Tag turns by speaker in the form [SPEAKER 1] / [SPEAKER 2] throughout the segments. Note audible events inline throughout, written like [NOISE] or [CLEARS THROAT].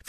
[SPEAKER 1] If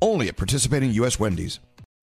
[SPEAKER 1] only at participating U.S. Wendy's.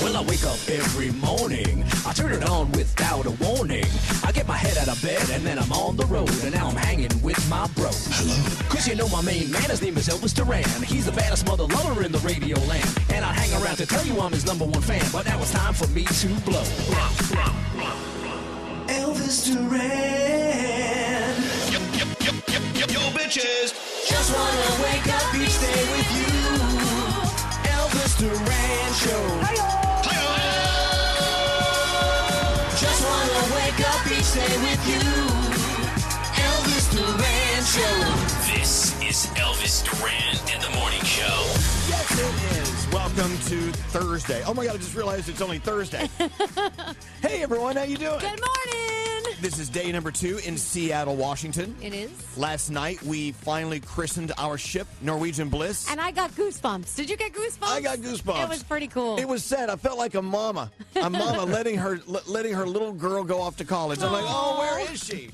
[SPEAKER 2] Well, I wake up every morning. I turn it on without a warning. I get my head out of bed and then I'm on the road. And now I'm hanging with my bro. Hello. Cause you know my main man, his name is Elvis Duran. He's the baddest mother lover in the radio land. And I hang around to tell you I'm his number one fan. But now it's time for me to blow. Elvis Duran. Yo, yo, yo, yo, yo, yo, bitches. Just wanna wake up each day with you. Elvis Duran Show. Hi-yo. Just wanna wake up each day with you. Elvis Duran Show.
[SPEAKER 3] This is Elvis Duran and the Morning Show.
[SPEAKER 1] Yes, it is. Welcome to Thursday. Oh my God, I just realized it's only
[SPEAKER 4] [LAUGHS]
[SPEAKER 1] Thursday. hey, everyone, how you doing?
[SPEAKER 4] Good morning.
[SPEAKER 1] This is day number two in Seattle, Washington.
[SPEAKER 4] It is.
[SPEAKER 1] Last night, we finally christened our ship Norwegian Bliss.
[SPEAKER 4] And I got goosebumps. Did you get goosebumps?
[SPEAKER 1] I got goosebumps.
[SPEAKER 4] It was pretty cool.
[SPEAKER 1] It was sad. I felt like a mama, a
[SPEAKER 4] [LAUGHS]
[SPEAKER 1] mama letting her le- letting her little girl go off to college. I'm like, oh, where is she?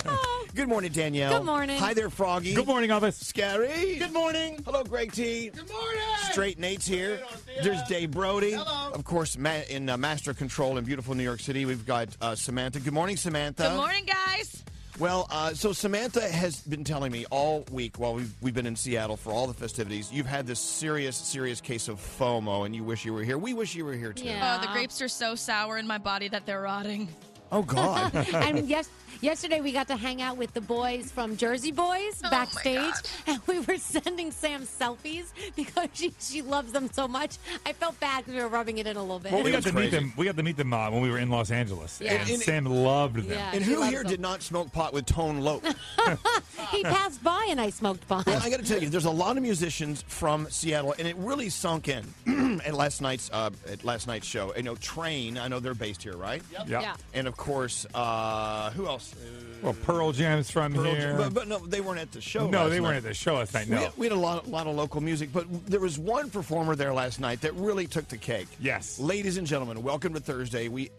[SPEAKER 1] Good morning, Danielle.
[SPEAKER 4] Good morning.
[SPEAKER 1] Hi there, Froggy.
[SPEAKER 5] Good morning, Elvis.
[SPEAKER 1] Scary.
[SPEAKER 6] Good morning.
[SPEAKER 1] Hello, Greg T.
[SPEAKER 6] Good morning.
[SPEAKER 1] Straight Nate's here. There's Dave Brody. Hello. Of course, ma- in uh, Master Control in beautiful New York City, we've got uh, Samantha. Good morning, Samantha.
[SPEAKER 7] Good morning, guys.
[SPEAKER 1] Well, uh, so Samantha has been telling me all week while we've, we've been in Seattle for all the festivities, you've had this serious, serious case of FOMO, and you wish you were here. We wish you were here too.
[SPEAKER 7] Oh, the grapes are so sour in my body that they're rotting.
[SPEAKER 1] Oh
[SPEAKER 7] [LAUGHS]
[SPEAKER 1] God.
[SPEAKER 4] [LAUGHS]
[SPEAKER 1] [LAUGHS]
[SPEAKER 4] and yes, yesterday we got to hang out with the boys from Jersey Boys backstage, and we were sending Sam selfies because she, she loves them so much. I felt bad because we were rubbing it in a little bit.
[SPEAKER 1] Well,
[SPEAKER 5] We
[SPEAKER 1] It
[SPEAKER 5] got
[SPEAKER 1] was
[SPEAKER 5] to meet
[SPEAKER 1] crazy.
[SPEAKER 5] them. We got to meet them uh, when we were in Los Angeles,
[SPEAKER 4] Yeah.
[SPEAKER 5] and
[SPEAKER 1] And-
[SPEAKER 5] Sam loved them.
[SPEAKER 4] Yeah.
[SPEAKER 1] and
[SPEAKER 4] she
[SPEAKER 1] who
[SPEAKER 4] loves
[SPEAKER 1] here
[SPEAKER 4] them.
[SPEAKER 1] did not smoke pot with Tone Loc?
[SPEAKER 4] he passed by and I smoked pot.
[SPEAKER 1] Well, I got to tell you, there's a lot of musicians from Seattle, and it really sunk in [CLEARS THROAT] at last night's uh, at last night's show. You know, Train. I know they're based here, right?
[SPEAKER 5] Yeah.
[SPEAKER 4] Yeah.
[SPEAKER 1] And of course, uh, who else? else.
[SPEAKER 5] Well, Pearl Jam's from
[SPEAKER 1] Pearl
[SPEAKER 5] here.
[SPEAKER 1] Jam- But, but no, they weren't at the show.
[SPEAKER 5] no,
[SPEAKER 1] last
[SPEAKER 5] they weren't
[SPEAKER 1] night.
[SPEAKER 5] at the show last night.
[SPEAKER 1] We
[SPEAKER 5] No.
[SPEAKER 1] had, we had a lot, lot of local music, but there was one performer there last night that really took the cake.
[SPEAKER 5] Yes.
[SPEAKER 1] ladies and gentlemen, welcome to Thursday. We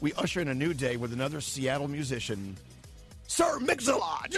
[SPEAKER 1] we usher in a new day with another Seattle musician, Sir Mix-a-Lot.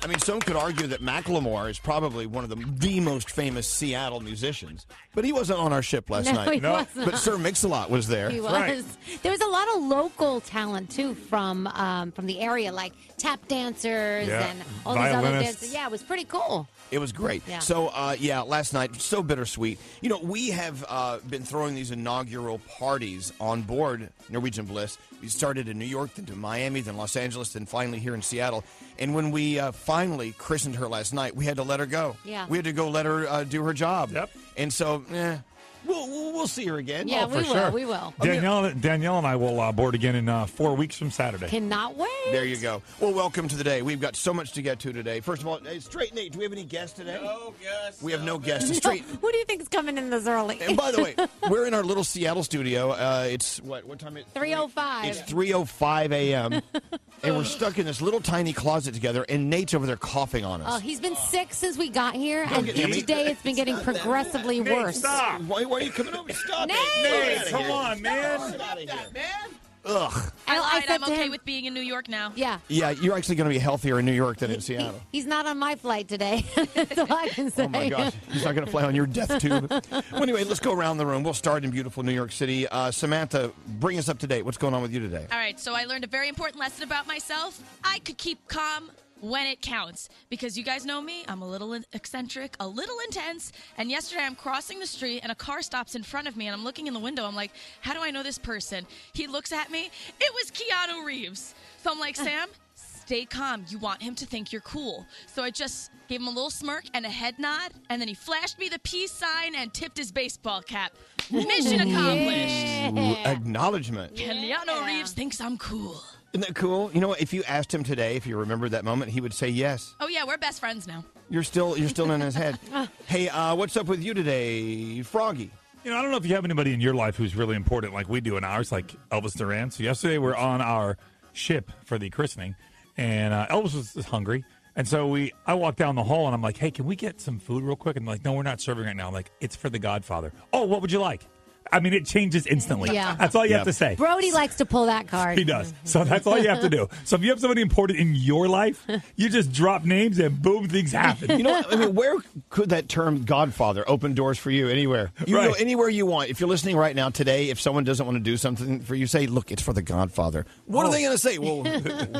[SPEAKER 1] I mean, some could argue that Macklemore is probably one of the the most famous Seattle musicians, but he wasn't on our ship last
[SPEAKER 4] No,
[SPEAKER 1] night.
[SPEAKER 4] he No. wasn't.
[SPEAKER 1] but Sir Mix-a-Lot was there.
[SPEAKER 4] [LAUGHS] He was.
[SPEAKER 5] right.
[SPEAKER 4] There was a lot of local talent too from um, from the area, like tap dancers
[SPEAKER 5] Yeah.
[SPEAKER 4] and all these other
[SPEAKER 5] Violinists.
[SPEAKER 4] dancers. Yeah, it was pretty cool.
[SPEAKER 1] It was great.
[SPEAKER 4] Yeah.
[SPEAKER 1] So, uh, yeah, last night, so bittersweet. You know, we have uh, been throwing these inaugural parties on board Norwegian Bliss. We started in New York, then to Miami, then Los Angeles, then finally here in Seattle. And when we uh, finally christened her last night, we had to let her go.
[SPEAKER 4] Yeah.
[SPEAKER 1] We had to go let her uh, do her job.
[SPEAKER 5] Yep. Oh,
[SPEAKER 1] And so, eh, we'll, we'll, we'll see her again.
[SPEAKER 4] yeah,
[SPEAKER 5] for
[SPEAKER 4] we
[SPEAKER 5] sure.
[SPEAKER 4] will. We will.
[SPEAKER 5] Danielle, Danielle and I will uh, board again in uh, four weeks from Saturday.
[SPEAKER 4] Cannot wait.
[SPEAKER 1] There you go. Well, welcome to the day. We've got so much to get to today. First of all, hey, Straight Nate, do we have any guests today? No guests. We have no
[SPEAKER 4] [LAUGHS]
[SPEAKER 1] guests.
[SPEAKER 4] No,
[SPEAKER 1] Straight,
[SPEAKER 4] who do you think is coming in this early?
[SPEAKER 1] And by the way, we're in our little Seattle studio. Uh, it's what? What
[SPEAKER 4] [LAUGHS]
[SPEAKER 1] time? Is it?
[SPEAKER 4] 3:05.
[SPEAKER 1] It's three o five a.m. and we're stuck in this little tiny closet together. And Nate's over there coughing on
[SPEAKER 4] Oh,
[SPEAKER 1] us.
[SPEAKER 4] he's been sick since we got here, and
[SPEAKER 1] get me.
[SPEAKER 4] each day it's been getting progressively
[SPEAKER 5] Nate,
[SPEAKER 4] Oh, worse.
[SPEAKER 5] stop.
[SPEAKER 1] why, why are you coming over? Stop
[SPEAKER 4] Nate!
[SPEAKER 1] it!
[SPEAKER 5] Nate, come on, man.
[SPEAKER 1] Ugh.
[SPEAKER 8] I
[SPEAKER 4] And
[SPEAKER 8] lied.
[SPEAKER 4] said
[SPEAKER 8] I'm
[SPEAKER 4] to
[SPEAKER 8] okay
[SPEAKER 4] him-
[SPEAKER 8] with being in New York now.
[SPEAKER 4] Yeah.
[SPEAKER 1] Yeah, you're actually going to be healthier in New York than in
[SPEAKER 4] He-
[SPEAKER 1] Seattle.
[SPEAKER 4] he's not on my flight today. [LAUGHS] That's all I can say.
[SPEAKER 1] Oh my gosh, he's not going to fly on your death tube. well, anyway, let's go around the room. We'll start in beautiful New York City. Uh, Samantha, bring us up to date. What's going on with you today?
[SPEAKER 8] All right, so I learned a very important lesson about myself. I could keep calm when it counts because you guys know me, I'm a little in- eccentric, a little intense. And yesterday I'm crossing the street and a car stops in front of me and I'm looking in the window. I'm like, "How do I know this person?" He looks at me. It was Keanu Reeves. So I'm like, "Sam, stay calm. You want him to think you're cool." So I just gave him a little smirk and a head nod, and then he flashed me the peace sign and tipped his baseball cap. Mission accomplished.
[SPEAKER 1] Ooh, Acknowledgement.
[SPEAKER 8] Keanu Reeves thinks I'm cool.
[SPEAKER 1] Isn't that cool? You know what? If you asked him today, if you remember that moment, he would say yes.
[SPEAKER 8] Oh yeah, we're best friends now.
[SPEAKER 1] You're still you're still in his head. [LAUGHS] hey, uh, what's up with you today, Froggy?
[SPEAKER 5] You know, I don't know if you have anybody in your life who's really important like we do in ours, like Elvis Duran. So yesterday we're on our ship for the christening, and uh, Elvis was, was hungry, and so we I walked down the hall and I'm like, "Hey, can we get some food real quick?" And they're like, "No, we're not serving right now." I'm like, "It's for the Godfather." Oh, what would you like? I mean, it changes instantly.
[SPEAKER 4] Yeah.
[SPEAKER 5] that's all you
[SPEAKER 1] Yeah.
[SPEAKER 5] have to say.
[SPEAKER 4] Brody likes to pull that card.
[SPEAKER 5] He does. So that's all you have to do. So if you have somebody important in your life, you just drop names and boom, things happen.
[SPEAKER 1] You know, what? I mean, where could that term "Godfather" open doors for you? Anywhere, you
[SPEAKER 5] Right.
[SPEAKER 1] go anywhere you want. If you're listening right now today, if someone doesn't want to do something for you, say, "Look, it's for the Godfather." What are they
[SPEAKER 5] Oh.
[SPEAKER 1] going to say? Well,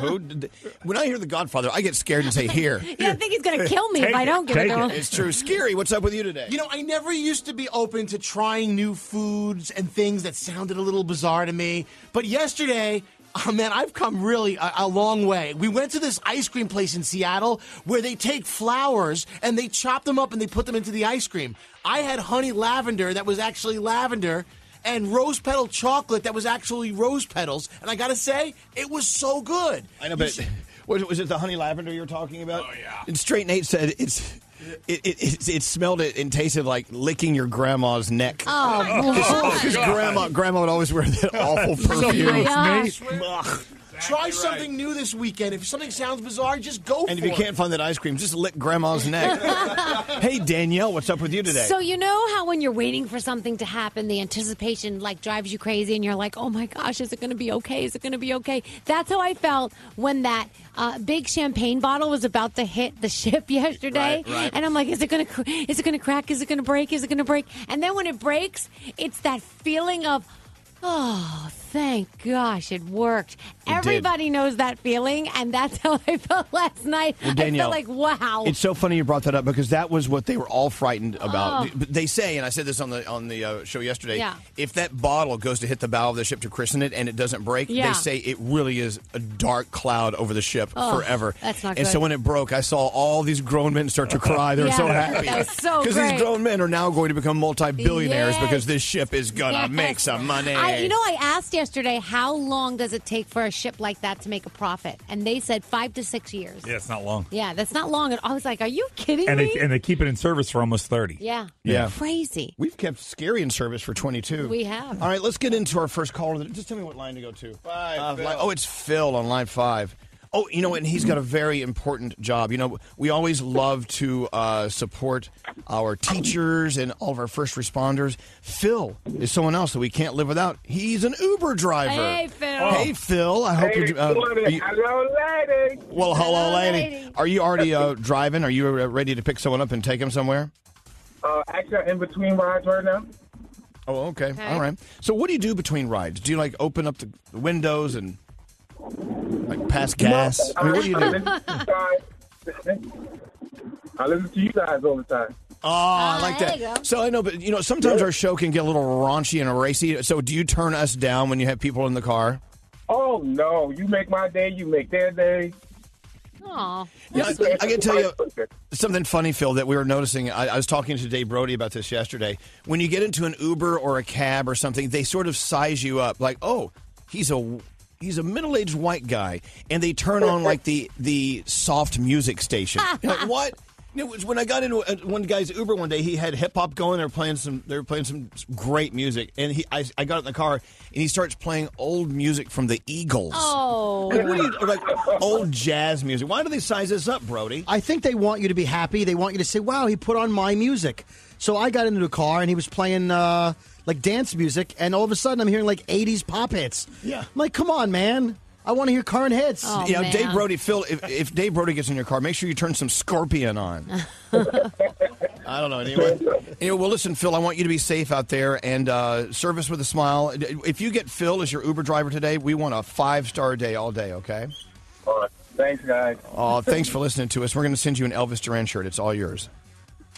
[SPEAKER 1] who did- when I hear the Godfather, I get scared and say, "Here."
[SPEAKER 4] Yeah, I think he's going to kill me if
[SPEAKER 5] Take
[SPEAKER 4] I
[SPEAKER 5] it,
[SPEAKER 4] don't give it
[SPEAKER 5] take
[SPEAKER 4] to
[SPEAKER 5] it.
[SPEAKER 4] him.
[SPEAKER 1] It's true. Scary. What's up with you today?
[SPEAKER 9] You know, I never used to be open to trying new foods and things that sounded a little bizarre to me. But yesterday, [LAUGHS] oh man, I've come really a, a long way. We went to this ice cream place in Seattle where they take flowers and they chop them up and they put them into the ice cream. I had honey lavender that was actually lavender. And rose petal chocolate that was actually rose petals, and I gotta say, it was so good.
[SPEAKER 1] I know, but [LAUGHS] was, was it the honey lavender you were talking about? Oh yeah. And straight Nate said it's. It, it, it, it smelled it and tasted like licking your grandma's neck.
[SPEAKER 9] Oh,
[SPEAKER 1] [LAUGHS] His grandma, grandma would always wear
[SPEAKER 9] [LAUGHS]
[SPEAKER 1] that awful perfume.
[SPEAKER 5] Gross, Nate.
[SPEAKER 1] Ugh.
[SPEAKER 9] Try something new this weekend. If something sounds bizarre, just go for it.
[SPEAKER 1] and if you can't find that ice cream, just lick grandma's
[SPEAKER 9] [LAUGHS]
[SPEAKER 1] neck. hey Danielle, what's up with you today?
[SPEAKER 4] So you know how when you're waiting for something to happen, the anticipation like drives you crazy, and you're like, "Oh my gosh, is it going to be okay? Is it going to be okay?" That's how I felt when that uh, big champagne bottle was about to hit the ship [LAUGHS] yesterday,
[SPEAKER 1] Right, right.
[SPEAKER 4] and I'm like, "Is it going to? Cr- is it going to crack? Is it going to break? Is it going to break?" And then when it breaks, it's that feeling of. Oh, thank gosh, it worked.
[SPEAKER 1] did.
[SPEAKER 4] Everybody knows that feeling, and that's [LAUGHS] how I felt last night.
[SPEAKER 1] Danielle,
[SPEAKER 4] I felt like, wow.
[SPEAKER 1] It's so funny you brought that up because that was what they were all frightened about. But They say, and I said this on the on the uh, show yesterday.
[SPEAKER 4] Oh. Yeah.
[SPEAKER 1] If that bottle goes to hit the bow of the ship to christen it and it doesn't break,
[SPEAKER 4] Yeah.
[SPEAKER 1] they say it really is a dark cloud over the ship forever.
[SPEAKER 4] Oh, that's not
[SPEAKER 1] And so
[SPEAKER 4] good.
[SPEAKER 1] when it broke, I saw all these grown men start to cry. They were
[SPEAKER 4] Yeah,
[SPEAKER 1] so happy
[SPEAKER 4] that was so
[SPEAKER 1] these
[SPEAKER 4] great.
[SPEAKER 1] grown men are now going to become multi billionaires
[SPEAKER 4] Yes.
[SPEAKER 1] because this ship is gonna
[SPEAKER 4] Yes.
[SPEAKER 1] make some money.
[SPEAKER 4] I, you know, I asked yesterday how long does it take for a ship like that to make a profit? And they said five to six years.
[SPEAKER 5] [LAUGHS] Yeah, it's not long.
[SPEAKER 4] Yeah, that's not long. And I was like, are you kidding
[SPEAKER 5] And
[SPEAKER 4] me?
[SPEAKER 5] they, and they keep it in service for almost 30.
[SPEAKER 4] yeah.
[SPEAKER 1] Yeah.
[SPEAKER 4] Crazy.
[SPEAKER 1] We've kept Scary in service for 22.
[SPEAKER 4] We have.
[SPEAKER 1] All right, let's get into our first caller. Just tell me what line to go to. Five. oh, it's Phil on line five. Oh, you know, and he's got a very important job. You know, we always love to uh, support our teachers and all of our first responders. Phil is someone else that we can't live without. He's an Uber driver.
[SPEAKER 4] Hey, Phil.
[SPEAKER 10] Oh.
[SPEAKER 1] Oh. Hey, Phil. I hope you're. Uh, are you- well, hello,
[SPEAKER 4] Hello,
[SPEAKER 1] lady.
[SPEAKER 4] lady.
[SPEAKER 1] Are you already uh, driving? Are you uh, ready to pick someone up and take them somewhere?
[SPEAKER 10] Uh, actually, I'm in between rides right now.
[SPEAKER 1] Oh, okay. All right. So, what do you do between rides? Do you like open up the the windows and like pass gas? I mean, what do you
[SPEAKER 10] I
[SPEAKER 1] do?
[SPEAKER 10] listen to you guys.
[SPEAKER 5] [LAUGHS]
[SPEAKER 10] I listen to [LAUGHS] you guys all the time.
[SPEAKER 1] Oh, I like
[SPEAKER 4] Ah, there you go.
[SPEAKER 1] that. So I know, but you know, sometimes our show can get a little raunchy and racy. So, do you turn us down when you have people in the car?
[SPEAKER 10] Oh no, you make my day. You make their day.
[SPEAKER 4] Aw.
[SPEAKER 1] Yeah, I, I can tell you
[SPEAKER 10] Okay.
[SPEAKER 1] something funny, Phil, that we were noticing. I, I was talking to Dave Brody about this yesterday. When you get into an Uber or a cab or something, they sort of size you up, like, oh, he's a he's a middle aged white guy, and they turn on like the the soft music station.
[SPEAKER 11] Ah.
[SPEAKER 1] You're like, what? You know, It was when I got into uh, one guy's Uber one day. He had hip hop going. They were playing some. They were playing some great music. And he, I, I got in the car, and he starts playing old music from the Eagles.
[SPEAKER 4] Oh.
[SPEAKER 1] Like, [LAUGHS] what are you, or, like old jazz music. Why do they size this up, Brody?
[SPEAKER 12] I think they want you to be happy. They want you to say, "Wow, he put on my music." So I got into the car and he was playing uh, like dance music, and all of a sudden I'm hearing like '80s pop hits.
[SPEAKER 1] Yeah.
[SPEAKER 12] I'm like, come on, man! I want to hear current hits.
[SPEAKER 4] Oh,
[SPEAKER 1] you know,
[SPEAKER 4] man.
[SPEAKER 1] Dave Brody, Phil, if, if Dave Brody gets in your car, make sure you turn some Scorpion
[SPEAKER 10] [LAUGHS]
[SPEAKER 1] on. I don't know. Anyway. anyway, well, listen, Phil, I want you to be safe out there and uh, service with a smile. If you get Phil as your Uber driver today, we want a five star day all day,
[SPEAKER 10] [LAUGHS]
[SPEAKER 1] okay?
[SPEAKER 10] All right. Thanks, guys.
[SPEAKER 1] Oh, thanks for listening to us. We're going to send you an Elvis Duran shirt. It's all yours.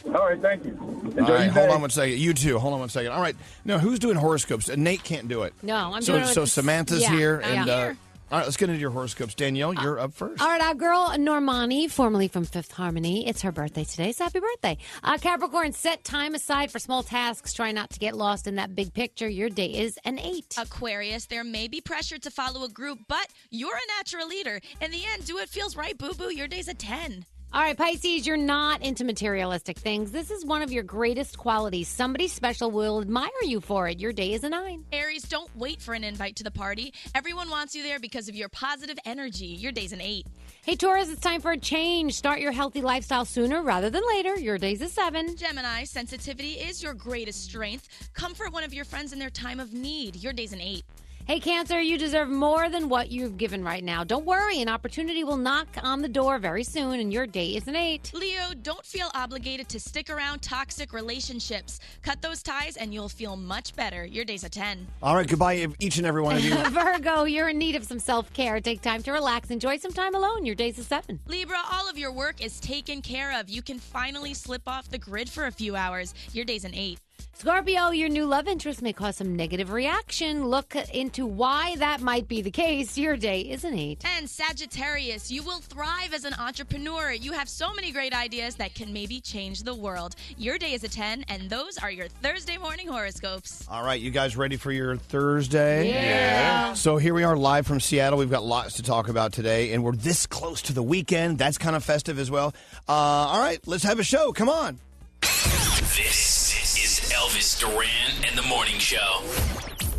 [SPEAKER 10] All right. Thank you. Enjoy
[SPEAKER 1] all right,
[SPEAKER 10] your
[SPEAKER 1] hold
[SPEAKER 10] day.
[SPEAKER 1] on one second. You too. Hold on one second. All right. Now, who's doing horoscopes? Uh, Nate can't do it.
[SPEAKER 4] No, I'm
[SPEAKER 1] so,
[SPEAKER 4] doing it with
[SPEAKER 1] So
[SPEAKER 4] this-
[SPEAKER 1] Samantha's
[SPEAKER 4] yeah,
[SPEAKER 1] here.
[SPEAKER 4] I
[SPEAKER 1] and
[SPEAKER 4] am.
[SPEAKER 1] Uh, all right, let's get into your horoscopes. Danielle, you're up first.
[SPEAKER 4] All right, our girl Normani, formerly from Fifth Harmony, it's her birthday today. So happy birthday. Uh, Capricorn, set time aside for small tasks. Try not to get lost in that big picture. Your day is an eight.
[SPEAKER 7] Aquarius, there may be pressure to follow a group, but you're a natural leader. In the end, do what feels right, boo boo. Your day's a 10.
[SPEAKER 4] All right, Pisces, you're not into materialistic things. This is one of your greatest qualities. Somebody special will admire you for it. Your day is a nine.
[SPEAKER 7] Aries, don't wait for an invite to the party. Everyone wants you there because of your positive energy. Your day's an 8.
[SPEAKER 4] Hey, Taurus, it's time for a change. Start your healthy lifestyle sooner rather than later. Your day's a seven.
[SPEAKER 7] Gemini, sensitivity is your greatest strength. Comfort one of your friends in their time of need. Your day's an 8.
[SPEAKER 4] Hey, Cancer, you deserve more than what you've given right now. Don't worry, an opportunity will knock on the door very soon, and your day is an eight.
[SPEAKER 7] Leo, don't feel obligated to stick around toxic relationships. Cut those ties and you'll feel much better. Your day's a 10.
[SPEAKER 1] All right, goodbye, each and every one [LAUGHS] of you.
[SPEAKER 4] [LAUGHS] Virgo, you're in need of some self care. Take time to relax. Enjoy some time alone. Your day's a seven.
[SPEAKER 7] Libra, all of your work is taken care of. You can finally slip off the grid for a few hours. Your day's an 8.
[SPEAKER 4] Scorpio, your new love interest may cause some negative reaction. Look into why that might be the case. Your day is an eight.
[SPEAKER 7] And Sagittarius, you will thrive as an entrepreneur. You have so many great ideas that can maybe change the world. Your day is a 10, and those are your Thursday morning horoscopes.
[SPEAKER 1] All right, you guys ready for your Thursday? Yeah. So here we are live from Seattle. We've got lots to talk about today, and we're this close to the weekend. That's kind of festive as well. Uh, all right, let's have a show. Come on.
[SPEAKER 3] This is Elvis Duran and the Morning Show.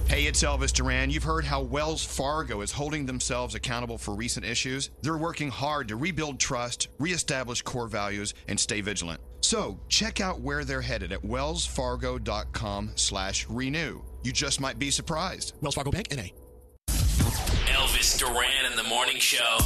[SPEAKER 1] Hey, it's Elvis Duran. You've heard how Wells Fargo is holding themselves accountable for recent issues. They're working hard to rebuild trust, reestablish core values, and stay vigilant. So check out where they're headed at wellsfargo.com slash renew. You just might be surprised.
[SPEAKER 13] Wells Fargo Bank NA.
[SPEAKER 3] Elvis Duran and the Morning Show.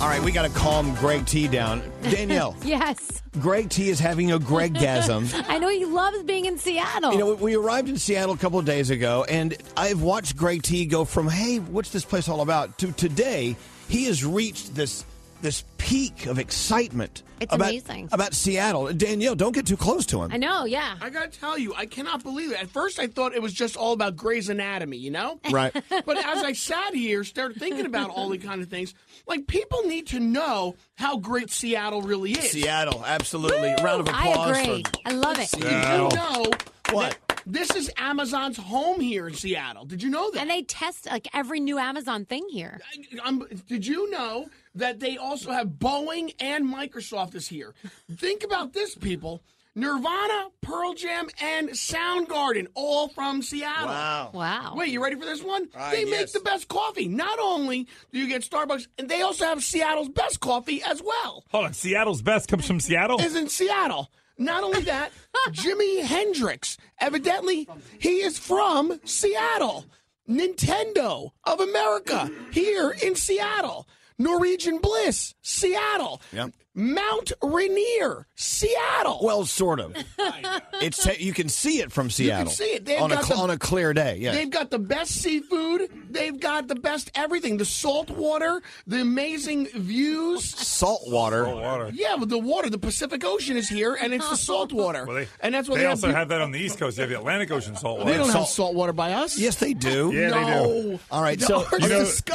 [SPEAKER 1] All right, we got to calm Greg T down. Danielle,
[SPEAKER 4] [LAUGHS] Yes.
[SPEAKER 1] Greg T is having a Greggasm.
[SPEAKER 4] [LAUGHS] I know he loves being in Seattle.
[SPEAKER 1] You know, we arrived in Seattle a couple of days ago, and I've watched Greg T go from "Hey, what's this place all about?" to today, he has reached this this peak of excitement.
[SPEAKER 4] It's
[SPEAKER 1] about,
[SPEAKER 4] amazing.
[SPEAKER 1] about Seattle. Danielle, don't get too close to him.
[SPEAKER 4] I know, yeah.
[SPEAKER 11] I gotta tell you, I cannot believe it. At first, I thought it was just all about Grey's Anatomy, you know?
[SPEAKER 4] [LAUGHS]
[SPEAKER 1] Right.
[SPEAKER 11] But as I sat here, started thinking about all the kind of things, like people need to know how great Seattle really is.
[SPEAKER 1] Seattle, absolutely. Round of
[SPEAKER 4] I
[SPEAKER 1] applause.
[SPEAKER 4] agree.
[SPEAKER 1] For
[SPEAKER 4] I love it.
[SPEAKER 11] You
[SPEAKER 1] Seattle.
[SPEAKER 11] know
[SPEAKER 1] What?
[SPEAKER 11] that This is Amazon's home here in Seattle. Did you know that?
[SPEAKER 4] And they test like every new Amazon thing here.
[SPEAKER 11] Um, did you know that they also have Boeing and Microsoft is here? Think about this, people. Nirvana, Pearl Jam, and Soundgarden, all from Seattle.
[SPEAKER 4] Wow. Wow.
[SPEAKER 11] Wait, you ready for this one?
[SPEAKER 1] Uh,
[SPEAKER 4] All right,
[SPEAKER 11] they make
[SPEAKER 4] yes.
[SPEAKER 11] the best coffee. Not only do you get Starbucks, and they also have Seattle's best coffee as well.
[SPEAKER 5] Hold on, Seattle's best comes from Seattle.
[SPEAKER 11] Is in Seattle. Not only that, Jimi Hendrix, evidently, he is from Seattle. Nintendo of America, here in Seattle. Norwegian Bliss, Seattle.
[SPEAKER 1] Yep.
[SPEAKER 11] Mount Rainier,
[SPEAKER 1] [LAUGHS]
[SPEAKER 11] Seattle.
[SPEAKER 1] Well, sort
[SPEAKER 4] [LAUGHS]
[SPEAKER 1] of. it's you can see it from Seattle.
[SPEAKER 11] You can see it. They've
[SPEAKER 1] on a
[SPEAKER 11] got
[SPEAKER 1] cl-
[SPEAKER 11] the-
[SPEAKER 1] on a clear day. Yeah.
[SPEAKER 11] They've got the best seafood. They've got the best everything. The salt water, the amazing views.
[SPEAKER 1] Salt water.
[SPEAKER 5] Salt water.
[SPEAKER 11] Yeah, but the water, the Pacific Ocean is here, and it's the salt water.
[SPEAKER 5] Well, they,
[SPEAKER 11] and that's why
[SPEAKER 5] they,
[SPEAKER 11] they
[SPEAKER 5] also
[SPEAKER 11] have,
[SPEAKER 5] have that on the East Coast. They have the Atlantic Ocean salt water.
[SPEAKER 11] They don't have salt water by us.
[SPEAKER 1] Yes, they do.
[SPEAKER 5] Yeah, they do.
[SPEAKER 11] No. Ours
[SPEAKER 5] you know,
[SPEAKER 11] is
[SPEAKER 5] you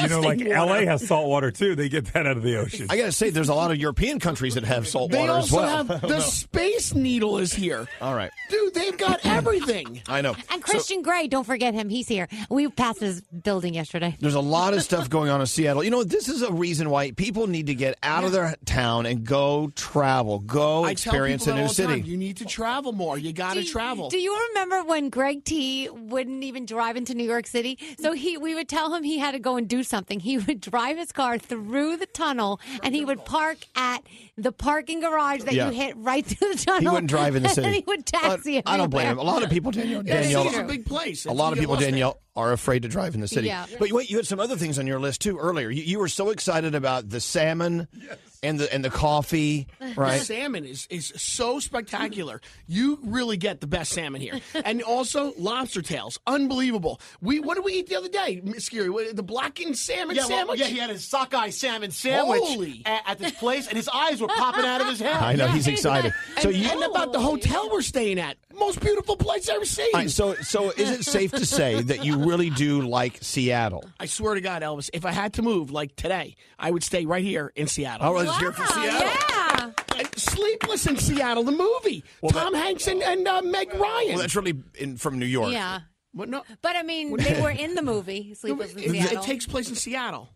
[SPEAKER 5] know, like
[SPEAKER 11] disgusting water.
[SPEAKER 5] LA has salt water too. They get that out of the ocean.
[SPEAKER 1] I gotta say, there's a lot of European countries that have salt
[SPEAKER 11] They
[SPEAKER 1] water as
[SPEAKER 11] also
[SPEAKER 1] well. [LAUGHS]
[SPEAKER 11] have the Space Needle is here.
[SPEAKER 1] All right,
[SPEAKER 11] Dude, they've got everything.
[SPEAKER 1] I know.
[SPEAKER 4] And Christian Gray, don't forget him. He's here. We passed his building yesterday.
[SPEAKER 1] There's a lot of stuff going on in Seattle. You know, this is a reason why people need to get out of their town and go travel, go
[SPEAKER 11] I tell
[SPEAKER 1] experience
[SPEAKER 11] people
[SPEAKER 1] a
[SPEAKER 11] that
[SPEAKER 1] new
[SPEAKER 11] all the time,
[SPEAKER 1] city.
[SPEAKER 11] You need to travel more. You got to travel.
[SPEAKER 4] Do you remember when Greg T wouldn't even drive into New York City? So he we would tell him he had to go and do something. He would drive his car through the tunnel and he would park at the parking garage that
[SPEAKER 1] Yeah.
[SPEAKER 4] you hit right through the tunnel.
[SPEAKER 1] He wouldn't drive in
[SPEAKER 4] [LAUGHS]
[SPEAKER 1] the
[SPEAKER 4] And
[SPEAKER 1] city.
[SPEAKER 4] he would taxi.
[SPEAKER 1] I don't blame him. A
[SPEAKER 4] everywhere.
[SPEAKER 1] lot of people, Danielle,
[SPEAKER 11] Yeah,
[SPEAKER 1] Danielle
[SPEAKER 11] city's a big place.
[SPEAKER 1] A lot of
[SPEAKER 11] You get
[SPEAKER 1] people,
[SPEAKER 11] lost there.
[SPEAKER 1] Danielle, are afraid to drive in the city.
[SPEAKER 11] Yeah.
[SPEAKER 1] But wait, you had some other things on your list too earlier. You, you were so excited about the salmon and the and the
[SPEAKER 11] [LAUGHS]
[SPEAKER 1] coffee, [LAUGHS] right?
[SPEAKER 11] The salmon is, is so spectacular. You really get the best salmon
[SPEAKER 9] [LAUGHS]
[SPEAKER 11] here. And also lobster tails. Unbelievable. We What did we eat the other day, Miss Scary? What- The blackened salmon
[SPEAKER 9] yeah, well,
[SPEAKER 11] sandwich?
[SPEAKER 9] yeah, he had his sockeye salmon sandwich
[SPEAKER 11] Holy.
[SPEAKER 9] a- at, this place, and his eyes were popping out of his head.
[SPEAKER 1] [LAUGHS] I know, he's excited. So
[SPEAKER 11] So
[SPEAKER 1] you-
[SPEAKER 11] you and about the hotel we're staying at. Most beautiful place I've ever seen.
[SPEAKER 1] All right, so so is it safe to say that you really do like
[SPEAKER 11] [LAUGHS]
[SPEAKER 1] Seattle?
[SPEAKER 11] I swear to God, Elvis, if I had to move like today, I would stay right here in Seattle.
[SPEAKER 1] All Oh, right, let's hear it for Wow, Seattle.
[SPEAKER 11] Yeah. Sleepless in Seattle, the movie. Tom Hanks and, and uh, Meg Ryan.
[SPEAKER 1] Well, that's really in, from New York.
[SPEAKER 4] Yeah.
[SPEAKER 11] What, no.
[SPEAKER 4] But I mean, they were in the movie Sleepless in
[SPEAKER 11] It,
[SPEAKER 4] Seattle.
[SPEAKER 11] it takes place in Seattle.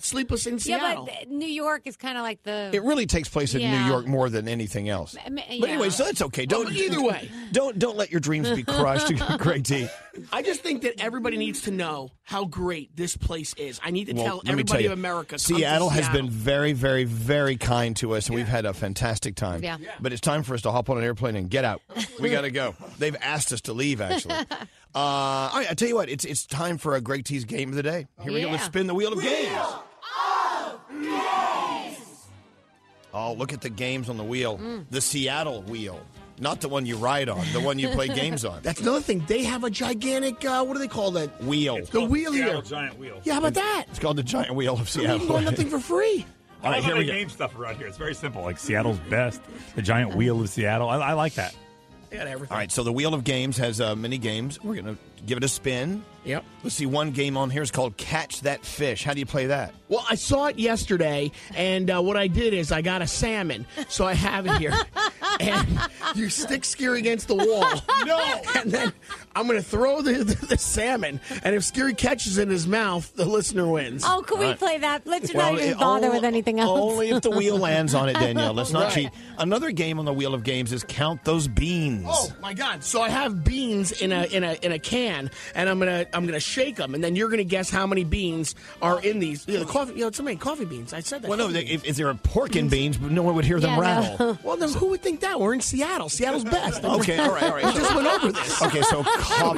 [SPEAKER 11] Sleepless in
[SPEAKER 4] yeah,
[SPEAKER 11] Seattle.
[SPEAKER 4] but uh, New York is kind of like the
[SPEAKER 1] It really takes place in
[SPEAKER 4] Yeah.
[SPEAKER 1] New York more than anything else.
[SPEAKER 4] I mean,
[SPEAKER 1] But
[SPEAKER 4] yeah.
[SPEAKER 1] anyway, so that's okay. Don't
[SPEAKER 11] Well,
[SPEAKER 1] [LAUGHS]
[SPEAKER 11] either way.
[SPEAKER 1] Don't don't let your dreams be crushed. [LAUGHS] Great D.
[SPEAKER 11] I just think that everybody needs to know how great this place is. I need to
[SPEAKER 1] Well,
[SPEAKER 11] tell
[SPEAKER 1] let me
[SPEAKER 11] everybody
[SPEAKER 1] tell you,
[SPEAKER 11] of America. come to
[SPEAKER 1] Seattle has
[SPEAKER 11] Seattle.
[SPEAKER 1] been very, very, very kind to us, and we've had a fantastic time.
[SPEAKER 11] Yeah. Yeah.
[SPEAKER 1] But it's time for us to hop on an airplane and get out. We got to
[SPEAKER 11] [LAUGHS]
[SPEAKER 1] go. They've asked us to leave, actually. Uh, all right, I tell you what, it's it's time for a Greg T's game of the day. Here we go. Let's
[SPEAKER 14] Yeah.
[SPEAKER 1] spin the wheel of games. Oh, look at the games on the wheel. The Seattle wheel. Not the one you ride on, the one you
[SPEAKER 11] [LAUGHS]
[SPEAKER 1] play games on.
[SPEAKER 11] That's another thing. They have a gigantic, uh, what do they call that?
[SPEAKER 1] wheel.
[SPEAKER 11] The wheel here.
[SPEAKER 5] giant wheel.
[SPEAKER 11] Yeah, how about that?
[SPEAKER 1] It's called the giant wheel of
[SPEAKER 11] We didn't
[SPEAKER 1] Seattle.
[SPEAKER 11] want
[SPEAKER 1] [LAUGHS]
[SPEAKER 11] nothing for free.
[SPEAKER 5] I love how they name stuff around here. It's very simple. Like Seattle's best, the giant wheel of Seattle. I, I like that.
[SPEAKER 11] They got everything.
[SPEAKER 1] All right, so the Wheel of Games has uh, many games. We're going to give it a spin.
[SPEAKER 11] Yep.
[SPEAKER 1] Let's see, one game on here is called Catch That Fish. How do you play that?
[SPEAKER 11] Well, I saw it yesterday, and uh, what I did is I got a salmon, so I have it here. and you stick Scary against the wall. No. And then I'm going to throw the, the, the salmon, and if Scary catches it in his mouth, the listener wins.
[SPEAKER 4] Oh, could we
[SPEAKER 1] Right.
[SPEAKER 4] play that? Let's not
[SPEAKER 1] it-
[SPEAKER 4] even bother
[SPEAKER 1] only-
[SPEAKER 4] with anything else.
[SPEAKER 1] Only if the wheel
[SPEAKER 11] [LAUGHS]
[SPEAKER 1] lands on it, Danielle. Let's not
[SPEAKER 11] Right.
[SPEAKER 1] cheat. Another game on the Wheel of Games is Count Those Beans.
[SPEAKER 11] Oh my God! So I have beans in a in a in a can, and I'm gonna I'm gonna shake them, and then you're gonna guess how many beans are in these. Yeah, the coffee. You know, so many coffee beans. I said that.
[SPEAKER 1] Well, no,
[SPEAKER 11] coffee
[SPEAKER 1] they,
[SPEAKER 11] beans.
[SPEAKER 1] if, if there are pork and beans, but no one would hear them rattle.
[SPEAKER 11] well, then who would think that? We're in Seattle. Seattle's best.
[SPEAKER 1] Okay, all right, all right.
[SPEAKER 11] [LAUGHS] We just went over this.
[SPEAKER 1] Okay, so co-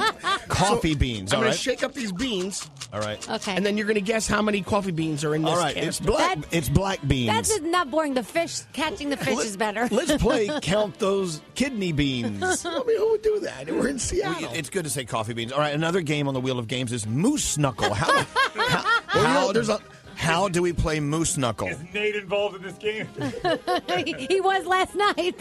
[SPEAKER 1] coffee beans,
[SPEAKER 11] I'm
[SPEAKER 1] all
[SPEAKER 11] gonna
[SPEAKER 1] right?
[SPEAKER 11] shake up these beans.
[SPEAKER 1] all right.
[SPEAKER 4] Okay.
[SPEAKER 11] And then you're gonna guess how many coffee beans are in this.
[SPEAKER 1] All right,
[SPEAKER 11] can.
[SPEAKER 1] it's black, it's black beans.
[SPEAKER 4] That's just not boring. The fish catching the fish is
[SPEAKER 11] [LAUGHS]
[SPEAKER 4] better.
[SPEAKER 1] Let's
[SPEAKER 4] [LAUGHS]
[SPEAKER 1] play Count Those Kidney Beans.
[SPEAKER 11] I mean, who would do that? We're in Seattle.
[SPEAKER 1] It's good to say
[SPEAKER 11] [LAUGHS]
[SPEAKER 1] coffee beans. All right, another game on the Wheel of Games is Moose Knuckle. How, how,
[SPEAKER 11] Well, you know,
[SPEAKER 1] how,
[SPEAKER 11] there's a
[SPEAKER 1] How do we play Moose Knuckle?
[SPEAKER 5] Nate involved in this game.
[SPEAKER 4] [LAUGHS] he was last night.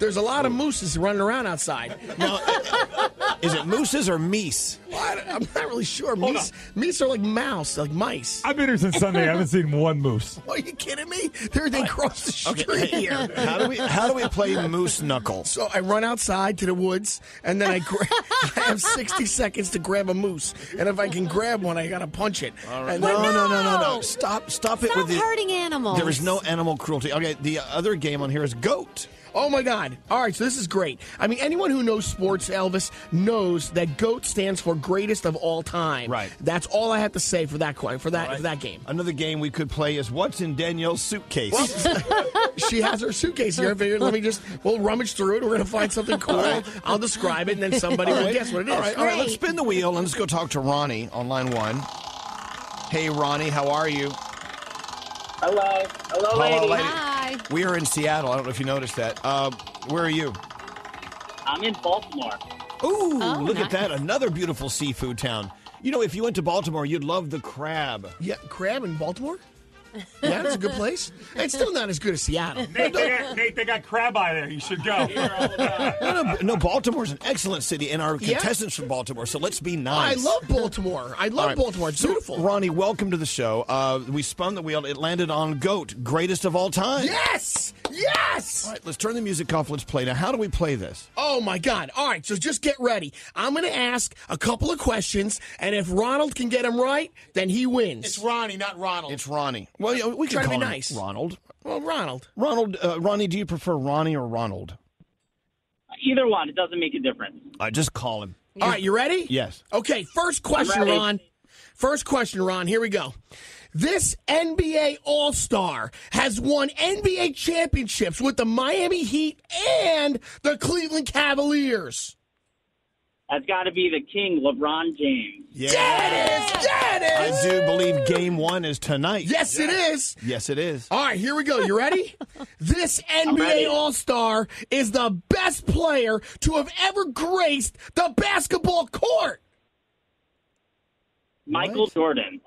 [SPEAKER 11] There's a lot of mooses running around outside. Now,
[SPEAKER 1] [LAUGHS] is it mooses or meese?
[SPEAKER 11] I'm not really sure. Meese, meese are like mouse, like mice.
[SPEAKER 5] I've been here since Sunday. I haven't seen one moose.
[SPEAKER 11] [LAUGHS] Are you kidding me? They're, they cross the street
[SPEAKER 1] Okay.
[SPEAKER 11] here.
[SPEAKER 1] How do we- how do we play
[SPEAKER 11] [LAUGHS]
[SPEAKER 1] moose knuckle?
[SPEAKER 11] So I run outside to the woods, and then I gra- [LAUGHS] I have sixty seconds to grab a moose, and if I can grab one, I gotta punch it. And
[SPEAKER 1] No,
[SPEAKER 11] then-
[SPEAKER 1] no, no, no, no. Stop, stop it
[SPEAKER 4] Stop
[SPEAKER 1] with the
[SPEAKER 4] hurting animals.
[SPEAKER 1] There is no animal cruelty. Okay, the other game on here is goat.
[SPEAKER 11] Oh my God! All right, so this is great. I mean, anyone who knows sports, Elvis knows that GOAT stands for greatest of all time.
[SPEAKER 1] Right.
[SPEAKER 11] That's all I have to say for that qu- for that for that game.
[SPEAKER 1] Another game we could play is what's in Danielle's suitcase.
[SPEAKER 11] [LAUGHS] she has her suitcase here. I figured, let me just we'll rummage through it. We're gonna find something cool. I'll describe it, and then somebody
[SPEAKER 1] All
[SPEAKER 11] will
[SPEAKER 1] [LAUGHS] right.
[SPEAKER 11] guess what it is.
[SPEAKER 1] All right, all right, let's spin the wheel and let's go talk to Ronnie on line one. Hey, Ronnie, how are you?
[SPEAKER 15] Hello. Hello, lady.
[SPEAKER 4] Hi.
[SPEAKER 1] We are in Seattle. I don't know if you noticed that. Uh, where are you?
[SPEAKER 15] I'm in Baltimore.
[SPEAKER 1] Ooh,
[SPEAKER 15] Oh,
[SPEAKER 1] look
[SPEAKER 15] nice.
[SPEAKER 1] at that. Another beautiful seafood town. You know, if you went to Baltimore, you'd love the crab.
[SPEAKER 11] Yeah, crab in Baltimore. Yeah, that's a good place. It's still not as good
[SPEAKER 1] [LAUGHS]
[SPEAKER 11] as Seattle.
[SPEAKER 5] [LAUGHS] Nate, they got, Nate, they got crab eye there. You should go.
[SPEAKER 1] No, no, no, Baltimore's an excellent city, and our
[SPEAKER 11] Yeah.
[SPEAKER 1] contestants from Baltimore, so let's be
[SPEAKER 11] I
[SPEAKER 1] nice.
[SPEAKER 11] love Baltimore. I
[SPEAKER 1] All
[SPEAKER 11] love
[SPEAKER 1] right.
[SPEAKER 11] Baltimore. It's
[SPEAKER 1] So,
[SPEAKER 11] beautiful.
[SPEAKER 1] Ronnie, welcome to the show. Uh, we spun the wheel. It landed on GOAT, greatest of all time.
[SPEAKER 11] Yes! Yes!
[SPEAKER 1] All right, let's turn the music off. Let's play. Now, how do we play this?
[SPEAKER 11] Oh my God. All right, so just get ready. I'm going to ask a couple of questions, and if Ronald can get them right, then he wins.
[SPEAKER 9] It's Ronnie, not Ronald.
[SPEAKER 1] It's Ronnie. Well, yeah, we can
[SPEAKER 11] Try to
[SPEAKER 1] call
[SPEAKER 11] be
[SPEAKER 1] him
[SPEAKER 11] nice.
[SPEAKER 1] Ronald.
[SPEAKER 11] well, Ronald.
[SPEAKER 1] Ronald, uh, Ronnie, do you prefer Ronnie or Ronald?
[SPEAKER 15] Either one, it doesn't make a difference.
[SPEAKER 1] I just call him.
[SPEAKER 11] All right, you ready?
[SPEAKER 1] Yes.
[SPEAKER 11] Okay, first question,
[SPEAKER 15] I'm ready.
[SPEAKER 11] Ron. First question, Ron. Here we go. This NBA All Star has won NBA championships with the Miami Heat and the Cleveland Cavaliers.
[SPEAKER 15] That's got to be the king, LeBron James.
[SPEAKER 11] That is, that is.
[SPEAKER 1] I do believe game one is tonight.
[SPEAKER 11] Yes, it is.
[SPEAKER 1] Yes, it is.
[SPEAKER 11] All right, here we go. You ready? this NBA
[SPEAKER 15] ready.
[SPEAKER 11] All Star is the best player to have ever graced the basketball court.
[SPEAKER 15] Michael Jordan.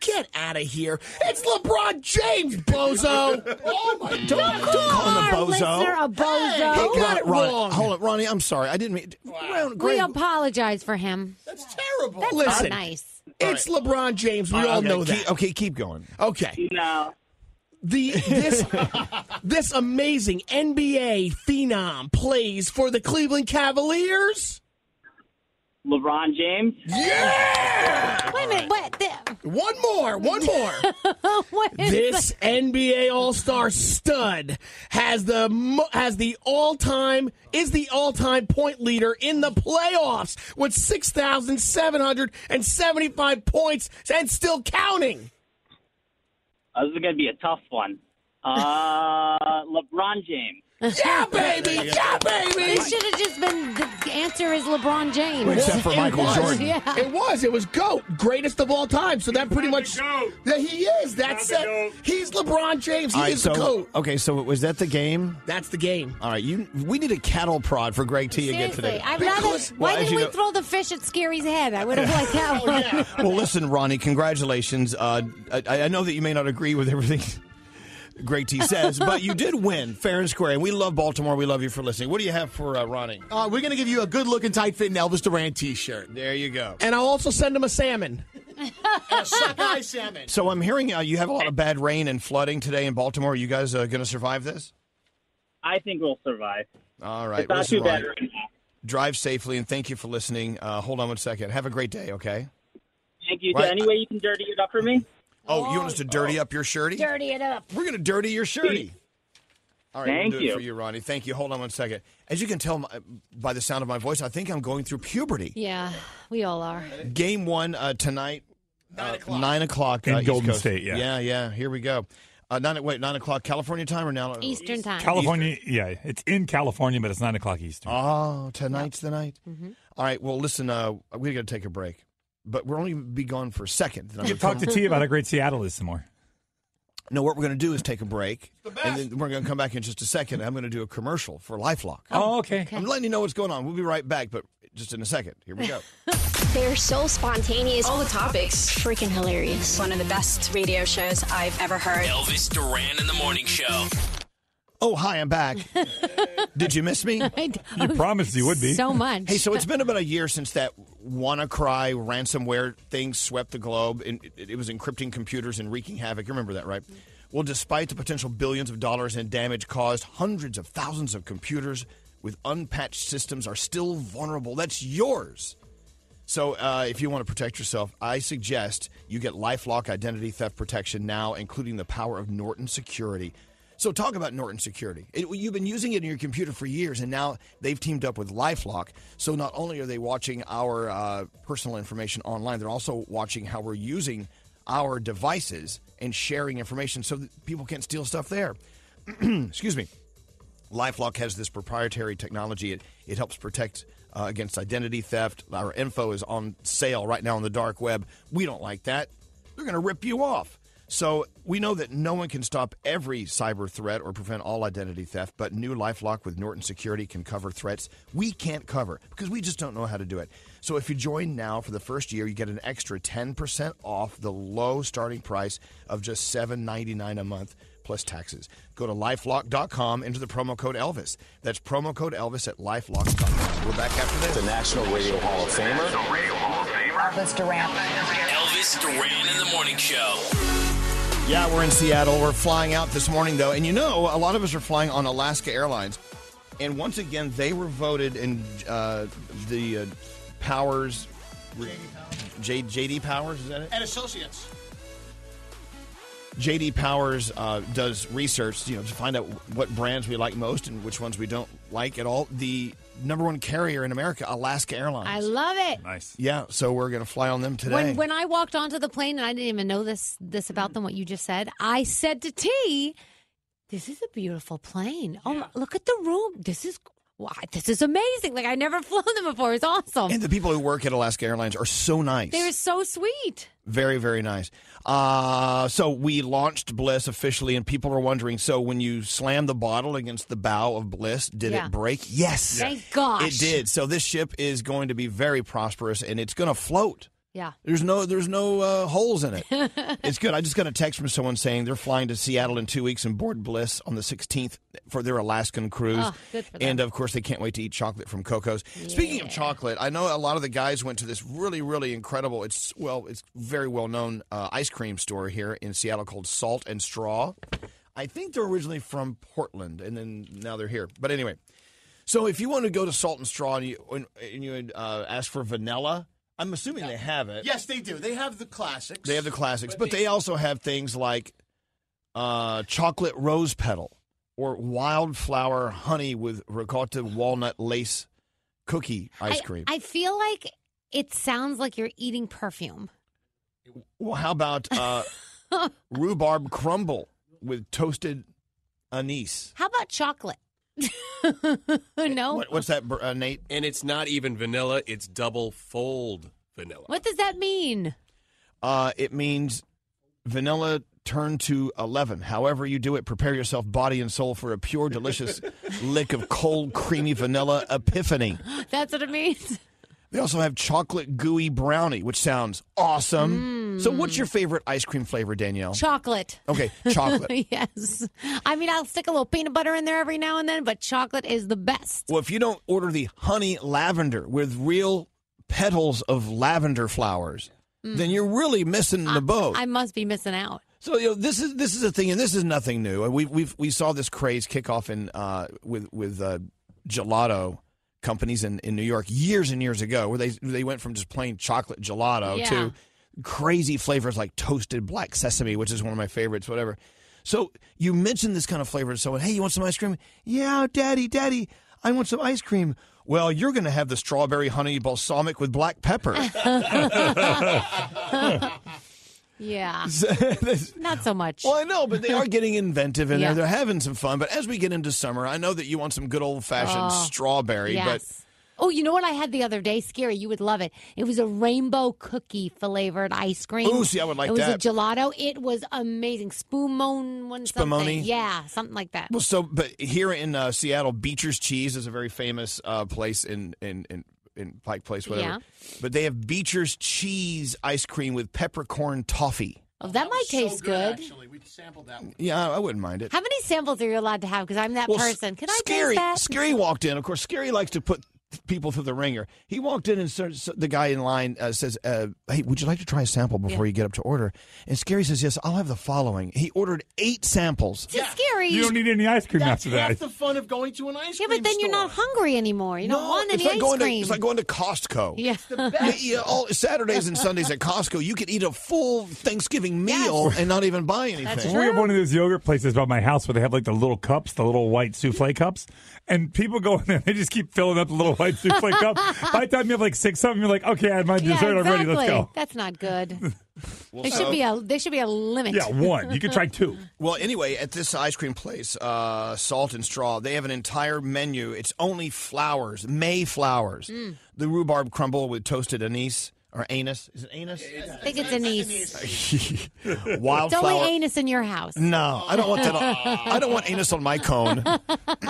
[SPEAKER 11] Get out of here. It's LeBron James, bozo. oh, my
[SPEAKER 1] Don't, don't call him a
[SPEAKER 4] Our listener,
[SPEAKER 1] bozo.
[SPEAKER 4] a bozo.
[SPEAKER 11] Hey,
[SPEAKER 1] Hold
[SPEAKER 11] got
[SPEAKER 1] on,
[SPEAKER 11] it
[SPEAKER 1] Ronnie.
[SPEAKER 11] wrong.
[SPEAKER 1] Hold on, Ronnie. I'm sorry. I didn't mean. Ron-
[SPEAKER 4] we
[SPEAKER 1] Greg,
[SPEAKER 4] apologize for him.
[SPEAKER 11] That's terrible.
[SPEAKER 4] That's
[SPEAKER 11] Listen,
[SPEAKER 4] not nice.
[SPEAKER 11] it's LeBron James. We all
[SPEAKER 1] okay,
[SPEAKER 11] know
[SPEAKER 1] keep-
[SPEAKER 11] that.
[SPEAKER 1] okay, keep going.
[SPEAKER 11] Okay.
[SPEAKER 15] No.
[SPEAKER 11] The this this amazing NBA phenom plays for the Cleveland Cavaliers.
[SPEAKER 15] LeBron James.
[SPEAKER 4] Wait a minute. What? The,
[SPEAKER 11] One more, one more.
[SPEAKER 4] [LAUGHS] what is
[SPEAKER 11] this NBA All Star stud has the mo- has the all time is the all time point leader in the playoffs with six thousand seven hundred and seventy five points and still
[SPEAKER 4] [LAUGHS]
[SPEAKER 11] counting.
[SPEAKER 15] Uh, this is going to be a tough one. Uh, [LAUGHS] LeBron James.
[SPEAKER 11] Yeah, baby, yeah, baby.
[SPEAKER 4] It should have just been the answer is LeBron James.
[SPEAKER 1] Except for
[SPEAKER 11] It
[SPEAKER 1] Michael
[SPEAKER 11] was.
[SPEAKER 1] Jordan.
[SPEAKER 4] Yeah.
[SPEAKER 11] It was. It was GOAT, greatest of all time. So that pretty
[SPEAKER 5] not
[SPEAKER 11] much.
[SPEAKER 5] the GOAT.
[SPEAKER 11] Yeah, he is. That's
[SPEAKER 5] not the
[SPEAKER 11] it.
[SPEAKER 5] GOAT.
[SPEAKER 11] He's LeBron James. He
[SPEAKER 1] All right,
[SPEAKER 11] is
[SPEAKER 1] so
[SPEAKER 11] the GOAT.
[SPEAKER 1] okay, so was that the game?
[SPEAKER 11] That's the game.
[SPEAKER 1] All right, you. We need a cattle prod for Greg T again
[SPEAKER 4] Seriously,
[SPEAKER 1] today.
[SPEAKER 4] I'd rather.
[SPEAKER 1] Because-
[SPEAKER 4] why
[SPEAKER 1] Well, as
[SPEAKER 4] didn't
[SPEAKER 1] you
[SPEAKER 4] we
[SPEAKER 1] know-
[SPEAKER 4] throw the fish at Scary's head? I would have
[SPEAKER 11] [LAUGHS]
[SPEAKER 4] liked that
[SPEAKER 1] [LAUGHS]
[SPEAKER 4] one.
[SPEAKER 1] well, listen, Ronnie, congratulations. Uh, I, I know that you may not agree with everything [LAUGHS] Greg T
[SPEAKER 4] [LAUGHS]
[SPEAKER 1] says, but you did win fair and square. And we love Baltimore. We love you for listening. What do you have for uh, Ronnie?
[SPEAKER 9] Uh, we're going to give you a good looking, tight fitting Elvis Duran t shirt.
[SPEAKER 1] There you go.
[SPEAKER 11] And I'll also send him a salmon. [LAUGHS]
[SPEAKER 9] Sockeye salmon.
[SPEAKER 1] So I'm hearing uh, you have a lot of bad rain and flooding today in Baltimore. Are you guys uh, going to survive this?
[SPEAKER 15] I think we'll survive.
[SPEAKER 1] All right.
[SPEAKER 15] it's not
[SPEAKER 1] listen,
[SPEAKER 15] too bad
[SPEAKER 1] Ronnie,
[SPEAKER 15] right now.
[SPEAKER 1] drive safely and thank you for listening. Uh, hold on one second. Have a great day, okay?
[SPEAKER 15] Thank you. Is
[SPEAKER 1] Right.
[SPEAKER 15] there any way you can dirty it up for me?
[SPEAKER 1] Oh, you want us to dirty up your shirty?
[SPEAKER 4] Dirty it up.
[SPEAKER 1] We're going to dirty your shirty. All right,
[SPEAKER 15] Thank
[SPEAKER 1] we'll do it
[SPEAKER 15] you.
[SPEAKER 1] for you, Ronnie. Thank you. Hold on one second. As you can tell my, by the sound of my voice, I think I'm going through puberty.
[SPEAKER 4] Yeah, we all are.
[SPEAKER 1] Game one uh, tonight, nine o'clock. Nine o'clock
[SPEAKER 5] In
[SPEAKER 1] uh, East
[SPEAKER 5] Golden
[SPEAKER 1] Coast.
[SPEAKER 5] State, yeah.
[SPEAKER 1] yeah, yeah. Here we go. Uh, nine wait nine o'clock California time or now
[SPEAKER 4] Eastern time.
[SPEAKER 5] California, yeah, it's in California, but it's nine o'clock Eastern.
[SPEAKER 1] Oh, tonight's the night. All right. Well, listen, uh, we got to take a break, but we're only be gone for a second. Then I'm gonna
[SPEAKER 5] Talk
[SPEAKER 1] come-
[SPEAKER 5] to T about how great Seattle is some more.
[SPEAKER 1] no, what we're going to do is take a break, and then we're going to come back in just a second. and I'm going to do a commercial for LifeLock.
[SPEAKER 5] Oh, okay.
[SPEAKER 1] I'm letting you know what's going on. We'll be right back, but just in a second. Here
[SPEAKER 4] [LAUGHS]
[SPEAKER 1] we go.
[SPEAKER 14] They're so spontaneous. All the topics. Freaking hilarious. One of the best radio shows I've ever heard.
[SPEAKER 3] Elvis Duran in the morning show.
[SPEAKER 1] Oh, hi, I'm back. Did you miss me?
[SPEAKER 4] [LAUGHS] I d-
[SPEAKER 1] You promised you would
[SPEAKER 4] be. so much.
[SPEAKER 1] Hey, so it's been about a year since that WannaCry ransomware thing swept the globe, and it, it was encrypting computers and wreaking havoc. You remember that, right? Well, despite the potential billions of dollars in damage caused, hundreds of thousands of computers with unpatched systems are still vulnerable. That's yours. So, uh, if you want to protect yourself, I suggest you get Lifelock Identity Theft Protection now, including the power of Norton Security. So, talk about Norton Security. It, you've been using it in your computer for years, and now they've teamed up with Lifelock. So, not only are they watching our uh, personal information online, they're also watching how we're using our devices and sharing information so that people can't steal stuff there. [CLEARS THROAT] Excuse me. LifeLock has this proprietary technology. It it helps protect uh, against identity theft. Our info is on sale right now on the dark web. We don't like that. They're going to rip you off. So we know that no one can stop every cyber threat or prevent all identity theft, but new LifeLock with Norton Security can cover threats we can't cover because we just don't know how to do it. So if you join now for the first year, you get an extra 10% off the low starting price of just $7.99 a month plus taxes. Go to lifelock.com, enter the promo code Elvis. That's promo code Elvis at lifelock.com. We're back after this. The National Radio Hall of Famer.
[SPEAKER 3] Elvis Duran. Elvis Duran in the morning show.
[SPEAKER 1] Yeah, we're in Seattle. We're flying out this morning, though. And you know, a lot of us are flying on Alaska Airlines. And once again, they were voted in uh, the uh, Powers. J- JD Powers, is that it?
[SPEAKER 9] And associates.
[SPEAKER 1] JD Powers uh, does research, you know, to find out what brands we like most and which ones we don't like at all. The number one carrier in America, Alaska Airlines.
[SPEAKER 4] I love it.
[SPEAKER 1] nice. Yeah, so we're going to fly on them today.
[SPEAKER 4] When when I walked onto the plane and I didn't even know this this about them, what you just said, I said to T, "This is a beautiful plane. Oh, my, look at the room. This is wow, this is amazing. Like I never [LAUGHS] flown them before. It's awesome.
[SPEAKER 1] and the people who work at Alaska Airlines are so nice.
[SPEAKER 4] They're so sweet.
[SPEAKER 1] Very, very nice. Uh, so we launched Bliss officially, and people are wondering so when you slammed the bottle against the bow of Bliss, did
[SPEAKER 4] Yeah.
[SPEAKER 1] it break? Yes.
[SPEAKER 4] Thank gosh.
[SPEAKER 1] It did. So this ship is going to be very prosperous, and it's going to float.
[SPEAKER 4] Yeah.
[SPEAKER 1] There's no there's no uh, holes
[SPEAKER 4] [LAUGHS]
[SPEAKER 1] in it.
[SPEAKER 16] [LAUGHS]
[SPEAKER 1] it's good. I just got a text from someone saying they're flying to Seattle in two weeks and board Bliss on the 16th for their Alaskan cruise.
[SPEAKER 17] Oh, good for them.
[SPEAKER 1] And uh, of course, they can't wait to eat chocolate from Coco's. Speaking of chocolate, I know a lot of the guys went to this really really incredible. It's well, it's very well known uh, ice cream store here in Seattle called Salt and Straw. I think they're originally from Portland, and then now they're here. But anyway, so if you want to go to Salt and Straw and you and, and you uh, ask for vanilla, I'm assuming they have it.
[SPEAKER 9] Yes, they do. They have the classics.
[SPEAKER 1] They have the classics, but they also have things like uh, chocolate rose petal or wildflower honey with ricotta walnut lace cookie ice
[SPEAKER 4] I-
[SPEAKER 1] cream.
[SPEAKER 4] I feel like it sounds like you're eating perfume.
[SPEAKER 1] well, how about uh,
[SPEAKER 4] [LAUGHS]
[SPEAKER 1] rhubarb crumble with toasted anise?
[SPEAKER 4] How about chocolate? [LAUGHS] no.
[SPEAKER 1] What, what's that, Br- uh, Nate?
[SPEAKER 18] And it's not even vanilla, it's double fold vanilla.
[SPEAKER 4] What does that mean? [GASPS]
[SPEAKER 1] Uh, it means vanilla turned to 11. However, you do it, prepare yourself body and soul for a pure, delicious lick of cold, creamy vanilla epiphany.
[SPEAKER 4] That's what it means.
[SPEAKER 1] They also have chocolate gooey brownie, which sounds awesome. So, what's your favorite ice cream flavor, Danielle?
[SPEAKER 4] Chocolate.
[SPEAKER 1] Okay, chocolate.
[SPEAKER 4] [LAUGHS] yes. I mean, I'll stick a little peanut butter in there every now and then, but chocolate is the best.
[SPEAKER 1] well, if you don't order the honey lavender with real petals of lavender flowers, then you're really missing the boat.
[SPEAKER 4] I must be missing out.
[SPEAKER 1] So you know, this is this is a thing, and this is nothing new. We we we saw this craze kick off in uh, with with uh, gelato companies in, in New York years and years ago, where they they went from just plain chocolate gelato
[SPEAKER 17] Yeah.
[SPEAKER 1] to crazy flavors like toasted black sesame, which is one of my favorites. Whatever. So you mentioned this kind of flavor to someone. Hey, you want some ice cream? Yeah, daddy, daddy, I want some ice cream. Well, you're going to have the strawberry honey balsamic with black pepper. [LAUGHS]
[SPEAKER 4] Yeah.
[SPEAKER 1] Not
[SPEAKER 4] so much.
[SPEAKER 1] Well, I know, Oh, but they are
[SPEAKER 4] [LAUGHS]
[SPEAKER 1] getting inventive and
[SPEAKER 4] Yeah.
[SPEAKER 1] they're, they're having some fun. But as we get into summer, I know that you want some good old fashioned
[SPEAKER 4] Oh,
[SPEAKER 1] strawberry,
[SPEAKER 4] yes. Oh, you know what I had the other day? Scary. You would love it. It was a rainbow cookie flavored ice cream.
[SPEAKER 1] Ooh, see, I would like
[SPEAKER 4] it was
[SPEAKER 1] that.
[SPEAKER 4] a gelato. It was amazing. Spoomone one
[SPEAKER 1] Spumoni?
[SPEAKER 4] something. Yeah, something like that.
[SPEAKER 1] but. Well, so, but here in uh, Seattle, Beecher's Cheese is a very famous uh, place in, in, in in Pike Place, whatever.
[SPEAKER 17] Yeah.
[SPEAKER 1] But they have Beecher's cheese ice cream with peppercorn toffee.
[SPEAKER 4] Oh, that, might taste good.
[SPEAKER 1] Yeah, I wouldn't mind it.
[SPEAKER 4] How many samples are you allowed to have? Because I'm that
[SPEAKER 1] Well, S-
[SPEAKER 4] person. Can I
[SPEAKER 1] Scary,
[SPEAKER 4] taste that?
[SPEAKER 1] Scary walked in. Of course, Scary likes to put people through the ringer. He walked in and started, so the guy in line uh, says, uh, "Hey, would you like to try a sample before
[SPEAKER 4] Yeah.
[SPEAKER 1] you get up to order?" And Scary says, "Yes, I'll have the following." He ordered eight samples.
[SPEAKER 4] It's scary.
[SPEAKER 1] You don't need any ice cream
[SPEAKER 9] That's
[SPEAKER 1] after that.
[SPEAKER 9] half the fun of going to an ice
[SPEAKER 4] yeah,
[SPEAKER 9] cream
[SPEAKER 4] but then you're
[SPEAKER 9] store.
[SPEAKER 4] not hungry anymore. You don't
[SPEAKER 9] No,
[SPEAKER 4] want
[SPEAKER 9] it's
[SPEAKER 4] any
[SPEAKER 9] like
[SPEAKER 4] ice
[SPEAKER 1] going to,
[SPEAKER 4] cream.
[SPEAKER 1] it's like going to Costco.
[SPEAKER 4] [LAUGHS] yeah.
[SPEAKER 1] Yeah, all Saturdays and Sundays at Costco, you could eat a full Thanksgiving meal and not even buy anything.
[SPEAKER 5] We have one of those yogurt places by my house where they have like the little cups, the little white souffle cups, and people go in there. They just keep filling up the little white
[SPEAKER 4] [LAUGHS]
[SPEAKER 5] souffle cup. By the time you have like six of them, you're like, okay, I had my
[SPEAKER 4] Yeah,
[SPEAKER 5] dessert already. Let's go.
[SPEAKER 4] That's
[SPEAKER 5] [LAUGHS]
[SPEAKER 4] not good. there
[SPEAKER 1] so-
[SPEAKER 4] should be a there should be a limit. [LAUGHS]
[SPEAKER 5] two.
[SPEAKER 1] Well, anyway, at this ice cream place, uh, Salt and Straw, they have an entire menu. It's only flowers, May flowers.
[SPEAKER 4] Mm.
[SPEAKER 1] The rhubarb crumble with toasted anise or anise. Is it anise?
[SPEAKER 4] I think it's anise.
[SPEAKER 1] [LAUGHS] Wildflower.
[SPEAKER 4] It's only anus in your house.
[SPEAKER 1] No, I don't want that. On, I don't want anus on my
[SPEAKER 4] [LAUGHS]
[SPEAKER 1] cone.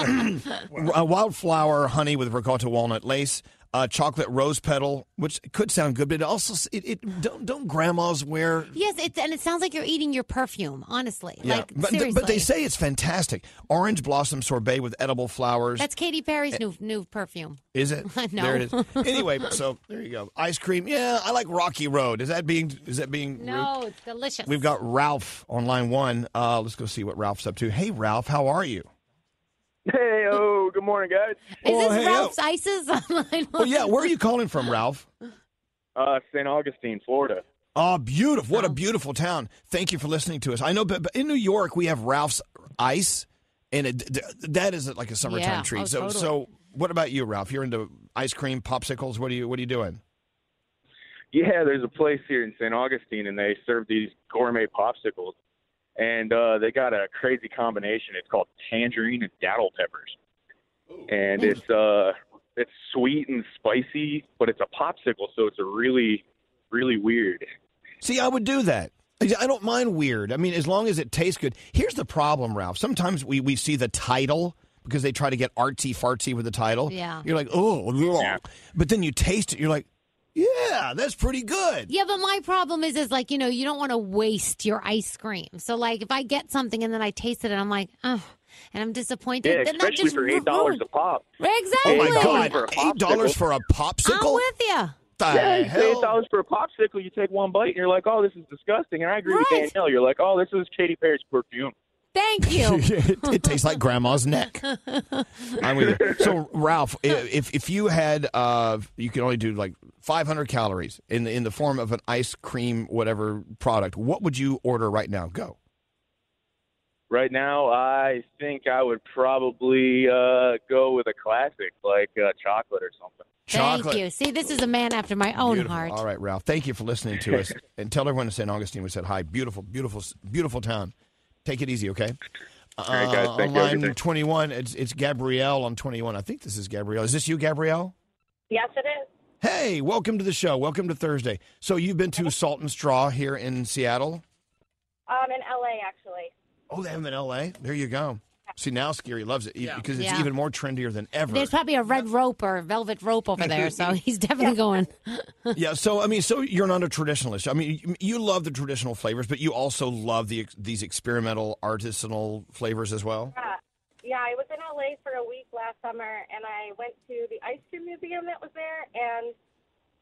[SPEAKER 1] uh, wildflower honey with ricotta walnut lace, uh, chocolate rose petal, which could sound good, but it also s- it, it don't don't grandmas wear.
[SPEAKER 4] Yes, it's and it sounds like you're eating your perfume. Honestly, like
[SPEAKER 1] but, th-
[SPEAKER 4] seriously,
[SPEAKER 1] but they say it's fantastic. Orange blossom sorbet with edible flowers.
[SPEAKER 4] that's Katy Perry's
[SPEAKER 1] Eh,
[SPEAKER 4] new new perfume.
[SPEAKER 1] Is
[SPEAKER 4] [LAUGHS]
[SPEAKER 1] it?
[SPEAKER 4] No.
[SPEAKER 1] There it is. Anyway, so there you go. Ice cream. Yeah, I like Rocky Road. Is that being is that being rude?
[SPEAKER 4] No, it's delicious.
[SPEAKER 1] We've got Ralph on line one. Uh, let's go see what Ralph's up to. Hey, Ralph, how are you?
[SPEAKER 10] Hey, oh, good morning, guys.
[SPEAKER 4] Is
[SPEAKER 1] Oh,
[SPEAKER 4] this
[SPEAKER 1] hey,
[SPEAKER 4] Ralph's Ices [LAUGHS] online?
[SPEAKER 1] Oh yeah, where are you calling from, Ralph?
[SPEAKER 10] Uh, St. Augustine, Florida.
[SPEAKER 1] Oh, beautiful! What a beautiful town. Thank you for listening to us. I know, but, but in New York we have Ralph's Ice, and it, th- that is like a summertime
[SPEAKER 10] Yeah,
[SPEAKER 1] treat.
[SPEAKER 10] oh,
[SPEAKER 1] so,
[SPEAKER 10] totally.
[SPEAKER 1] so what about you, Ralph? You're into ice cream, popsicles. What are you What are you doing?
[SPEAKER 10] Yeah, there's a place here in St. Augustine, and they serve these gourmet popsicles, and uh, they got a crazy combination. It's called tangerine and dattle peppers, and it's uh, it's sweet and spicy, but it's a popsicle, so it's a really, really weird.
[SPEAKER 1] See, I would do that. I I don't mind weird. I mean, as long as it tastes good. Here's the problem, Ralph. Sometimes we, we see the title because they try to get artsy fartsy with the title.
[SPEAKER 4] Yeah.
[SPEAKER 1] You're like, oh, ugh." but then you taste it. You're like, yeah, that's pretty good.
[SPEAKER 4] Yeah, but my problem is, is like you know, you don't want to waste your ice cream. So like, if I get something and then I taste it and I'm like, oh, and I'm disappointed,
[SPEAKER 10] Yeah,
[SPEAKER 4] then that
[SPEAKER 10] especially
[SPEAKER 4] just
[SPEAKER 10] for eight
[SPEAKER 4] ruined-
[SPEAKER 10] dollars a pop.
[SPEAKER 4] [LAUGHS] Exactly.
[SPEAKER 1] Oh my God,
[SPEAKER 10] For a
[SPEAKER 1] eight dollars
[SPEAKER 10] popsicle.
[SPEAKER 1] for a popsicle?
[SPEAKER 4] I'm with you.
[SPEAKER 1] The
[SPEAKER 10] yeah, you pay
[SPEAKER 1] hell?
[SPEAKER 10] eight dollars for a popsicle. You take one bite, and you're like, "Oh, this is disgusting." And I agree
[SPEAKER 4] Right.
[SPEAKER 10] with Danielle. You're like, "Oh, this is Katy Perry's perfume."
[SPEAKER 1] [LAUGHS]
[SPEAKER 4] Thank you.
[SPEAKER 1] [LAUGHS] it, it tastes like grandma's
[SPEAKER 4] [LAUGHS]
[SPEAKER 1] neck. I'm with you. So, Ralph, i- if if you had, uh, you can only do like 500 calories in the, in the form of an ice cream whatever product. What would you order right now? Go.
[SPEAKER 10] Right now, I think I would probably uh, go with a classic like uh, chocolate or something.
[SPEAKER 4] Thank you. See, this is a man after my own
[SPEAKER 1] Beautiful.
[SPEAKER 4] heart.
[SPEAKER 1] All right, Ralph. Thank you for listening to
[SPEAKER 10] [LAUGHS]
[SPEAKER 1] us, and tell everyone in St. Augustine we said hi. Beautiful, beautiful, beautiful town. Take it easy, okay?
[SPEAKER 10] All right, guys.
[SPEAKER 1] Uh,
[SPEAKER 10] Thank
[SPEAKER 1] on
[SPEAKER 10] you. Have a
[SPEAKER 1] line
[SPEAKER 10] good day.
[SPEAKER 1] 21, it's, it's Gabrielle on 21. I think this is Gabrielle. Is this you, Gabrielle?
[SPEAKER 19] Yes, it is.
[SPEAKER 1] Hey, welcome to the show. Welcome to Thursday. So you've been to Salt and Straw here in Seattle.
[SPEAKER 19] Um, in LA, actually.
[SPEAKER 1] Oh, they have them in L.A. There you go. See now, Scary loves it e- because it's
[SPEAKER 4] Yeah.
[SPEAKER 1] even more trendier than ever.
[SPEAKER 4] There's probably a red rope or velvet rope over there,
[SPEAKER 1] [LAUGHS]
[SPEAKER 4] so he's definitely going.
[SPEAKER 1] yeah. So I mean, so you're not a traditionalist. I mean, you, you love the traditional flavors, but you also love the ex- these experimental, artisanal flavors as well.
[SPEAKER 19] Yeah. yeah, I was in LA for a week last summer, and I went to the ice cream museum that was there, and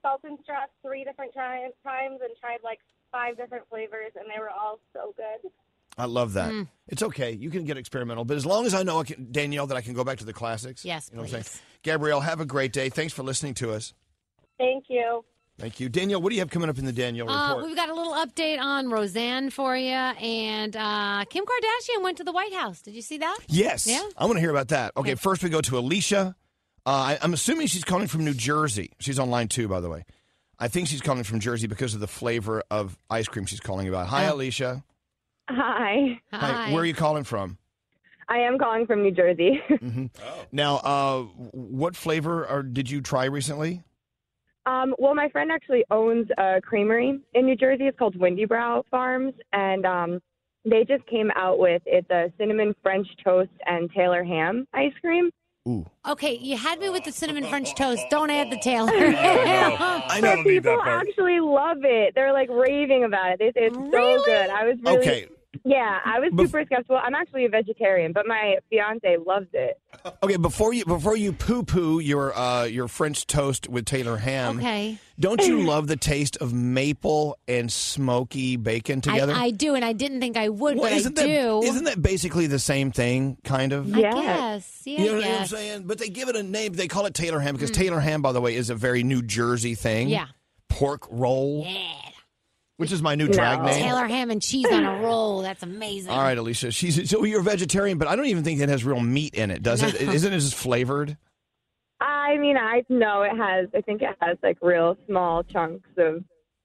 [SPEAKER 19] salt and straw three different times, times, and tried like five different flavors, and they were all so good.
[SPEAKER 1] I love that.
[SPEAKER 4] Mm.
[SPEAKER 1] It's okay. You can get experimental, but as long as I know I can, Danielle that I can go back to the classics.
[SPEAKER 19] Yes,
[SPEAKER 1] you know What I'm saying? Gabrielle, have a great day. Thanks for listening to us.
[SPEAKER 19] Thank you.
[SPEAKER 1] Thank you, Danielle. What do you have coming up in the Danielle
[SPEAKER 4] Uh,
[SPEAKER 1] report?
[SPEAKER 4] we've got a little update on Roseanne for you, and uh, Kim Kardashian went to the White House. Did you see that?
[SPEAKER 1] Yes.
[SPEAKER 4] Yeah.
[SPEAKER 1] I want to hear about that. Okay, first we go to Alicia. Uh, I, I'm assuming she's calling from New Jersey. She's on line two, by the way. I think she's calling from Jersey because of the flavor of ice cream she's calling about. Hi,
[SPEAKER 4] Oh.
[SPEAKER 1] Alicia.
[SPEAKER 20] Hi.
[SPEAKER 1] Where are you calling from? Mm-hmm.
[SPEAKER 20] I am calling from New Jersey. [LAUGHS]
[SPEAKER 1] Now, uh, what flavor are, did you try recently?
[SPEAKER 20] um, well, my friend actually owns a creamery in New Jersey. It's called Windy Brow Farms, and um, they just came out with it's a cinnamon French toast and Taylor ham ice cream.
[SPEAKER 1] Ooh.
[SPEAKER 4] Okay, you had me with the cinnamon French toast. Don't add the
[SPEAKER 1] [LAUGHS]
[SPEAKER 4] Taylor. [LAUGHS]
[SPEAKER 1] I
[SPEAKER 20] So
[SPEAKER 1] don't need that
[SPEAKER 20] people
[SPEAKER 1] part.
[SPEAKER 20] actually love it. They're like raving about it. They say it's so good. I was really
[SPEAKER 1] Okay.
[SPEAKER 20] Yeah, I was
[SPEAKER 1] Bef-
[SPEAKER 20] super skeptical. I'm actually a vegetarian, but my fiance loves it.
[SPEAKER 1] [LAUGHS] Okay, before you before you poo poo your uh, your French toast with Taylor ham.
[SPEAKER 4] Okay.
[SPEAKER 1] Don't
[SPEAKER 4] [CLEARS THROAT]
[SPEAKER 1] you love the taste of maple and smoky bacon together?
[SPEAKER 4] I, I do, and I didn't think I would,
[SPEAKER 1] Well,
[SPEAKER 4] but
[SPEAKER 1] isn't
[SPEAKER 4] I
[SPEAKER 1] that,
[SPEAKER 4] do.
[SPEAKER 1] Isn't that basically the same thing, kind of?
[SPEAKER 4] I guess. Yeah,
[SPEAKER 1] You know
[SPEAKER 4] I
[SPEAKER 1] what I'm
[SPEAKER 4] guess. Hmm.
[SPEAKER 1] saying? But they give it a name. They call it Taylor ham because Taylor ham, by the way, is a very New Jersey thing.
[SPEAKER 4] Yeah.
[SPEAKER 1] Pork roll. Which is my new drag name.
[SPEAKER 4] Taylor ham and cheese
[SPEAKER 1] [LAUGHS]
[SPEAKER 4] on a roll. That's amazing.
[SPEAKER 1] All right, Alicia. She's so you're a vegetarian, but I don't even think it has real meat in it, does it?
[SPEAKER 4] No.
[SPEAKER 1] Isn't it just flavored?
[SPEAKER 20] I mean, I know it has. I think it has like real small chunks of.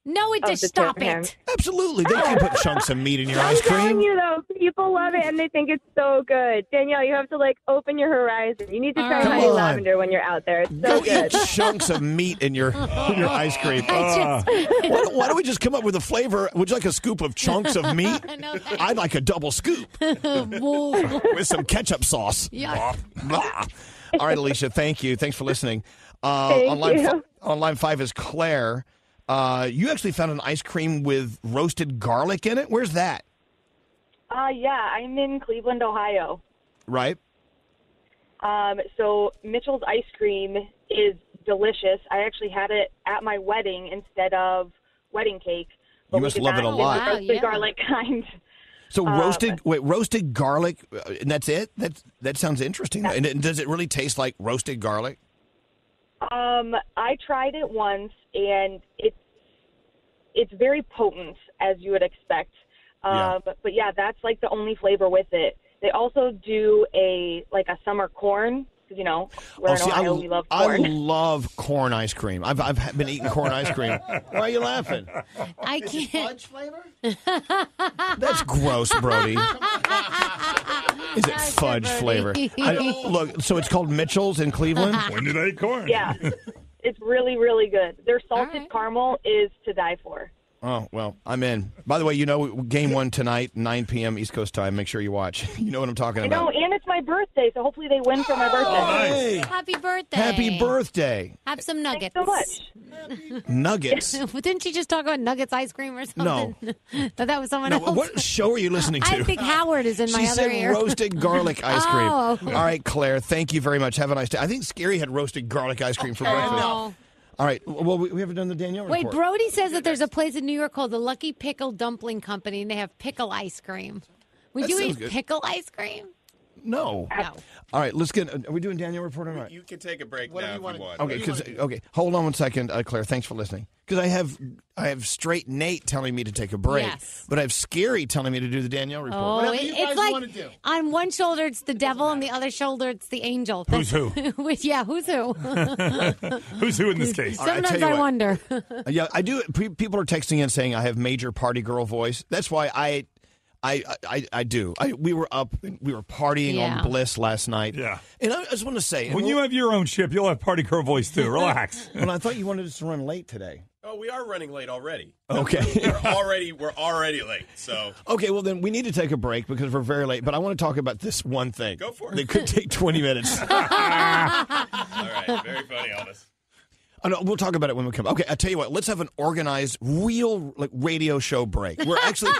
[SPEAKER 4] No, it
[SPEAKER 20] does.
[SPEAKER 4] just- stop it.
[SPEAKER 1] Absolutely, they can put chunks of meat in your
[SPEAKER 20] I'm
[SPEAKER 1] ice
[SPEAKER 20] telling
[SPEAKER 1] cream.
[SPEAKER 20] you though, people love it and they think it's so good. Danielle, you have to like open your horizon. You need to try
[SPEAKER 1] right.
[SPEAKER 20] honey
[SPEAKER 1] Come on.
[SPEAKER 20] lavender when you're out there. It's so
[SPEAKER 1] Go eat
[SPEAKER 20] good.
[SPEAKER 1] chunks of meat in your in your ice
[SPEAKER 4] [LAUGHS]
[SPEAKER 1] cream.
[SPEAKER 20] I just-
[SPEAKER 1] Ugh. why, don't- why don't we just come up with a flavor? Would you like a scoop of chunks of [LAUGHS]
[SPEAKER 4] [LAUGHS]
[SPEAKER 1] meat? I'd like a double scoop
[SPEAKER 4] Whoa.
[SPEAKER 1] [LAUGHS] with some ketchup sauce.
[SPEAKER 4] Yeah.
[SPEAKER 1] Blah, blah. All right, Alicia. Thank you. Thanks for listening. Uh,
[SPEAKER 20] Thank
[SPEAKER 1] on line
[SPEAKER 20] you.
[SPEAKER 1] fi- on line five is Claire. Uh, you actually found an ice cream with roasted garlic in it. Where's that?
[SPEAKER 17] Uh, yeah, I'm in Cleveland, Ohio.
[SPEAKER 1] Right.
[SPEAKER 17] Um, so Mitchell's ice cream is delicious. I actually had it at my wedding instead of wedding cake.
[SPEAKER 1] You must
[SPEAKER 17] we did
[SPEAKER 1] love it
[SPEAKER 17] not
[SPEAKER 1] a
[SPEAKER 17] do
[SPEAKER 1] lot.
[SPEAKER 17] The
[SPEAKER 1] Wow,
[SPEAKER 17] roasted
[SPEAKER 1] yeah.
[SPEAKER 17] garlic [LAUGHS] kind.
[SPEAKER 1] So
[SPEAKER 17] Um,
[SPEAKER 1] roasted, wait, roasted garlic, uh, and that's it. That that sounds interesting. And it- does it really taste like roasted garlic?
[SPEAKER 17] Um, I tried it once, and it's it's very potent as you would expect. Um,
[SPEAKER 21] Yeah.
[SPEAKER 17] But, but yeah, that's like the only flavor with it. They also do a like a summer corn. 'cause, You know, we're
[SPEAKER 1] Oh,
[SPEAKER 17] in
[SPEAKER 1] see,
[SPEAKER 17] Ohio,
[SPEAKER 1] I,
[SPEAKER 17] we love
[SPEAKER 1] I
[SPEAKER 17] corn.
[SPEAKER 1] love corn ice cream. I've I've been eating corn ice
[SPEAKER 11] [LAUGHS]
[SPEAKER 17] [LAUGHS]
[SPEAKER 1] cream. Why are you laughing?
[SPEAKER 4] I can't.
[SPEAKER 12] flavor?
[SPEAKER 4] [LAUGHS]
[SPEAKER 1] That's gross, Brody. Is it fudge flavor?
[SPEAKER 17] Brody.
[SPEAKER 1] I- look, so it's called Mitchell's in Cleveland.
[SPEAKER 17] When
[SPEAKER 1] did I eat corn?
[SPEAKER 17] Yeah, it's really, really good. Their salted caramel is to die for.
[SPEAKER 1] [LAUGHS] Oh well, I'm in. By the way, you know, game one tonight, 9 p.m. East Coast time. Make sure you watch. [LAUGHS] You know what I'm talking
[SPEAKER 17] I
[SPEAKER 1] about.
[SPEAKER 17] know, and it's my birthday, so hopefully they win for my birthday.
[SPEAKER 4] Happy birthday.
[SPEAKER 1] Happy birthday,
[SPEAKER 4] Have some nuggets.
[SPEAKER 1] Nuggets.
[SPEAKER 4] [LAUGHS] Didn't she just talk about nuggets ice cream or something? [LAUGHS] No. that was someone
[SPEAKER 1] No,
[SPEAKER 4] else.
[SPEAKER 1] what show are you listening to?
[SPEAKER 4] I think Howard is in
[SPEAKER 1] she
[SPEAKER 4] my other
[SPEAKER 1] said
[SPEAKER 4] ear. [LAUGHS]
[SPEAKER 1] roasted garlic ice cream.
[SPEAKER 4] Oh.
[SPEAKER 1] All right, Claire, thank you very much. Have a nice day. I think Scary had roasted garlic ice cream for
[SPEAKER 4] Okay.
[SPEAKER 1] breakfast.
[SPEAKER 4] No.
[SPEAKER 1] All right. Well, we, we haven't done the Danielle
[SPEAKER 4] Wait,
[SPEAKER 1] report.
[SPEAKER 4] Brody says that there's a place in New York called the Lucky Pickle Dumpling Company, and they have pickle ice cream. Would
[SPEAKER 1] That
[SPEAKER 4] you
[SPEAKER 1] sounds
[SPEAKER 4] eat
[SPEAKER 1] good.
[SPEAKER 4] pickle ice cream?
[SPEAKER 1] No.
[SPEAKER 4] No.
[SPEAKER 1] All right, let's get. Are we doing Danielle report or not?
[SPEAKER 18] You can take a break now if you want.
[SPEAKER 1] Okay, 'cause- okay. Hold on one second, uh, Claire. Thanks for listening. Because I have I have straight Nate telling me to take a break,
[SPEAKER 4] Yes.
[SPEAKER 1] but I have Scary telling me to do the Danielle report.
[SPEAKER 4] Oh, it- it's like on one shoulder it's the devil, on the other shoulder it's the angel.
[SPEAKER 1] Who's
[SPEAKER 4] [LAUGHS] Which, yeah, who's who?
[SPEAKER 5] Oh. [LAUGHS]
[SPEAKER 1] Who's [LAUGHS] who in
[SPEAKER 4] [LAUGHS]
[SPEAKER 1] this case?
[SPEAKER 4] Sometimes I, wonder. [LAUGHS]
[SPEAKER 1] Uh, Yeah, I do. Pe- people are texting in saying I have major party girl voice. That's why I, I, I, I do. I, we were up, we were partying
[SPEAKER 5] Yeah.
[SPEAKER 1] on Bliss last night. Yeah, and I just want to say
[SPEAKER 5] When you have your own ship, you'll have party girl voice
[SPEAKER 1] [LAUGHS]
[SPEAKER 5] too. Relax.
[SPEAKER 1] well, I thought you wanted us to run late today.
[SPEAKER 18] Oh, we are running late already.
[SPEAKER 1] Okay.
[SPEAKER 18] [LAUGHS] we're already we're already late. So
[SPEAKER 1] Okay, well then we need to take a break because we're very late. But I want to talk about this one thing. Go
[SPEAKER 18] for
[SPEAKER 1] it. That could take twenty [LAUGHS] minutes.
[SPEAKER 18] all right, very funny, Elvis.
[SPEAKER 1] Oh, no, we'll talk about it when we come. Okay, I tell you what. Let's have an organized, real like radio show break. We're [LAUGHS] actually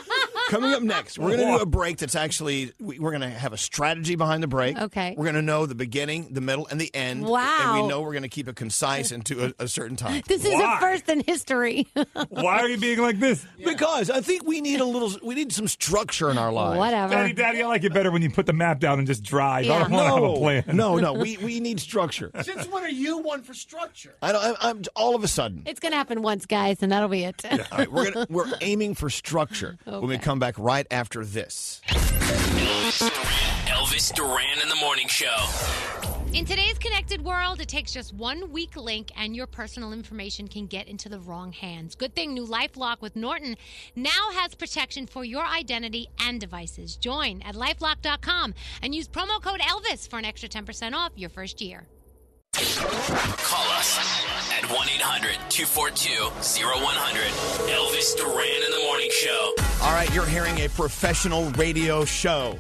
[SPEAKER 1] coming up next. We're going to do a break that's actually we- we're going to have a strategy behind the break.
[SPEAKER 4] Okay.
[SPEAKER 1] We're going to know the beginning, the middle, and the end. And
[SPEAKER 4] Wow.
[SPEAKER 1] we know we're going to keep it concise into a, a certain time.
[SPEAKER 4] [LAUGHS] This is a first in history.
[SPEAKER 1] Why are you being like this? Because I think we need a little. We need some structure in our lives.
[SPEAKER 4] Whatever.
[SPEAKER 5] Daddy, Daddy, I like it better when you put the map down and just drive. I don't
[SPEAKER 1] Yeah.
[SPEAKER 5] want to
[SPEAKER 1] No.
[SPEAKER 5] have a plan.
[SPEAKER 1] No,
[SPEAKER 5] [LAUGHS]
[SPEAKER 1] no, we- we need
[SPEAKER 4] [LAUGHS]
[SPEAKER 1] structure.
[SPEAKER 9] Since when are you one for structure?
[SPEAKER 1] I don't, I'm, I'm all of a sudden.
[SPEAKER 4] It's going to happen once, guys, and that'll be it.
[SPEAKER 1] All right,
[SPEAKER 4] [LAUGHS]
[SPEAKER 1] we're gonna, we're aiming for structure when we
[SPEAKER 4] Okay.
[SPEAKER 1] come back right after this.
[SPEAKER 3] Elvis Duran in the morning show.
[SPEAKER 4] In today's connected world, it takes just one weak link and your personal information can get into the wrong hands. Good thing new LifeLock with Norton now has protection for your identity and devices. Join at lifelock.com and use promo code Elvis for an extra 10% off your first year.
[SPEAKER 3] Call us at 1 800 242 0100. Elvis Duran in the morning show.
[SPEAKER 4] [LAUGHS]
[SPEAKER 1] All right, you're hearing a professional radio show.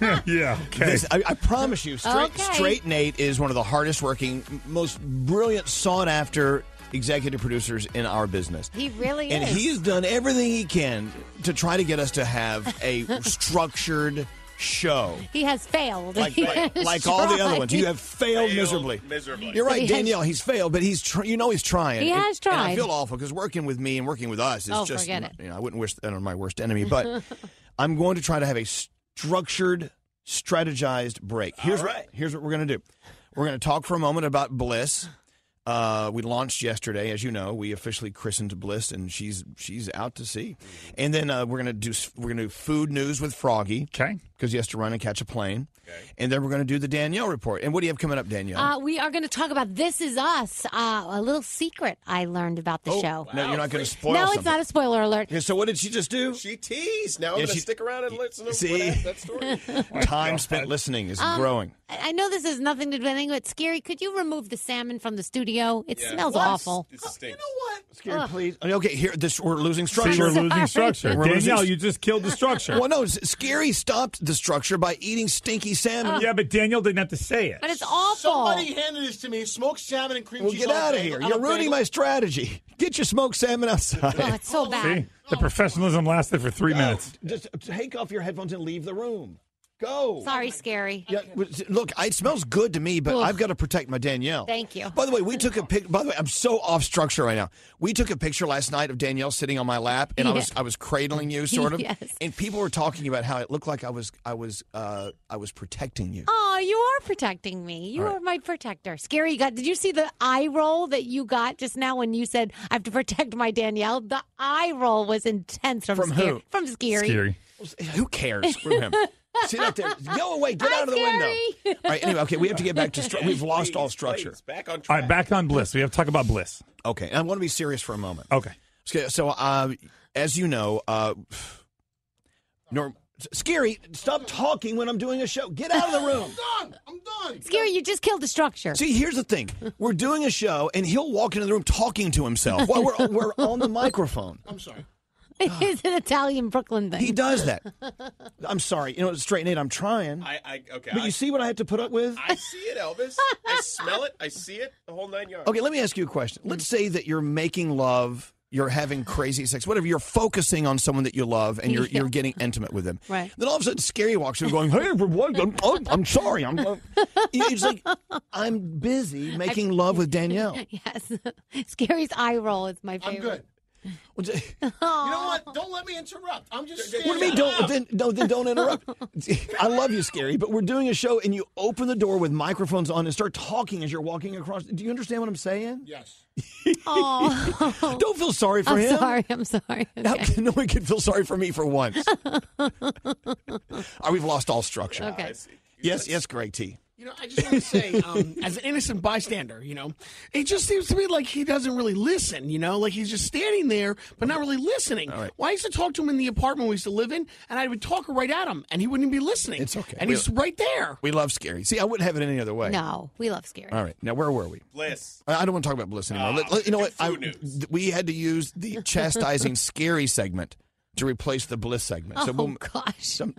[SPEAKER 5] [LAUGHS] yeah.
[SPEAKER 1] This- I, I promise you, straight,
[SPEAKER 5] Okay.
[SPEAKER 1] straight Nate is one of the hardest working, m- most brilliant, sought after executive producers in our business.
[SPEAKER 4] He really
[SPEAKER 1] and
[SPEAKER 4] is.
[SPEAKER 1] he's done everything he can to try to get us to have a
[SPEAKER 4] [LAUGHS]
[SPEAKER 1] structured show.
[SPEAKER 4] He has failed.
[SPEAKER 1] Like,
[SPEAKER 4] He
[SPEAKER 1] like,
[SPEAKER 4] has
[SPEAKER 1] like all the other
[SPEAKER 4] tried.
[SPEAKER 1] ones, you have failed, miserably.
[SPEAKER 18] Miserably.
[SPEAKER 1] You're right,
[SPEAKER 4] He has-
[SPEAKER 1] Danielle. He's failed, but he's tr- you know he's trying.
[SPEAKER 4] He
[SPEAKER 1] And-
[SPEAKER 4] has
[SPEAKER 1] and I
[SPEAKER 4] tried.
[SPEAKER 1] feel awful because working with me and working with us is
[SPEAKER 4] Oh,
[SPEAKER 1] just
[SPEAKER 4] forget it.
[SPEAKER 1] you know I wouldn't wish that on my worst enemy, [LAUGHS]
[SPEAKER 4] [LAUGHS]
[SPEAKER 1] but I'm going to try to have a structured, strategized break. Here's what here's what we're going to do. We're going to talk for a moment about Bliss. Uh, we launched yesterday, as you know. We officially christened Bliss, and she's she's out to sea. And then uh, we're gonna do s- we're gonna do food news with Froggy,
[SPEAKER 5] okay?
[SPEAKER 1] Because he has to run and catch a plane. And then we're gonna do the Danielle report. And what do you have coming up, Danielle?
[SPEAKER 4] Uh, we are going to talk about This Is Us, uh, a little secret I learned about the
[SPEAKER 1] Oh,
[SPEAKER 4] show.
[SPEAKER 1] No, you're not going to spoil.
[SPEAKER 4] no,
[SPEAKER 1] something.
[SPEAKER 4] it's not a spoiler alert.
[SPEAKER 1] Yeah, so what did she just do?
[SPEAKER 18] She teased. Now I'm
[SPEAKER 1] Yeah,
[SPEAKER 18] going
[SPEAKER 1] she-
[SPEAKER 18] to stick around and listen to
[SPEAKER 1] See?
[SPEAKER 18] what- that
[SPEAKER 1] [LAUGHS]
[SPEAKER 18] story.
[SPEAKER 1] Time spent listening is
[SPEAKER 4] Um,
[SPEAKER 1] growing.
[SPEAKER 4] I I know this has nothing to do with anything, but Scary, could you remove the salmon from the studio? It
[SPEAKER 1] Yeah.
[SPEAKER 4] smells
[SPEAKER 1] What?
[SPEAKER 4] awful.
[SPEAKER 18] It stinks.
[SPEAKER 1] Scary, please. Okay, here this we're losing
[SPEAKER 5] See, we're
[SPEAKER 1] structure.
[SPEAKER 4] [LAUGHS]
[SPEAKER 5] losing Sorry. structure. Danielle, you just killed the structure.
[SPEAKER 1] Well, no, S- Scary stopped the structure by eating stinky salmon.
[SPEAKER 5] Yeah, but Danielle didn't have to say it.
[SPEAKER 4] But it's awful.
[SPEAKER 9] Somebody handed this to me. Smoked salmon and cream
[SPEAKER 1] Well,
[SPEAKER 9] cheese.
[SPEAKER 1] get
[SPEAKER 9] on a
[SPEAKER 1] out of
[SPEAKER 9] bagel-
[SPEAKER 1] here.
[SPEAKER 9] on
[SPEAKER 1] You're
[SPEAKER 9] a
[SPEAKER 1] ruining
[SPEAKER 9] bagel.
[SPEAKER 1] my strategy. Get your smoked salmon
[SPEAKER 5] [LAUGHS]
[SPEAKER 1] outside.
[SPEAKER 4] Oh, it's so bad.
[SPEAKER 5] See, the professionalism lasted for three minutes.
[SPEAKER 1] Just uh, take off your headphones and leave the room. Go.
[SPEAKER 4] Sorry, Scary.
[SPEAKER 1] Yeah, w- s- look, I- it smells good to me, but I've got to protect my Danielle.
[SPEAKER 4] Thank you.
[SPEAKER 1] By the way, we took a pic. By the way, I'm so off structure right now. We took a picture last night of Danielle sitting on my lap, and I
[SPEAKER 4] Yeah.
[SPEAKER 1] was I was cradling you, sort of.
[SPEAKER 4] [LAUGHS] Yes.
[SPEAKER 1] And people were talking about how it looked like I was I was uh, I was protecting you.
[SPEAKER 4] Oh, you are protecting me. You
[SPEAKER 1] All right.
[SPEAKER 4] are my protector. Scary, you got, did you see the eye roll that you got just now when you said, I have to protect my Danielle? The eye roll was intense from,
[SPEAKER 1] From
[SPEAKER 4] Scary.
[SPEAKER 1] who?
[SPEAKER 4] From Scary.
[SPEAKER 1] Who cares? Screw
[SPEAKER 4] [LAUGHS]
[SPEAKER 1] him. Sit out there. Go away. Get out of the window. All right. Anyway, okay. We have to get back to. Stru- we've
[SPEAKER 5] [LAUGHS]
[SPEAKER 1] lost all structure.
[SPEAKER 18] Back on track.
[SPEAKER 5] All right, back on Bliss. We have to talk about Bliss.
[SPEAKER 1] Okay, and I want to be serious for a moment.
[SPEAKER 5] Okay.
[SPEAKER 1] Okay, so uh, as you know, uh, Norm, scary. Stop talking when I'm doing a show. Get out of the room.
[SPEAKER 9] I'm done. I'm done.
[SPEAKER 4] [LAUGHS] Scary, you just killed the structure.
[SPEAKER 1] See, here's the thing: we're doing a show, and he'll walk into the room talking to himself while
[SPEAKER 4] [LAUGHS]
[SPEAKER 1] we're we're on the microphone.
[SPEAKER 9] I'm sorry.
[SPEAKER 4] it's an Italian Brooklyn thing.
[SPEAKER 1] He does that. I'm sorry. You know, straighten it. I'm trying.
[SPEAKER 18] I, I, okay.
[SPEAKER 1] but
[SPEAKER 18] I,
[SPEAKER 1] you see what I have to put up with?
[SPEAKER 18] [LAUGHS] I see it, Elvis. I smell it. I see it. The whole nine yards.
[SPEAKER 1] Okay, let me ask you a question. Let's say that you're making love, you're having crazy sex, whatever. You're focusing on someone that you love, and
[SPEAKER 4] [LAUGHS]
[SPEAKER 1] you're you're getting intimate with them.
[SPEAKER 4] Right.
[SPEAKER 1] Then all of a sudden, Scary walks in, going, "Hey, everyone, I'm, I'm,
[SPEAKER 4] [LAUGHS]
[SPEAKER 1] I'm sorry, I'm." I'm-" It's like I'm busy making love with Danielle.
[SPEAKER 4] [LAUGHS] Yes. Scary's eye roll is my favorite.
[SPEAKER 9] I'm good.
[SPEAKER 1] What do
[SPEAKER 4] [LAUGHS]
[SPEAKER 9] You know what? Don't let me interrupt. I'm just.
[SPEAKER 1] you mean?
[SPEAKER 4] [LAUGHS]
[SPEAKER 1] Don't then, no, then don't interrupt. I love you, Scary, but we're doing a show, and you open the door with microphones on and start talking as you're walking across. Do you understand what I'm saying?
[SPEAKER 9] Yes.
[SPEAKER 4] Oh,
[SPEAKER 1] [LAUGHS] Don't feel sorry for
[SPEAKER 4] I'm
[SPEAKER 1] him.
[SPEAKER 4] sorry. I'm sorry.
[SPEAKER 1] Now, [LAUGHS]
[SPEAKER 4] Okay.
[SPEAKER 1] no one can feel sorry for me for once. Oh, we've lost all structure.
[SPEAKER 4] Okay.
[SPEAKER 1] Yes, yes, Greg T.
[SPEAKER 11] You know, I just want to say, um, as an innocent bystander, you know, it just seems to me like he doesn't really listen, you know, like he's just standing there, but not really listening.
[SPEAKER 1] All right.
[SPEAKER 11] Well, I used to talk to him in the apartment we used to live in, and I would talk right at him, and he wouldn't be listening.
[SPEAKER 1] It's okay.
[SPEAKER 11] And
[SPEAKER 1] We-
[SPEAKER 11] he's right there.
[SPEAKER 1] We love Scary. See, I wouldn't have it any other way.
[SPEAKER 4] No, we love Scary.
[SPEAKER 1] All right. Now, where were we?
[SPEAKER 18] Bliss.
[SPEAKER 1] I I don't want to talk about Bliss anymore.
[SPEAKER 18] Ah,
[SPEAKER 1] Let- let- you know what?
[SPEAKER 18] food
[SPEAKER 1] I,
[SPEAKER 18] news.
[SPEAKER 1] th- we had to use
[SPEAKER 4] [LAUGHS]
[SPEAKER 1] the chastising Scary segment to replace the Bliss segment.
[SPEAKER 4] Oh,
[SPEAKER 1] we'll-
[SPEAKER 4] gosh.
[SPEAKER 1] so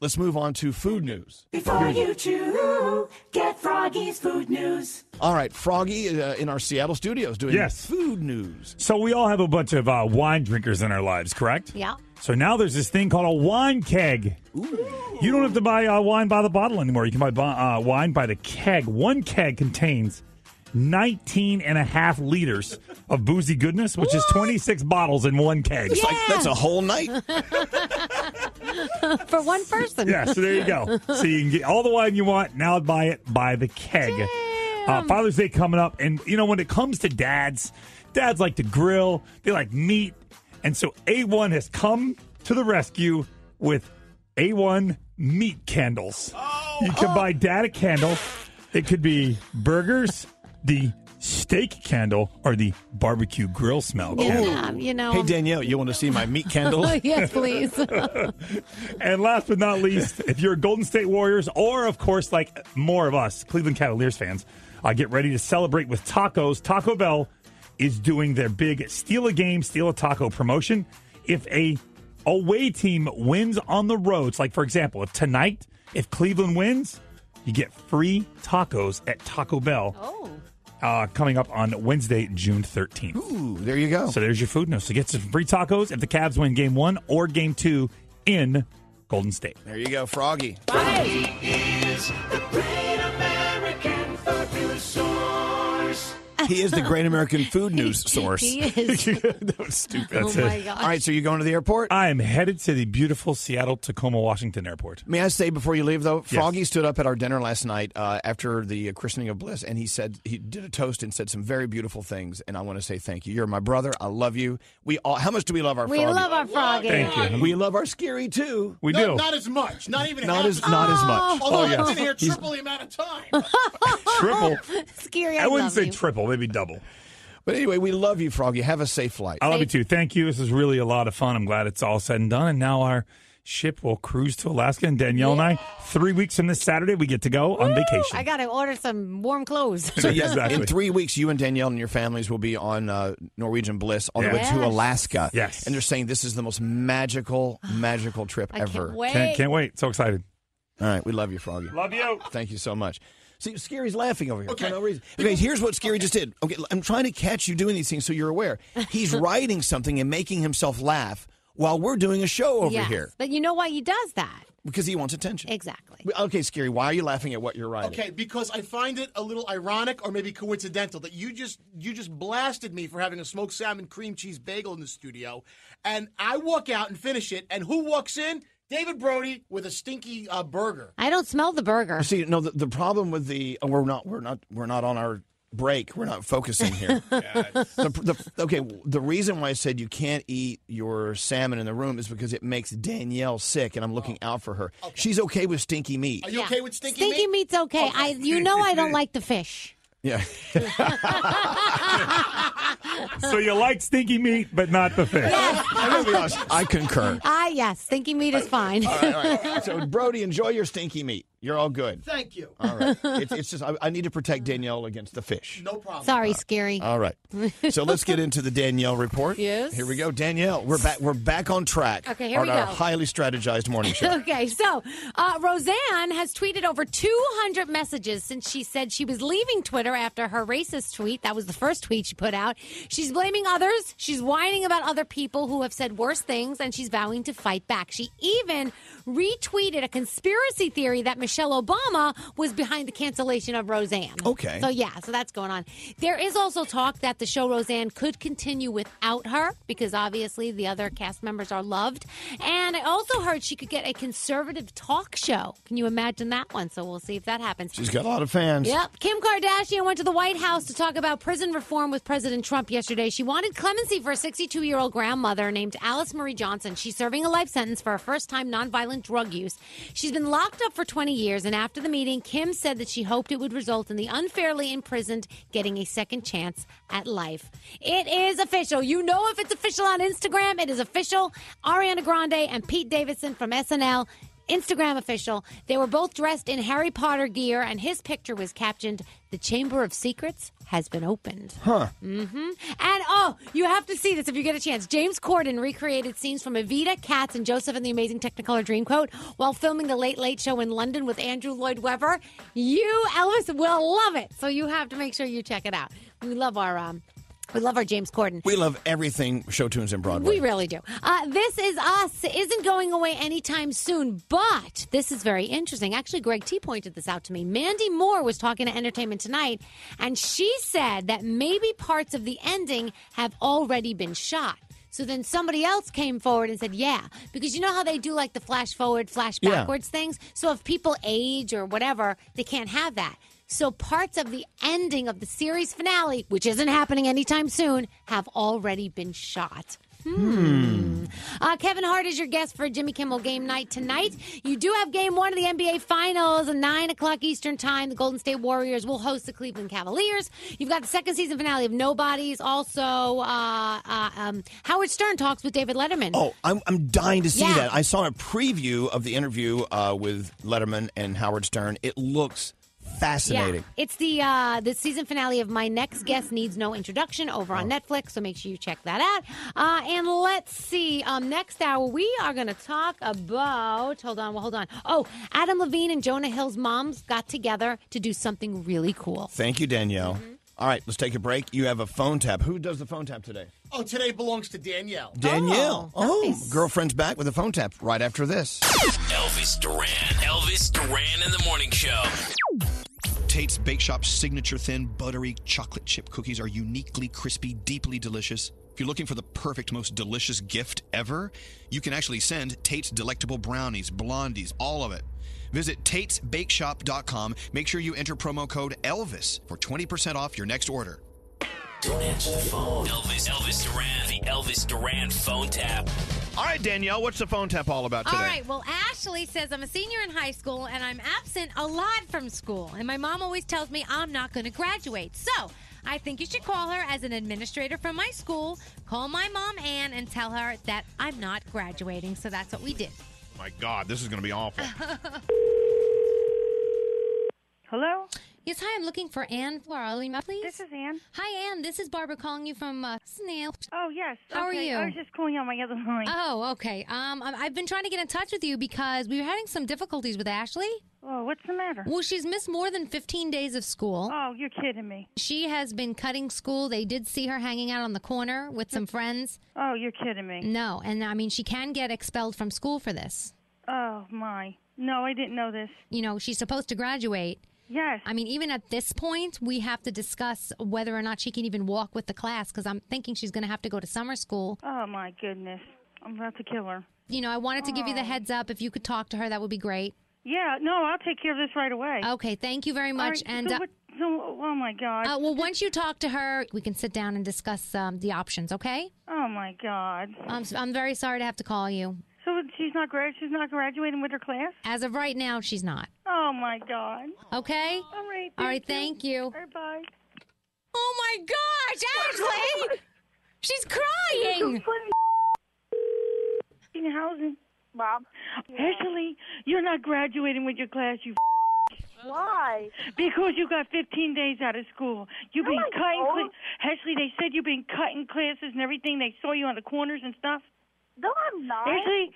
[SPEAKER 1] let's move on to food news.
[SPEAKER 21] Before you chew, get Froggy's food news.
[SPEAKER 1] All right. Froggy uh, in our Seattle studios doing
[SPEAKER 5] Yes.
[SPEAKER 1] food news.
[SPEAKER 5] So we all have a bunch of uh, wine drinkers in our lives, correct?
[SPEAKER 4] Yeah.
[SPEAKER 5] So now there's this thing called a wine keg. You don't have to buy uh, wine by the bottle anymore. You can buy bo- uh, wine by the keg. One keg contains 19 and a half liters of boozy goodness, which is 26 bottles in one keg.
[SPEAKER 1] It's like that's a whole night.
[SPEAKER 4] [LAUGHS] For one person.
[SPEAKER 5] Yeah, so there you
[SPEAKER 4] [LAUGHS]
[SPEAKER 5] go. so you can get all the wine you want. Now buy it by the keg. Uh, Father's Day coming up. And, you know, when it comes to dads, dads like to grill, they like meat. And so A1 has come to the rescue with A1 meat candles.
[SPEAKER 4] Oh.
[SPEAKER 5] you can buy dad a candle, it could be burgers, the steak candle, or the barbecue grill smell candle.
[SPEAKER 4] Yeah, um, you know.
[SPEAKER 1] Oh. Hey,
[SPEAKER 4] I'm-
[SPEAKER 1] Danielle, you want to see my meat candle?
[SPEAKER 4] [LAUGHS] yes, please.
[SPEAKER 5] And last but not least, if you're Golden State Warriors, or of course, like more of us, Cleveland Cavaliers fans, uh, get ready to celebrate with tacos. Taco Bell is doing their big steal a game, steal a taco promotion. If a away team wins on the road, it's like for example, if tonight If Cleveland wins, you get free tacos at Taco Bell.
[SPEAKER 16] Oh.
[SPEAKER 5] Uh, coming up on Wednesday, June 13th.
[SPEAKER 1] Ooh, there you go.
[SPEAKER 5] So there's your food news. So get some free tacos if the Cavs win game one or game two in Golden State.
[SPEAKER 1] There you go, Froggy. He is the great American food news source.
[SPEAKER 5] He Oh
[SPEAKER 1] is. [LAUGHS] that was stupid.
[SPEAKER 5] That's
[SPEAKER 16] Oh
[SPEAKER 5] it.
[SPEAKER 1] [LAUGHS] All right, so you're going to the airport?
[SPEAKER 5] I am headed to the beautiful Seattle Tacoma, Washington airport.
[SPEAKER 1] May I say before you leave, though? Froggy stood up at our dinner last night uh, after the christening of Bliss, and he said he did a toast and said some very beautiful things. And I want to say thank you. You're my brother. I love you. We all. How much do we love our?
[SPEAKER 4] We
[SPEAKER 1] Froggy?
[SPEAKER 4] love our Froggy. Thank
[SPEAKER 1] We love our Scary too.
[SPEAKER 5] We
[SPEAKER 9] not, Not as much. Not even
[SPEAKER 1] Not
[SPEAKER 9] half
[SPEAKER 1] as- not as much.
[SPEAKER 9] Although
[SPEAKER 1] Oh,
[SPEAKER 9] I've
[SPEAKER 1] yes.
[SPEAKER 9] been here
[SPEAKER 1] He's-
[SPEAKER 9] triple the amount of time.
[SPEAKER 4] [LAUGHS]
[SPEAKER 5] Triple.
[SPEAKER 4] Scary.
[SPEAKER 5] I wouldn't say
[SPEAKER 4] you.
[SPEAKER 5] triple, maybe double.
[SPEAKER 1] But anyway, we love you, Froggy. Have a safe flight.
[SPEAKER 5] I love you too. Thank you. This is really a lot of fun. I'm glad it's all said and done. And now our ship will cruise to Alaska. And Danielle and I, three weeks from this Saturday, we get to go on vacation.
[SPEAKER 4] I gotta order some warm clothes.
[SPEAKER 1] So
[SPEAKER 4] [LAUGHS]
[SPEAKER 1] yes, in three weeks, you and Danielle and your families will be on uh, Norwegian Bliss all the way
[SPEAKER 4] Yes.
[SPEAKER 1] to Alaska.
[SPEAKER 5] Yes,
[SPEAKER 1] and they're saying this is the most
[SPEAKER 4] [SIGHS]
[SPEAKER 1] magical, magical trip
[SPEAKER 4] I can't
[SPEAKER 1] ever.
[SPEAKER 4] wait. Can't- can't
[SPEAKER 5] wait! So excited.
[SPEAKER 1] All right, we love you, Froggy.
[SPEAKER 5] Love you.
[SPEAKER 1] Thank you so much. See, Scary's laughing over here for no reason. Okay, here's what Scary just did. Okay, I'm trying to catch you doing these things so you're aware. He's writing something and making himself laugh while we're doing a show over
[SPEAKER 4] Yes,
[SPEAKER 1] here
[SPEAKER 4] But you know why he does that?
[SPEAKER 1] because he wants attention.
[SPEAKER 4] Exactly.
[SPEAKER 1] Okay, Scary, why are you laughing at what you're writing?
[SPEAKER 9] Okay, because I find it a little ironic or maybe coincidental that you just you just blasted me for having a smoked salmon cream cheese bagel in the studio, and I walk out and finish it, and who walks in? David Brody with a stinky uh, burger.
[SPEAKER 4] I don't smell the burger.
[SPEAKER 1] See, no, the, the problem with the oh, we're not we're not we're not on our break. We're not focusing here. the, the, okay, the reason why I said you can't eat your salmon in the room is because it makes Danielle sick, and I'm looking out for her. She's okay with stinky meat.
[SPEAKER 9] Are you okay with stinky,
[SPEAKER 4] Stinky meat's okay. I you know
[SPEAKER 1] [LAUGHS]
[SPEAKER 4] I don't like the fish. [LAUGHS]
[SPEAKER 1] Yeah.
[SPEAKER 5] so you like stinky meat, but not the fish.
[SPEAKER 1] I concur.
[SPEAKER 4] [LAUGHS] Ah yes, stinky meat is fine.
[SPEAKER 1] [LAUGHS] All right,
[SPEAKER 4] [LAUGHS]
[SPEAKER 1] all right. So, Brody, enjoy your stinky meat. You're all good.
[SPEAKER 9] Thank you.
[SPEAKER 1] All right. It's, it's just I, I need to protect Danielle against the fish.
[SPEAKER 9] No problem.
[SPEAKER 4] Sorry, scary.
[SPEAKER 1] All right. So let's get into the Danielle report.
[SPEAKER 4] Yes.
[SPEAKER 1] Here we go, Danielle. We're back. We're back on track.
[SPEAKER 4] Okay, here
[SPEAKER 1] on
[SPEAKER 4] we
[SPEAKER 1] our
[SPEAKER 4] go.
[SPEAKER 1] highly strategized morning show.
[SPEAKER 4] [LAUGHS] Okay, so uh, Roseanne has tweeted over 200 messages since she said she was leaving Twitter after her racist tweet. That was the first tweet she put out. She's blaming others. She's whining about other people who have said worse things, and she's vowing to fight back. She even retweeted a conspiracy theory that Michelle Obama was behind the cancellation of Roseanne.
[SPEAKER 1] Okay.
[SPEAKER 4] So, yeah, so that's going on. There is also talk that the show Roseanne could continue without her because obviously the other cast members are loved. And I also heard she could get a conservative talk show. Can you imagine that one? So we'll see if that happens.
[SPEAKER 1] She's got a lot of fans.
[SPEAKER 4] Yep. Kim Kardashian went to the White House to talk about prison reform with President Trump yesterday. She wanted clemency for a 62 year old grandmother named Alice Marie Johnson. She's serving a life sentence for her first time nonviolent drug use. She's been locked up for 20 years, and after the meeting, Kim said that she hoped it would result in the unfairly imprisoned getting a second chance at life. It is official. You know if it's official on Instagram, it is official. Ariana Grande and Pete Davidson from SNL Instagram official. They were both dressed in Harry Potter gear, and his picture was captioned, The Chamber of Secrets has been opened.
[SPEAKER 1] Huh.
[SPEAKER 4] Mm-hmm. And oh, you have to see this if you get a chance. James Corden recreated scenes from Evita, Cats, and Joseph and the Amazing Technicolor Dreamcoat while filming The Late Late Show in London with Andrew Lloyd Webber. You, Elvis, will love it. So you have to make sure you check it out. We love our. Um, we love our James Corden.
[SPEAKER 1] We love everything show tunes in Broadway.
[SPEAKER 4] We really do. Uh, this is us isn't going away anytime soon, but this is very interesting. Actually, Greg T pointed this out to me. Mandy Moore was talking to Entertainment Tonight, and she said that maybe parts of the ending have already been shot. So then somebody else came forward and said, "Yeah, because you know how they do like the flash forward, flash
[SPEAKER 22] Yeah.
[SPEAKER 4] backwards things. So if people age or whatever, they can't have that." So parts of the ending of the series finale, which isn't happening anytime soon, have already been shot.
[SPEAKER 21] Hmm.
[SPEAKER 4] Uh, Kevin Hart is your guest for Jimmy Kimmel Game Night tonight. You do have Game One of the NBA Finals at nine o'clock Eastern Time. The Golden State Warriors will host the Cleveland Cavaliers. You've got the second season finale of Nobodies. Also, uh, uh, um, Howard Stern talks with David Letterman.
[SPEAKER 1] Oh, I'm, I'm dying to see
[SPEAKER 4] Yeah.
[SPEAKER 1] that. I saw a preview of the interview uh, with Letterman and Howard Stern. It looks Fascinating.
[SPEAKER 4] Yeah. It's the uh, the season finale of My Next Guest Needs No Introduction over
[SPEAKER 1] Oh.
[SPEAKER 4] on Netflix, so make sure you check that out. Uh, and let's see, um, next hour we are going to talk about. Hold on, well, hold on. Oh, Adam Levine and Jonah Hill's moms got together to do something really cool.
[SPEAKER 1] Thank you, Danielle.
[SPEAKER 4] Mm-hmm.
[SPEAKER 1] All right, let's take a break. You have a phone tap. Who does the phone tap today?
[SPEAKER 9] Oh, today belongs to Danielle.
[SPEAKER 1] Danielle. Oh, girlfriend's back with a phone tap right after this.
[SPEAKER 3] Elvis Duran. Elvis Duran in the morning show.
[SPEAKER 16] Tate's Bake Shop's signature thin, buttery chocolate chip cookies are uniquely crispy, deeply delicious. If you're looking for the perfect, most delicious gift ever, you can actually send Tate's Delectable Brownies, Blondies, all of it. Visit Tate'sBakeShop.com. Make sure you enter promo code ELVIS for 20% off your next order.
[SPEAKER 3] Don't answer the phone. Elvis. Elvis Duran. The Elvis Duran phone tap.
[SPEAKER 1] All right, Danielle, what's the phone tap all about today?
[SPEAKER 22] All right. Well, Ashley says I'm a senior in high school and I'm absent a lot from school, and my mom always tells me I'm not going to graduate. So I think you should call her as an administrator from my school. Call my mom Ann and tell her that I'm not graduating. So that's what we did.
[SPEAKER 16] My God, this is going to be awful.
[SPEAKER 22] Hello? Yes, hi. I'm looking for Ann Floralima, please. This is Ann. Hi, Ann. This is Barbara calling you from uh, Snail. Oh, yes. How are
[SPEAKER 23] okay.
[SPEAKER 22] you?
[SPEAKER 23] I was just calling on my other line.
[SPEAKER 22] Oh, okay. Um, I- I've been trying to get in touch with you because we were having some difficulties with Ashley.
[SPEAKER 23] Oh, what's the matter?
[SPEAKER 22] Well, she's missed more than 15 days of school.
[SPEAKER 23] Oh, you're kidding me.
[SPEAKER 22] She has been cutting school. They did see her hanging out on the corner with some friends.
[SPEAKER 23] Oh, you're kidding me.
[SPEAKER 22] No, and I mean, she can get expelled from school for this.
[SPEAKER 23] Oh, my. No, I didn't know this.
[SPEAKER 22] You know, she's supposed to graduate.
[SPEAKER 23] Yes.
[SPEAKER 22] I mean, even at this point, we have to discuss whether or not she can even walk with the class because I'm thinking she's going to have to go to summer school.
[SPEAKER 23] Oh, my goodness. I'm about to kill her.
[SPEAKER 22] You know, I wanted to give you the heads up. If you could talk to her, that would be great.
[SPEAKER 23] Oh. Yeah, no, I'll take care of this right away.
[SPEAKER 22] Okay, thank you very
[SPEAKER 23] All
[SPEAKER 22] much.
[SPEAKER 23] right,
[SPEAKER 22] and
[SPEAKER 23] so
[SPEAKER 22] uh,
[SPEAKER 23] what- so- oh, my God.
[SPEAKER 22] uh, well, once you talk to her, we can sit down and discuss um, the options. Okay?
[SPEAKER 23] Oh, my God.
[SPEAKER 22] I'm s- I'm very sorry to have to call you.
[SPEAKER 23] So she's not grad. She's not graduating with her class.
[SPEAKER 22] As of right now, she's not.
[SPEAKER 23] Oh my God.
[SPEAKER 22] Okay.
[SPEAKER 23] All right.
[SPEAKER 22] All right, thank you.
[SPEAKER 23] Bye.
[SPEAKER 22] Oh my gosh, Ashley! She's crying. Ah!
[SPEAKER 23] Housing. Bob. Ashley, you're not graduating with your class. You. Why? Because you got 15 days out of school. You've
[SPEAKER 24] No,
[SPEAKER 23] been
[SPEAKER 24] I
[SPEAKER 23] cutting.
[SPEAKER 24] don't.
[SPEAKER 23] Cla- Ashley, they said you've been cutting classes and everything. They saw you on the corners and stuff.
[SPEAKER 24] No, I'm not.
[SPEAKER 23] Ashley,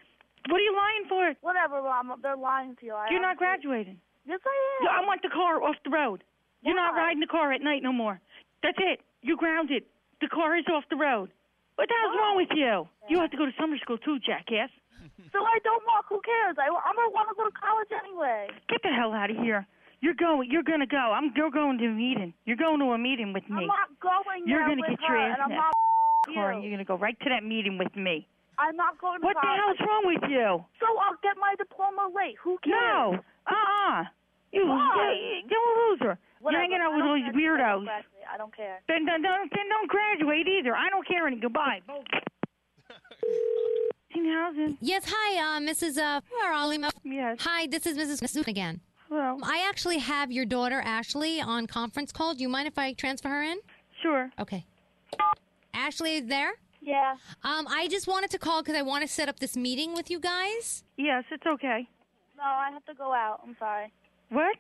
[SPEAKER 23] what are you lying for?
[SPEAKER 24] Whatever, Mom. They're lying to you. I
[SPEAKER 23] You're not
[SPEAKER 24] honestly-
[SPEAKER 23] graduating.
[SPEAKER 24] Yes, I
[SPEAKER 23] Yeah,
[SPEAKER 24] am.
[SPEAKER 23] I want the car off the road. You're not riding the car at night no more. That's it. You're grounded. The car is off the road. What the
[SPEAKER 24] Oh.
[SPEAKER 23] hell's wrong with you? You have to go to summer school too, jackass.
[SPEAKER 24] So I don't walk. Who cares? I, I'm gonna want to go to college anyway.
[SPEAKER 23] Get the hell out of here. You're going. You're gonna go. I'm. You're going to a meeting. You're going to a meeting with me.
[SPEAKER 24] I'm not going.
[SPEAKER 23] you're
[SPEAKER 24] there
[SPEAKER 23] gonna
[SPEAKER 24] with
[SPEAKER 23] get
[SPEAKER 24] her,
[SPEAKER 23] your ass
[SPEAKER 24] and I'm
[SPEAKER 23] in
[SPEAKER 24] not.
[SPEAKER 23] that
[SPEAKER 24] with
[SPEAKER 23] car.
[SPEAKER 24] you.
[SPEAKER 23] and You're gonna go right to that meeting with me.
[SPEAKER 24] I'm not going to
[SPEAKER 23] What the
[SPEAKER 24] college.
[SPEAKER 23] hell's wrong with you?
[SPEAKER 24] So I'll get my diploma late. Who cares?
[SPEAKER 23] No. Uh-uh. You.
[SPEAKER 24] Why?
[SPEAKER 23] You're a loser.
[SPEAKER 24] Whatever.
[SPEAKER 23] You're hanging out
[SPEAKER 24] I
[SPEAKER 23] with
[SPEAKER 24] don't
[SPEAKER 23] all these
[SPEAKER 24] graduate, I don't
[SPEAKER 23] weirdos.
[SPEAKER 24] graduate. I don't care.
[SPEAKER 23] Then, then, don't, then don't graduate either. I don't care any goodbye. Housing.
[SPEAKER 22] Yes, hi, uh, Mrs. Uh, Faralima. Yes. Hi, this is Mrs. Masood again.
[SPEAKER 23] Hello.
[SPEAKER 22] I actually have your daughter Ashley on conference call. Do you mind if I transfer her in?
[SPEAKER 23] Sure.
[SPEAKER 22] Okay. Ashley is there?
[SPEAKER 24] Yeah.
[SPEAKER 22] Um, I just wanted to call because I want to set up this meeting with you guys.
[SPEAKER 23] Yes, it's okay.
[SPEAKER 24] No, I have to go out. I'm sorry.
[SPEAKER 23] What?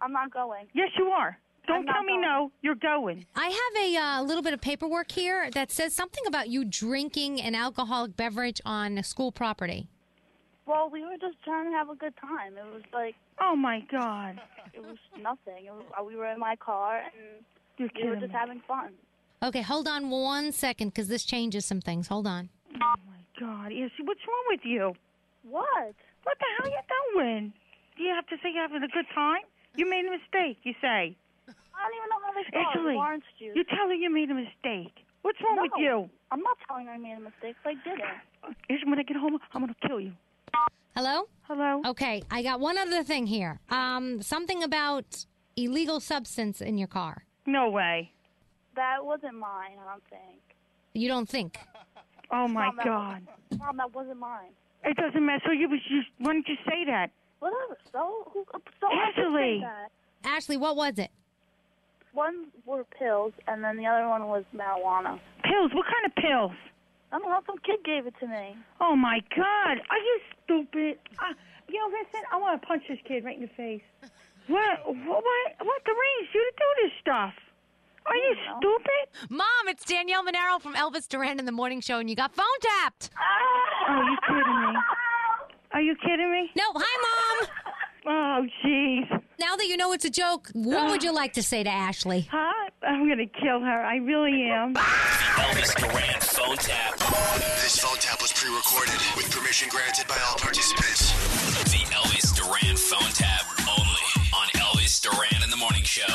[SPEAKER 24] I'm not going.
[SPEAKER 23] Yes, you are. Don't tell me no. You're going.
[SPEAKER 22] I have a uh, little bit of paperwork here that says something about you drinking an alcoholic beverage on a school property.
[SPEAKER 24] Well, we were just trying to have a good time. It was like
[SPEAKER 23] Oh my God.
[SPEAKER 24] it was nothing. It was, uh, we were in my car and
[SPEAKER 23] You're
[SPEAKER 24] we were
[SPEAKER 23] kidding
[SPEAKER 24] just
[SPEAKER 23] me.
[SPEAKER 24] having fun.
[SPEAKER 22] Okay, hold on one second because this changes some things. Hold on.
[SPEAKER 23] Oh my God. Yes. What's wrong with you?
[SPEAKER 24] What?
[SPEAKER 23] What the hell are you doing? Do you have to say you're having a good time? You made a mistake. You say.
[SPEAKER 24] I don't even know how this started.
[SPEAKER 23] Italy.
[SPEAKER 24] Orange juice.
[SPEAKER 23] You tell her you made a mistake. What's wrong
[SPEAKER 24] No,
[SPEAKER 23] with you?
[SPEAKER 24] I'm not telling her I made a mistake. 'cause I didn't.
[SPEAKER 23] Is when I get home, I'm gonna kill you.
[SPEAKER 22] Hello?
[SPEAKER 23] Hello?
[SPEAKER 22] Okay, I got one other thing here. Um, something about illegal substance in your car.
[SPEAKER 23] No way.
[SPEAKER 24] That wasn't mine. I don't think.
[SPEAKER 22] You don't think?
[SPEAKER 23] Oh my
[SPEAKER 24] Mom, that
[SPEAKER 23] God.
[SPEAKER 24] wasn't- Mom, that wasn't mine.
[SPEAKER 23] It doesn't matter. So you was just. Why didn't you say that?
[SPEAKER 24] Whatever. So who? So I just said
[SPEAKER 23] Italy.
[SPEAKER 24] that.
[SPEAKER 22] Ashley, what was it?
[SPEAKER 24] One were pills, and then the other one was marijuana.
[SPEAKER 23] Pills. What kind of pills?
[SPEAKER 24] I don't know. Some kid gave it to me.
[SPEAKER 23] Oh my God! Are you stupid? Uh, yo, listen, I want to punch this kid right in the face. What? What? What the rings? You to do this stuff? Are you stupid?
[SPEAKER 4] Mom, it's Danielle Monero from Elvis Duran in the Morning Show, and you got phone tapped.
[SPEAKER 23] Are you kidding me? Are you kidding me?
[SPEAKER 4] No. Hi,
[SPEAKER 23] Mom. Oh, jeez.
[SPEAKER 4] Now that you know it's a joke, what would you like to say to Ashley?
[SPEAKER 23] Huh? I'm gonna kill her. I really am.
[SPEAKER 3] Elvis Duran phone tap.
[SPEAKER 25] This phone tap was pre recorded with permission granted by all participants.
[SPEAKER 3] The Elvis Duran phone tap only on Elvis Duran in the Morning Show.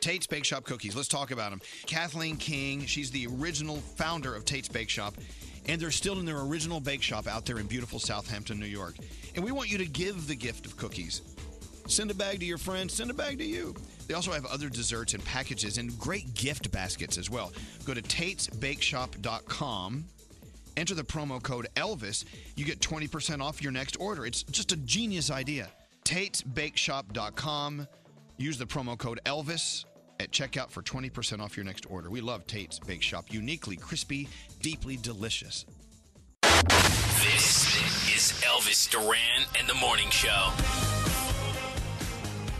[SPEAKER 16] Tate's Bake Shop cookies. Let's talk about them. Kathleen King, she's the original founder of Tate's Bake Shop, and they're still in their original bake shop out there in beautiful Southampton, New York. And we want you to give the gift of cookies. Send a bag to your friends, send a bag to you. They also have other desserts and packages and great gift baskets as well. Go to tatesbakeshop.com. Enter the promo code Elvis. You get 20% off your next order. It's just a genius idea. Tate'sBakeShop.com. Use the promo code Elvis at checkout for 20% off your next order. We love Tate's Bake Shop. Uniquely crispy, deeply delicious.
[SPEAKER 3] This is Elvis Duran and the Morning Show.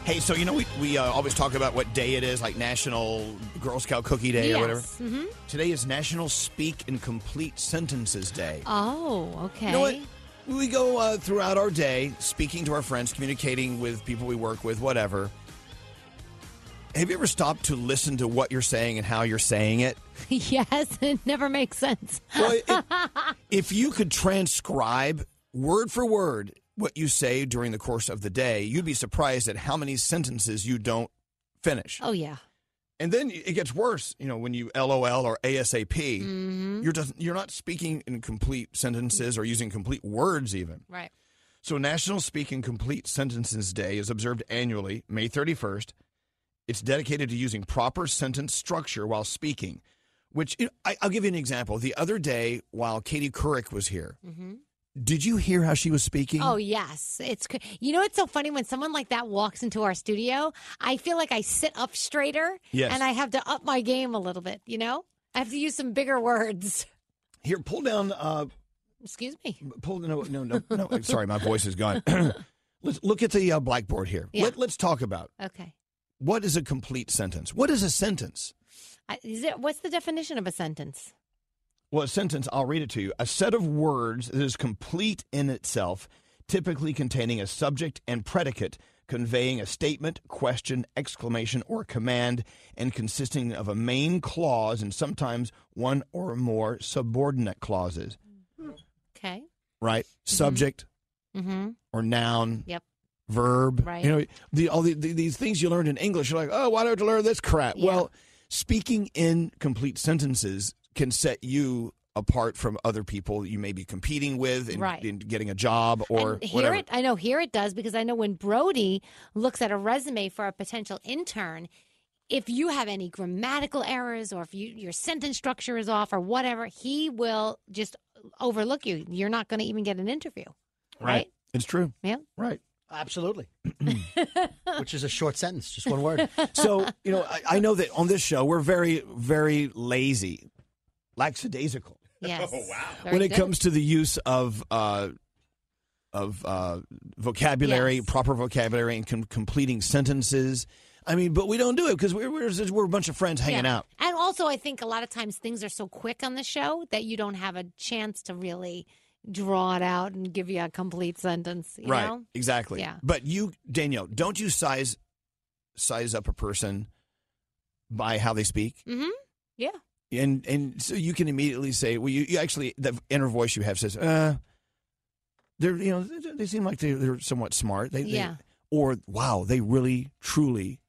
[SPEAKER 1] Hey, so you know we, we uh, always talk about what day it is, like National Girl Scout Cookie Day or whatever.
[SPEAKER 4] hmm
[SPEAKER 1] Today is National Speak in Complete Sentences Day.
[SPEAKER 4] Oh, okay.
[SPEAKER 1] You know what? We go uh, throughout our day speaking to our friends, communicating with people we work with, whatever. Have you ever stopped to listen to what you're saying and how you're saying
[SPEAKER 4] [LAUGHS]
[SPEAKER 1] it?
[SPEAKER 4] [LAUGHS] yes, it never makes sense.
[SPEAKER 1] if you could transcribe word for word what you say during the course of the day, you'd be surprised at how many sentences you don't finish.
[SPEAKER 4] oh, yeah.
[SPEAKER 1] And then it gets worse, you know, when you LOL or ASAP,
[SPEAKER 4] Mhm.
[SPEAKER 1] you're just, you're not speaking in complete sentences or using complete words even.
[SPEAKER 4] Right.
[SPEAKER 1] So National Speak in Complete Sentences Day is observed annually, May 31st. It's dedicated to using proper sentence structure while speaking, which you know, I, I'll give you an example. The other day, while Katie Couric was here,
[SPEAKER 4] hmm
[SPEAKER 1] did you hear how she was speaking?
[SPEAKER 4] Oh yes, it's cr- you know it's so funny when someone like that walks into our studio. I feel like I sit up straighter,
[SPEAKER 1] Yes.
[SPEAKER 4] and I have to up my game a little bit. You know, I have to use some bigger words. [LAUGHS]
[SPEAKER 1] Here, pull down. Uh,
[SPEAKER 4] Excuse me.
[SPEAKER 1] pull no no no no. sorry, [LAUGHS] my voice is
[SPEAKER 4] [LAUGHS]
[SPEAKER 1] gone. let's look at the uh, blackboard here.
[SPEAKER 4] Yeah.
[SPEAKER 1] Let, let's talk about
[SPEAKER 4] Okay.
[SPEAKER 1] what is a complete sentence. What is a sentence?
[SPEAKER 4] I, is it, what's the definition of a sentence?
[SPEAKER 1] Well, a sentence, I'll read it to you. A set of words that is complete in itself, typically containing a subject and predicate, conveying a statement, question, exclamation, or command, and consisting of a main clause and sometimes one or more subordinate clauses,
[SPEAKER 4] Okay.
[SPEAKER 1] right? Subject
[SPEAKER 4] Mm-hmm.
[SPEAKER 1] or noun,
[SPEAKER 4] Yep.
[SPEAKER 1] verb.
[SPEAKER 4] Right.
[SPEAKER 1] You know, the, all the, the, these things you learned in English, you're like, oh, why don't you learn this crap? Well, speaking in complete sentences can set you apart from other people you may be competing with and,
[SPEAKER 4] Right.
[SPEAKER 1] and getting a job or
[SPEAKER 4] Here
[SPEAKER 1] whatever.
[SPEAKER 4] it, [LAUGHS] I know here it does because I know when Brody looks at a resume for a potential intern, if you have any grammatical errors or if you, your sentence structure is off or whatever, he will just overlook you. You're not going to even get an interview. right?
[SPEAKER 1] It's true.
[SPEAKER 4] Yeah.
[SPEAKER 1] Right.
[SPEAKER 12] Absolutely. Which is a short sentence, just one word.
[SPEAKER 1] [LAUGHS]
[SPEAKER 12] [LAUGHS]
[SPEAKER 1] So, you know, I, I know that on this show, we're very, very lazy, lackadaisical.
[SPEAKER 4] Yes. Oh, wow.
[SPEAKER 1] when it comes to the use of uh, of uh, vocabulary, proper vocabulary, and com- completing sentences. I mean, but we don't do it because we're we're, just- we're a bunch of friends hanging
[SPEAKER 4] Yeah.
[SPEAKER 1] out.
[SPEAKER 4] And also, I think a lot of times things are so quick on the show that you don't have a chance to really draw it out and give you a complete sentence. You
[SPEAKER 1] right?
[SPEAKER 4] Know?
[SPEAKER 1] Exactly.
[SPEAKER 4] Yeah.
[SPEAKER 1] But you, Danielle, don't you size size up a person by how they speak?
[SPEAKER 4] Mm-hmm. Yeah.
[SPEAKER 1] and and so you can immediately say, well, you, you actually the inner voice you have says, uh, they're you know they, they seem like they're, they're somewhat smart, they, they-
[SPEAKER 4] Yeah.
[SPEAKER 1] or wow, they really truly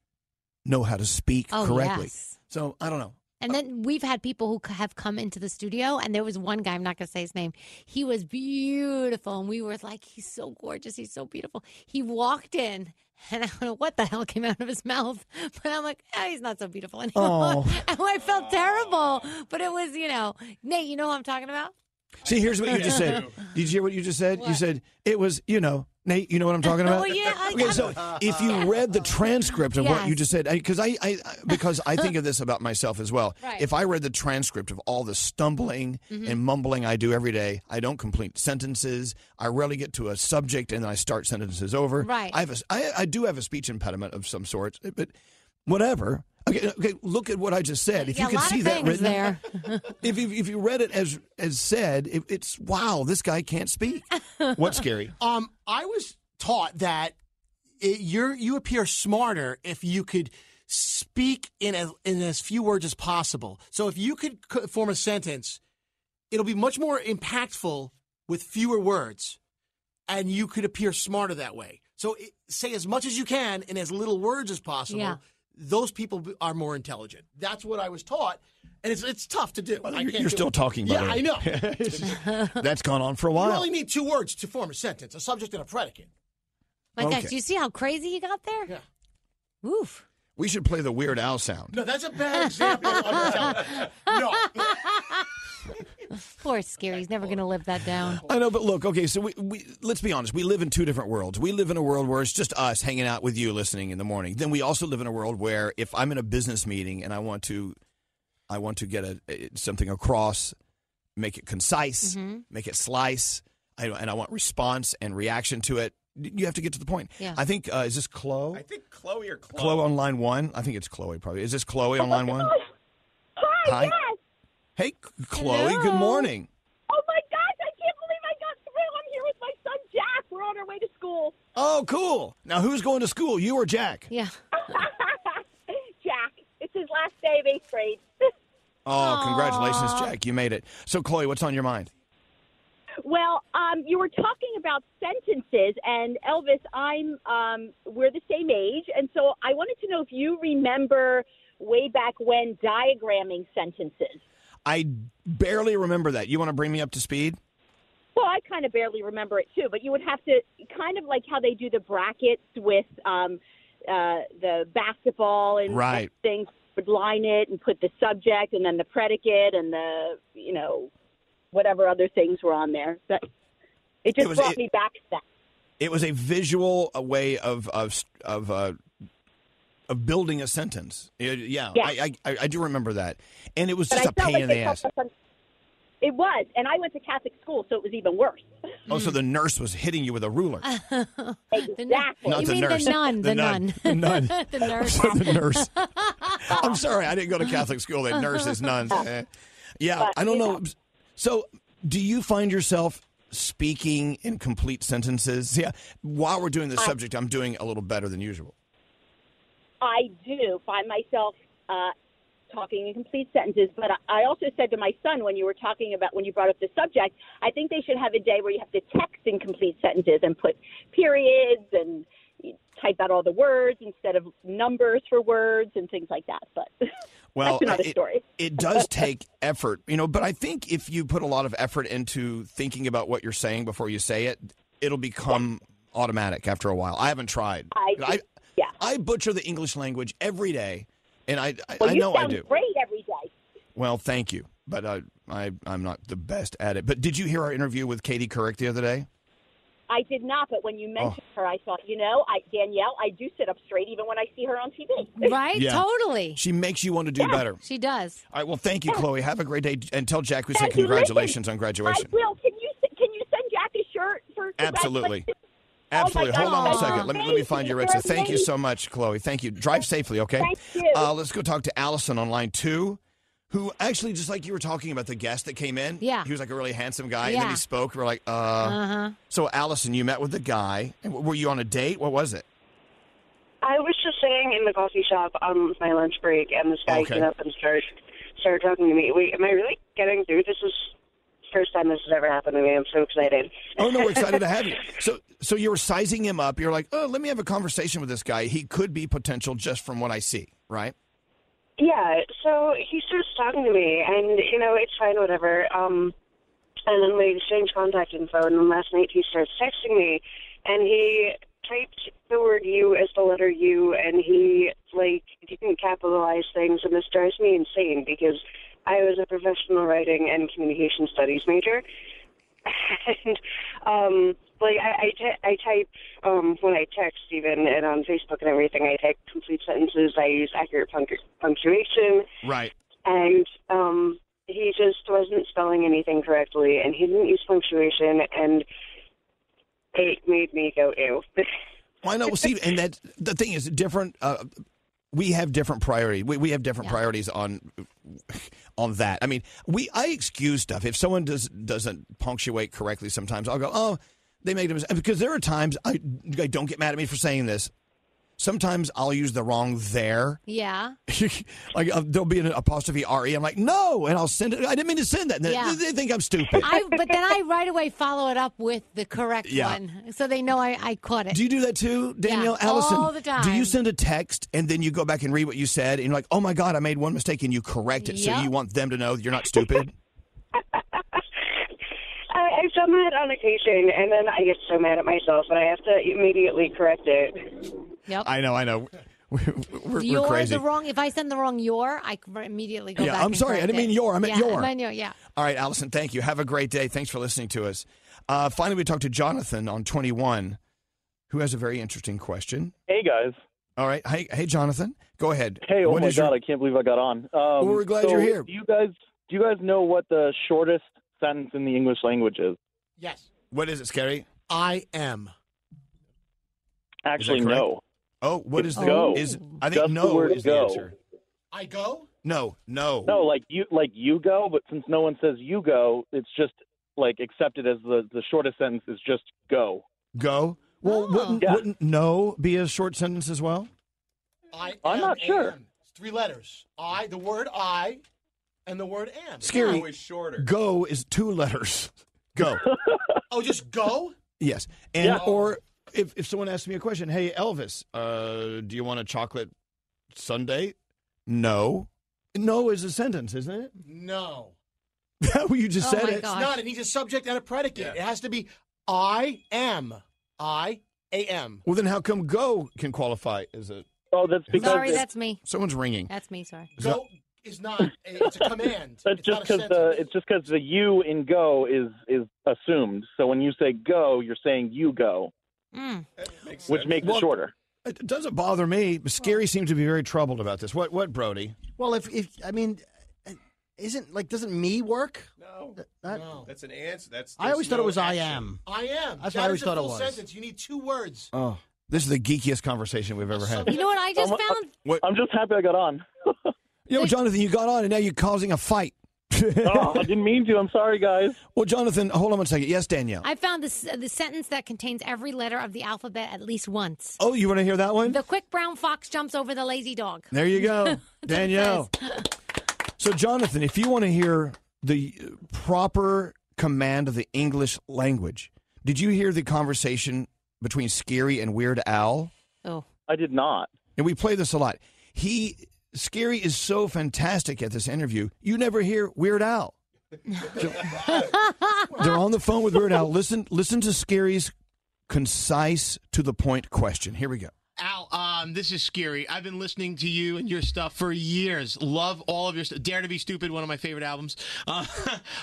[SPEAKER 1] know how to speak
[SPEAKER 4] Oh,
[SPEAKER 1] correctly.
[SPEAKER 4] yes.
[SPEAKER 1] So I don't know.
[SPEAKER 4] And then we've had people who c- have come into the studio, and there was one guy, I'm not going to say his name. He was beautiful, and we were like, he's so gorgeous. He's so beautiful. He walked in, [LAUGHS] and I don't know what the hell came out of his mouth, [LAUGHS] but I'm like, "Ah, he's not so beautiful anymore.
[SPEAKER 1] Oh.
[SPEAKER 4] [LAUGHS] and I felt terrible, but it was, you know, Nate, you know what I'm talking about?
[SPEAKER 21] [LAUGHS]
[SPEAKER 1] See, here's what you just said. Did you hear what you just said? You said it was you know Nate, you know what I'm talking about?
[SPEAKER 21] Well, yeah, I-
[SPEAKER 1] okay, so if you read the transcript of what you
[SPEAKER 21] Yes.
[SPEAKER 1] just said, because I, I, because I think of this about myself as well.
[SPEAKER 21] Right.
[SPEAKER 1] If I read the transcript of all the stumbling
[SPEAKER 21] Mhm.
[SPEAKER 1] and mumbling I do every day, I don't complete sentences. I rarely get to a subject and then I start sentences over.
[SPEAKER 21] Right.
[SPEAKER 1] I have a, s- I, I do have a speech impediment of some sort, but whatever. Okay, okay. Look at what I just said. If
[SPEAKER 21] Yeah,
[SPEAKER 1] you
[SPEAKER 21] a
[SPEAKER 1] could
[SPEAKER 21] lot of
[SPEAKER 1] see that
[SPEAKER 21] things
[SPEAKER 1] written
[SPEAKER 21] there.
[SPEAKER 1] [LAUGHS] if you if you read it as as said, it, it's wow, this guy can't speak. What's scary?
[SPEAKER 9] [LAUGHS] Um, I was taught that it, you're you appear smarter if you could speak in as in as few words as possible. So if you could c- form a sentence, it'll be much more impactful with fewer words, and you could appear smarter that way. So it, say as much as you can in as little words as possible.
[SPEAKER 21] Yeah.
[SPEAKER 9] Those people b- are more intelligent. That's what I was taught, and it's it's tough to do. I
[SPEAKER 1] you're- [LAUGHS]
[SPEAKER 9] can't
[SPEAKER 1] you're
[SPEAKER 9] do
[SPEAKER 1] still
[SPEAKER 9] it.
[SPEAKER 1] talking, by
[SPEAKER 9] Yeah,
[SPEAKER 1] the way.
[SPEAKER 9] I
[SPEAKER 1] [LAUGHS]
[SPEAKER 9] know.
[SPEAKER 1] That's gone on for a
[SPEAKER 9] You
[SPEAKER 1] while.
[SPEAKER 9] only need two words to form a sentence, a subject and a predicate.
[SPEAKER 4] My
[SPEAKER 1] Okay.
[SPEAKER 4] gosh, do you see how crazy he got there? Yeah. Oof.
[SPEAKER 1] We should play the Weird Al sound.
[SPEAKER 9] No, that's a bad
[SPEAKER 4] [LAUGHS]
[SPEAKER 9] example. no.
[SPEAKER 4] Poor Scary. He's never going to live that
[SPEAKER 9] [LAUGHS]
[SPEAKER 4] down.
[SPEAKER 1] I know, but look, okay, so we, we let's be honest. We live in two different worlds. We live in a world where it's just us hanging out with you, listening in the morning. Then we also live in a world where if I'm in a business meeting and I want to, I want to get a, a- something across, make it concise,
[SPEAKER 21] Mhm.
[SPEAKER 1] make it slice, I, and I want response and reaction to it. You have to get to the point.
[SPEAKER 21] Yeah.
[SPEAKER 1] I think uh, is this Chloe? I
[SPEAKER 26] think Chloe or Chloe.
[SPEAKER 1] Chloe on line one. I think it's Chloe. Probably is this Chloe
[SPEAKER 21] Oh
[SPEAKER 1] on line one?
[SPEAKER 21] Hi,
[SPEAKER 1] Hi.
[SPEAKER 21] yes.
[SPEAKER 1] Hey, Chloe. Good
[SPEAKER 21] Hello.
[SPEAKER 1] morning.
[SPEAKER 21] Oh my gosh, I can't believe I got through. I'm here with my son Jack. We're on our way to school.
[SPEAKER 1] Oh, cool. Now, who's going to school? You or Jack?
[SPEAKER 4] Yeah.
[SPEAKER 21] [LAUGHS] Jack, it's his last day of eighth grade.
[SPEAKER 1] Oh, congratulations,
[SPEAKER 21] Aw.
[SPEAKER 1] Jack. You made it. So, Chloe, what's on your mind?
[SPEAKER 21] Well, um, you were talking about sentences, and Elvis, I'm um, we're the same age, and so I wanted to know if you remember way back when diagramming sentences.
[SPEAKER 1] I barely remember that. You want to bring me up to speed?
[SPEAKER 21] Well, I kind of barely remember it too, but you would have to kind of like how they do the brackets with um, uh, the basketball and
[SPEAKER 1] Right.
[SPEAKER 21] things. Would line it and put the subject and then the predicate and the you know whatever other things were on there. But it just
[SPEAKER 1] It was-
[SPEAKER 21] brought
[SPEAKER 1] it-
[SPEAKER 21] me back to that.
[SPEAKER 1] It was a visual uh, way of of of uh, of building a sentence. It- yeah,
[SPEAKER 21] Yeah.
[SPEAKER 1] I, I- I I do remember that, and it was
[SPEAKER 21] But
[SPEAKER 1] just
[SPEAKER 21] I
[SPEAKER 1] a
[SPEAKER 21] felt
[SPEAKER 1] pain
[SPEAKER 21] like
[SPEAKER 1] in
[SPEAKER 21] they
[SPEAKER 1] the
[SPEAKER 21] helped
[SPEAKER 1] ass.
[SPEAKER 21] us un- It was, and I went to Catholic school, so it was even worse.
[SPEAKER 1] Oh, [LAUGHS]
[SPEAKER 21] Mm.
[SPEAKER 1] so the nurse was hitting you with a ruler.
[SPEAKER 21] exactly.
[SPEAKER 1] Not the nurse. The nun. [LAUGHS] The nun.
[SPEAKER 4] the nurse.
[SPEAKER 1] the
[SPEAKER 21] [LAUGHS]
[SPEAKER 1] nurse. I'm sorry, I didn't go to Catholic school. They nurses,
[SPEAKER 21] [LAUGHS]
[SPEAKER 1] nuns. eh. Yeah,
[SPEAKER 21] But,
[SPEAKER 1] I don't
[SPEAKER 21] you
[SPEAKER 1] know. So, do you find yourself speaking in complete sentences? Yeah. While we're doing the subject, I'm doing a little better than usual.
[SPEAKER 21] I do find myself uh, talking in complete sentences, but I I also said to my son when you were talking about when you brought up the subject, I think they should have a day where you have to text in complete sentences and put periods and you type out all the words instead of numbers for words and things like that. But [LAUGHS]
[SPEAKER 1] Well,
[SPEAKER 21] that's another
[SPEAKER 1] it,
[SPEAKER 21] story.
[SPEAKER 1] it does take effort, you know. But I think if you put a lot of effort into thinking about what you're saying before you say it, it'll become automatic after a while. I haven't tried. I,
[SPEAKER 21] yeah.
[SPEAKER 1] I butcher the English language every day, and I I,
[SPEAKER 21] Well,
[SPEAKER 1] I
[SPEAKER 21] you
[SPEAKER 1] know I
[SPEAKER 21] sound
[SPEAKER 1] do.
[SPEAKER 21] great every day.
[SPEAKER 1] Well, thank you, but I, I I'm not the best at it. But did you hear our interview with Katie Couric the other day?
[SPEAKER 21] I did not, but when you
[SPEAKER 1] Oh.
[SPEAKER 21] mentioned her, I thought, you know, I, Danielle, I do sit up straight even when I see her on TV.
[SPEAKER 4] Right?
[SPEAKER 1] Yeah.
[SPEAKER 4] Totally.
[SPEAKER 1] She makes you want to do better.
[SPEAKER 4] She does.
[SPEAKER 1] All right. Well, thank you, Chloe. Have a great day, and tell Jack we said
[SPEAKER 21] Thank you. Listen,
[SPEAKER 1] congratulations on graduation.
[SPEAKER 21] I will. Can you can you send Jack a shirt for [LAUGHS]
[SPEAKER 1] Absolutely.
[SPEAKER 21] congratulations?
[SPEAKER 1] Absolutely.
[SPEAKER 21] Oh my
[SPEAKER 1] Hold on
[SPEAKER 21] God.
[SPEAKER 1] one second. Let me let me
[SPEAKER 21] Thank
[SPEAKER 1] find
[SPEAKER 21] you.
[SPEAKER 1] your register.
[SPEAKER 21] You're
[SPEAKER 1] Thank you
[SPEAKER 21] amazing.
[SPEAKER 1] so much, Chloe. Thank you. Drive safely, okay?
[SPEAKER 21] Thank you.
[SPEAKER 1] Uh, let's go talk to Allison on line two, who actually just like you were talking about the guest that came in.
[SPEAKER 21] Yeah.
[SPEAKER 1] He was like a really handsome guy, and then
[SPEAKER 21] Yeah.
[SPEAKER 1] he spoke. We're like, uh.
[SPEAKER 21] Uh-huh.
[SPEAKER 1] So Allison, you met with the guy. And w- Were you on a date? What was it?
[SPEAKER 27] I was just sitting in the coffee shop on my lunch break, and this guy
[SPEAKER 1] Okay.
[SPEAKER 27] came up and started started talking to me. Wait, am I really getting through? This is first time this has ever happened to me. I'm so excited.
[SPEAKER 1] Oh no, we're excited to
[SPEAKER 21] [LAUGHS]
[SPEAKER 1] have you. So so you were sizing him up. You're like, oh, let me have a conversation with this guy. He could be potential just from what I see, right?
[SPEAKER 27] [LAUGHS] Yeah, so he starts talking to me, and you know it's fine, whatever. Um, and then we exchange contact info, and then last night he starts texting me, and he typed the word "you" as the letter "u," and he like didn't capitalize things, and this drives me insane because I was a professional writing and communication studies major. [LAUGHS] and um, like I I ty- I type um, when I text even and on Facebook and everything. I type complete sentences. I use accurate punct- punctuation,
[SPEAKER 28] Right.
[SPEAKER 27] and um, he just wasn't spelling anything correctly, and he didn't use punctuation, and it made me go ew. [LAUGHS]
[SPEAKER 1] Well, I know. Well, see, and that the thing is different. Uh, we have different priority. We, we have different priorities on on that. I mean, we I excuse stuff if someone does doesn't punctuate correctly. Sometimes I'll go, oh, they made a mistake because there are times I, I don't get mad at me for saying this. Sometimes I'll use the wrong there. [LAUGHS]
[SPEAKER 4] Yeah.
[SPEAKER 1] like uh, there'll be an apostrophe re. I'm like no, and I'll send it. I didn't mean to send that. And they-
[SPEAKER 4] Yeah.
[SPEAKER 1] They think I'm stupid.
[SPEAKER 4] I, but then I right away follow it up with the correct
[SPEAKER 1] Yeah.
[SPEAKER 4] one, so they know I, I caught it.
[SPEAKER 1] Do you do that too, Danielle?
[SPEAKER 4] Yeah,
[SPEAKER 1] Allison,
[SPEAKER 4] all the time.
[SPEAKER 1] do you send a text and then you go back and read what you said and you're like, oh my God, I made one mistake and you correct it so
[SPEAKER 27] Yep.
[SPEAKER 1] you want them to know that you're not stupid?
[SPEAKER 27] I, I've done that on occasion, and then I get so mad at myself, and I have to immediately correct it.
[SPEAKER 4] [LAUGHS] Yep.
[SPEAKER 1] I know, I know. [LAUGHS] We're, we're,
[SPEAKER 4] you're
[SPEAKER 1] we're crazy.
[SPEAKER 4] the wrong. If I send the wrong your, I r- immediately go
[SPEAKER 1] Yeah,
[SPEAKER 4] back.
[SPEAKER 1] I'm
[SPEAKER 4] and
[SPEAKER 1] sorry, I
[SPEAKER 4] correct
[SPEAKER 1] didn't
[SPEAKER 4] it.
[SPEAKER 1] mean your, I meant
[SPEAKER 4] yeah,
[SPEAKER 1] your.
[SPEAKER 4] I meant your. Yeah.
[SPEAKER 1] All right, Allison, thank you. Have a great day. Thanks for listening to us. Uh, finally, we talked to Jonathan on 21, who has a very interesting question.
[SPEAKER 29] Hey guys.
[SPEAKER 1] All right. Hey, hey Jonathan, go ahead.
[SPEAKER 29] Hey, oh
[SPEAKER 1] What
[SPEAKER 29] my
[SPEAKER 1] is your-
[SPEAKER 29] god, I can't believe I got on. Um,
[SPEAKER 1] Well, we're glad
[SPEAKER 29] so
[SPEAKER 1] you're here.
[SPEAKER 29] Do you guys do you guys know what the shortest sentence in the English language is?
[SPEAKER 22] Yes.
[SPEAKER 1] What is it, Scary?
[SPEAKER 22] I am.
[SPEAKER 29] Actually, no.
[SPEAKER 1] Oh, what
[SPEAKER 29] It's
[SPEAKER 1] is the
[SPEAKER 29] go?
[SPEAKER 1] Is I think
[SPEAKER 29] Just the
[SPEAKER 1] no
[SPEAKER 29] word
[SPEAKER 1] is the
[SPEAKER 29] go.
[SPEAKER 1] answer.
[SPEAKER 22] I go?
[SPEAKER 1] No, no.
[SPEAKER 29] No, like you like you go, but since no one says you go, it's just like accepted as the the shortest sentence is just go.
[SPEAKER 1] Go. Well, wouldn't,
[SPEAKER 29] Yeah.
[SPEAKER 1] wouldn't no be a short sentence as well?
[SPEAKER 22] I
[SPEAKER 29] I'm
[SPEAKER 22] am
[SPEAKER 29] not sure.
[SPEAKER 22] am. It's three letters. I, the word I, and the word am.
[SPEAKER 1] Scary.
[SPEAKER 22] Go is shorter.
[SPEAKER 1] Go is two letters. Go.
[SPEAKER 22] Oh, [LAUGHS] just go?
[SPEAKER 1] yes. And
[SPEAKER 22] Yeah.
[SPEAKER 1] or if, if someone asks me a question, hey Elvis, uh, do you want a chocolate sundae? No. No is a sentence, isn't it? [LAUGHS]
[SPEAKER 22] No.
[SPEAKER 1] well, you
[SPEAKER 4] Oh
[SPEAKER 1] just said it.
[SPEAKER 22] It's not. It needs a subject and a predicate. It has to be I am. I am.
[SPEAKER 1] Well, then how come go can qualify as a?
[SPEAKER 29] Oh, that's
[SPEAKER 22] because Sorry, it- that's
[SPEAKER 4] me.
[SPEAKER 1] Someone's ringing.
[SPEAKER 4] That's me. Sorry.
[SPEAKER 22] Go is not. a- It's a command.
[SPEAKER 29] That's just because the it's just because the you in go is is assumed. So when you say go, you're saying you go, which makes
[SPEAKER 1] Well,
[SPEAKER 29] it shorter.
[SPEAKER 1] It doesn't bother me. But Scary seems to be very troubled about this. What? What, Brody?
[SPEAKER 12] Well, if if I mean, isn't like doesn't me work?
[SPEAKER 22] No.
[SPEAKER 12] no.
[SPEAKER 30] That's an answer. That's.
[SPEAKER 12] I always
[SPEAKER 30] there's
[SPEAKER 12] thought it
[SPEAKER 30] no
[SPEAKER 12] was I
[SPEAKER 30] action.
[SPEAKER 12] am.
[SPEAKER 22] I am.
[SPEAKER 12] That's what
[SPEAKER 22] That
[SPEAKER 12] I always
[SPEAKER 22] is a
[SPEAKER 12] thought it
[SPEAKER 22] full
[SPEAKER 12] was.
[SPEAKER 22] Sentence. You need two words.
[SPEAKER 1] Oh, this is the geekiest conversation we've ever had.
[SPEAKER 4] You know what I just
[SPEAKER 29] I'm-
[SPEAKER 4] found?
[SPEAKER 1] What?
[SPEAKER 29] I'm just happy I got on.
[SPEAKER 1] You know, Jonathan, you got on and now you're causing a fight.
[SPEAKER 29] oh, I didn't mean to. I'm sorry, guys.
[SPEAKER 1] [LAUGHS] Well, Jonathan, hold on one second. Yes, Danielle.
[SPEAKER 4] I found this the sentence that contains every letter of the alphabet at least once.
[SPEAKER 1] oh, you want to hear that one?
[SPEAKER 4] The quick brown fox jumps over the lazy dog.
[SPEAKER 1] There you go, Danielle. [GASPS] So, Jonathan, if you want to hear the proper command of the English language, did you hear the conversation between Scary and Weird Al?
[SPEAKER 4] Oh.
[SPEAKER 29] I did not.
[SPEAKER 1] And we play this a lot. He Scary is so fantastic at this interview. You never hear Weird Al.
[SPEAKER 22] [LAUGHS]
[SPEAKER 1] They're on the phone with Weird Al. Listen, listen to Scary's concise, to the point question. Here we go.
[SPEAKER 9] Al, um, this is Scary. I've been listening to you and your stuff for years. Love all of your stuff. Dare to be Stupid, one of my favorite albums. [LAUGHS] Uh,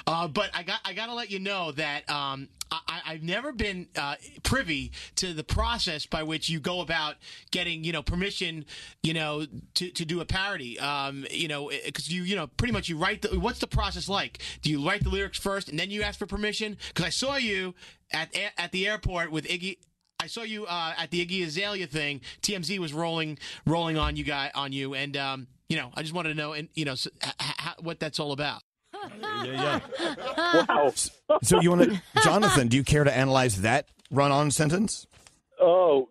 [SPEAKER 9] uh, but I got I gotta let you know that um, I- I, I've never been uh, privy to the process by which you go about getting you know permission you know to, to do a parody. Um, you know because you you know pretty much you write the what's the process like? Do you write the lyrics first and then you ask for permission? Because I saw you at at the airport with Iggy. I saw you uh, at the Iggy Azalea thing. TMZ was rolling, rolling on you guy on you, and um, you know, I just wanted to know, and you know, s h- h- what that's all about.
[SPEAKER 1] yeah, Wow. So you want to, Jonathan? Do you care to analyze that run-on sentence?
[SPEAKER 29] Oh,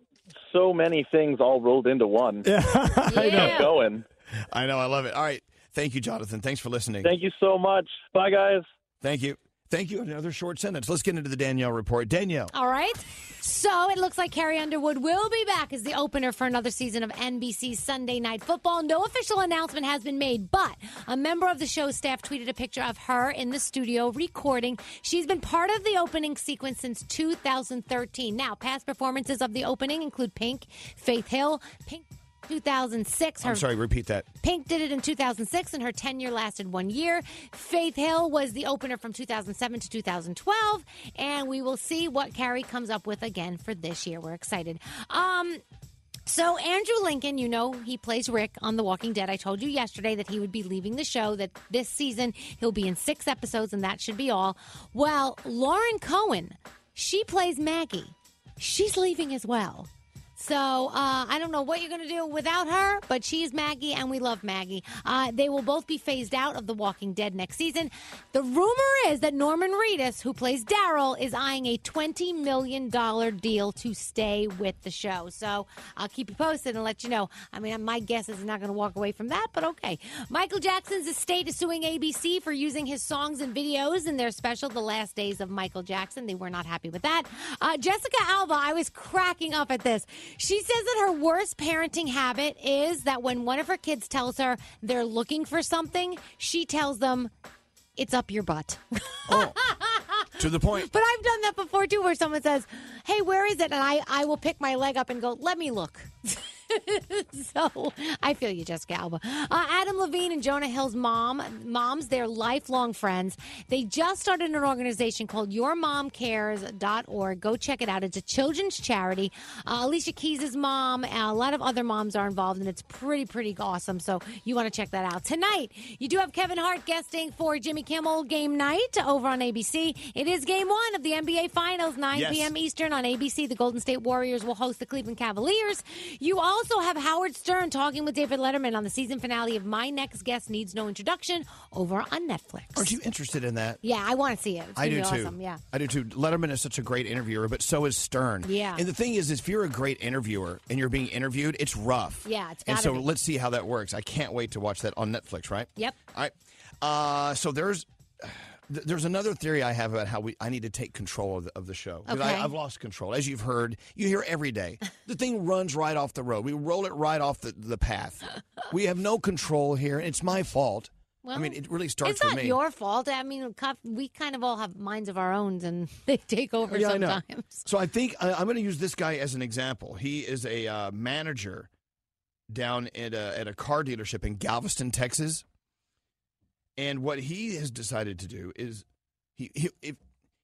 [SPEAKER 29] so many things all rolled
[SPEAKER 1] [LAUGHS]
[SPEAKER 29] into one. Yeah,
[SPEAKER 1] I know.
[SPEAKER 29] Going.
[SPEAKER 1] I know. I love it. All right. Thank you, Jonathan. Thanks for listening.
[SPEAKER 29] Thank you so much. Bye, guys.
[SPEAKER 1] Thank you. Thank you. Another short sentence. Let's get into the Danielle report.
[SPEAKER 4] [LAUGHS]
[SPEAKER 1] Danielle.
[SPEAKER 4] All right. So it looks like Carrie Underwood will be back as the opener for another season of NBC's Sunday Night Football. No official announcement has been made, but a member of the show's staff tweeted a picture of her in the studio recording. She's been part of the opening sequence since 2013. Now, past performances of the opening include Pink, Faith Hill, Pink 2006. Her
[SPEAKER 1] I'm sorry, repeat that.
[SPEAKER 4] Pink did it in 2006, and her tenure lasted one year. Faith Hill was the opener from 2007 to 2012, and we will see what Carrie comes up with again for this year. We're excited. Um, so Andrew Lincoln, you know he plays Rick on The Walking Dead. I told you yesterday that he would be leaving the show. That this season he'll be in six episodes, and that should be all. Well, Lauren Cohen, she plays Maggie. She's leaving as well. So uh, I don't know what you're going to do without her, but she's Maggie, and we love Maggie. Uh, they will both be phased out of The Walking Dead next season. The rumor is that Norman Reedus, who plays Daryl, is eyeing a $20 million deal to stay with the show. So I'll keep you posted and let you know. I mean, my guess is he's not going to walk away from that, but okay. Michael Jackson's estate is suing ABC for using his songs and videos in their special, The Last Days of Michael Jackson. They were not happy with that. Uh, Jessica Alba, I was cracking up at this. She says that her worst parenting habit is that when one of her kids tells her they're looking for something, she tells them, it's up your butt. [LAUGHS]
[SPEAKER 1] Oh, To the point.
[SPEAKER 4] But I've done that before too, where someone says, "Hey, where is it?" and I I will pick my leg up and go, "Let me look." [LAUGHS] so I feel you, Jessica Alba. Uh, Adam Levine and Jonah Hill's mom, moms, they're lifelong friends. They just started an organization called YourMomCares.org. Go check it out. It's a children's charity. Uh, Alicia Keys' mom, uh, a lot of other moms are involved, and it's pretty, pretty awesome. So you want to check that out. Tonight, you do have Kevin Hart guesting for Jimmy Kimmel game night over on ABC. It is game one of the NBA Finals, 9
[SPEAKER 14] Yes.
[SPEAKER 4] p.m. Eastern on ABC. The Golden State Warriors will host the Cleveland Cavaliers. You also have Howard Stern talking with David Letterman on the season finale of My Next Guest Needs No Introduction over on Netflix.
[SPEAKER 1] Aren't you interested in that?
[SPEAKER 4] Yeah, I want to see it. It's
[SPEAKER 1] I do
[SPEAKER 4] gonna be
[SPEAKER 1] too.
[SPEAKER 4] awesome. Yeah.
[SPEAKER 1] I do too. Letterman is such a great interviewer, but so is Stern.
[SPEAKER 4] Yeah.
[SPEAKER 1] And the thing is, is if you're a great interviewer and you're being interviewed, it's rough.
[SPEAKER 4] Yeah, it's
[SPEAKER 1] And
[SPEAKER 4] gotta
[SPEAKER 1] so
[SPEAKER 4] be.
[SPEAKER 1] let's see how that works. I can't wait to watch that on Netflix. Right.
[SPEAKER 4] Yep.
[SPEAKER 1] All right. Uh, so there's th- there's another theory I have about how we I need to take control of the, of the show 'Cause
[SPEAKER 10] Okay.
[SPEAKER 1] I, I've lost control. As you've heard, you hear every
[SPEAKER 4] [LAUGHS]
[SPEAKER 1] day. The thing runs right off the road. We roll it right off the, the path. We have no control here, and it's my fault. I
[SPEAKER 4] Well,
[SPEAKER 1] mean, it really starts
[SPEAKER 4] it's not
[SPEAKER 1] with me.
[SPEAKER 4] your fault. I mean, co- we kind of all have minds of our own, and [LAUGHS] they take over
[SPEAKER 1] Yeah, I know.
[SPEAKER 4] sometimes.
[SPEAKER 1] So I think I, I'm going to use this guy as an example. He is a uh, manager down at a, at a car dealership in Galveston, Texas. And what he has decided to do is he, he if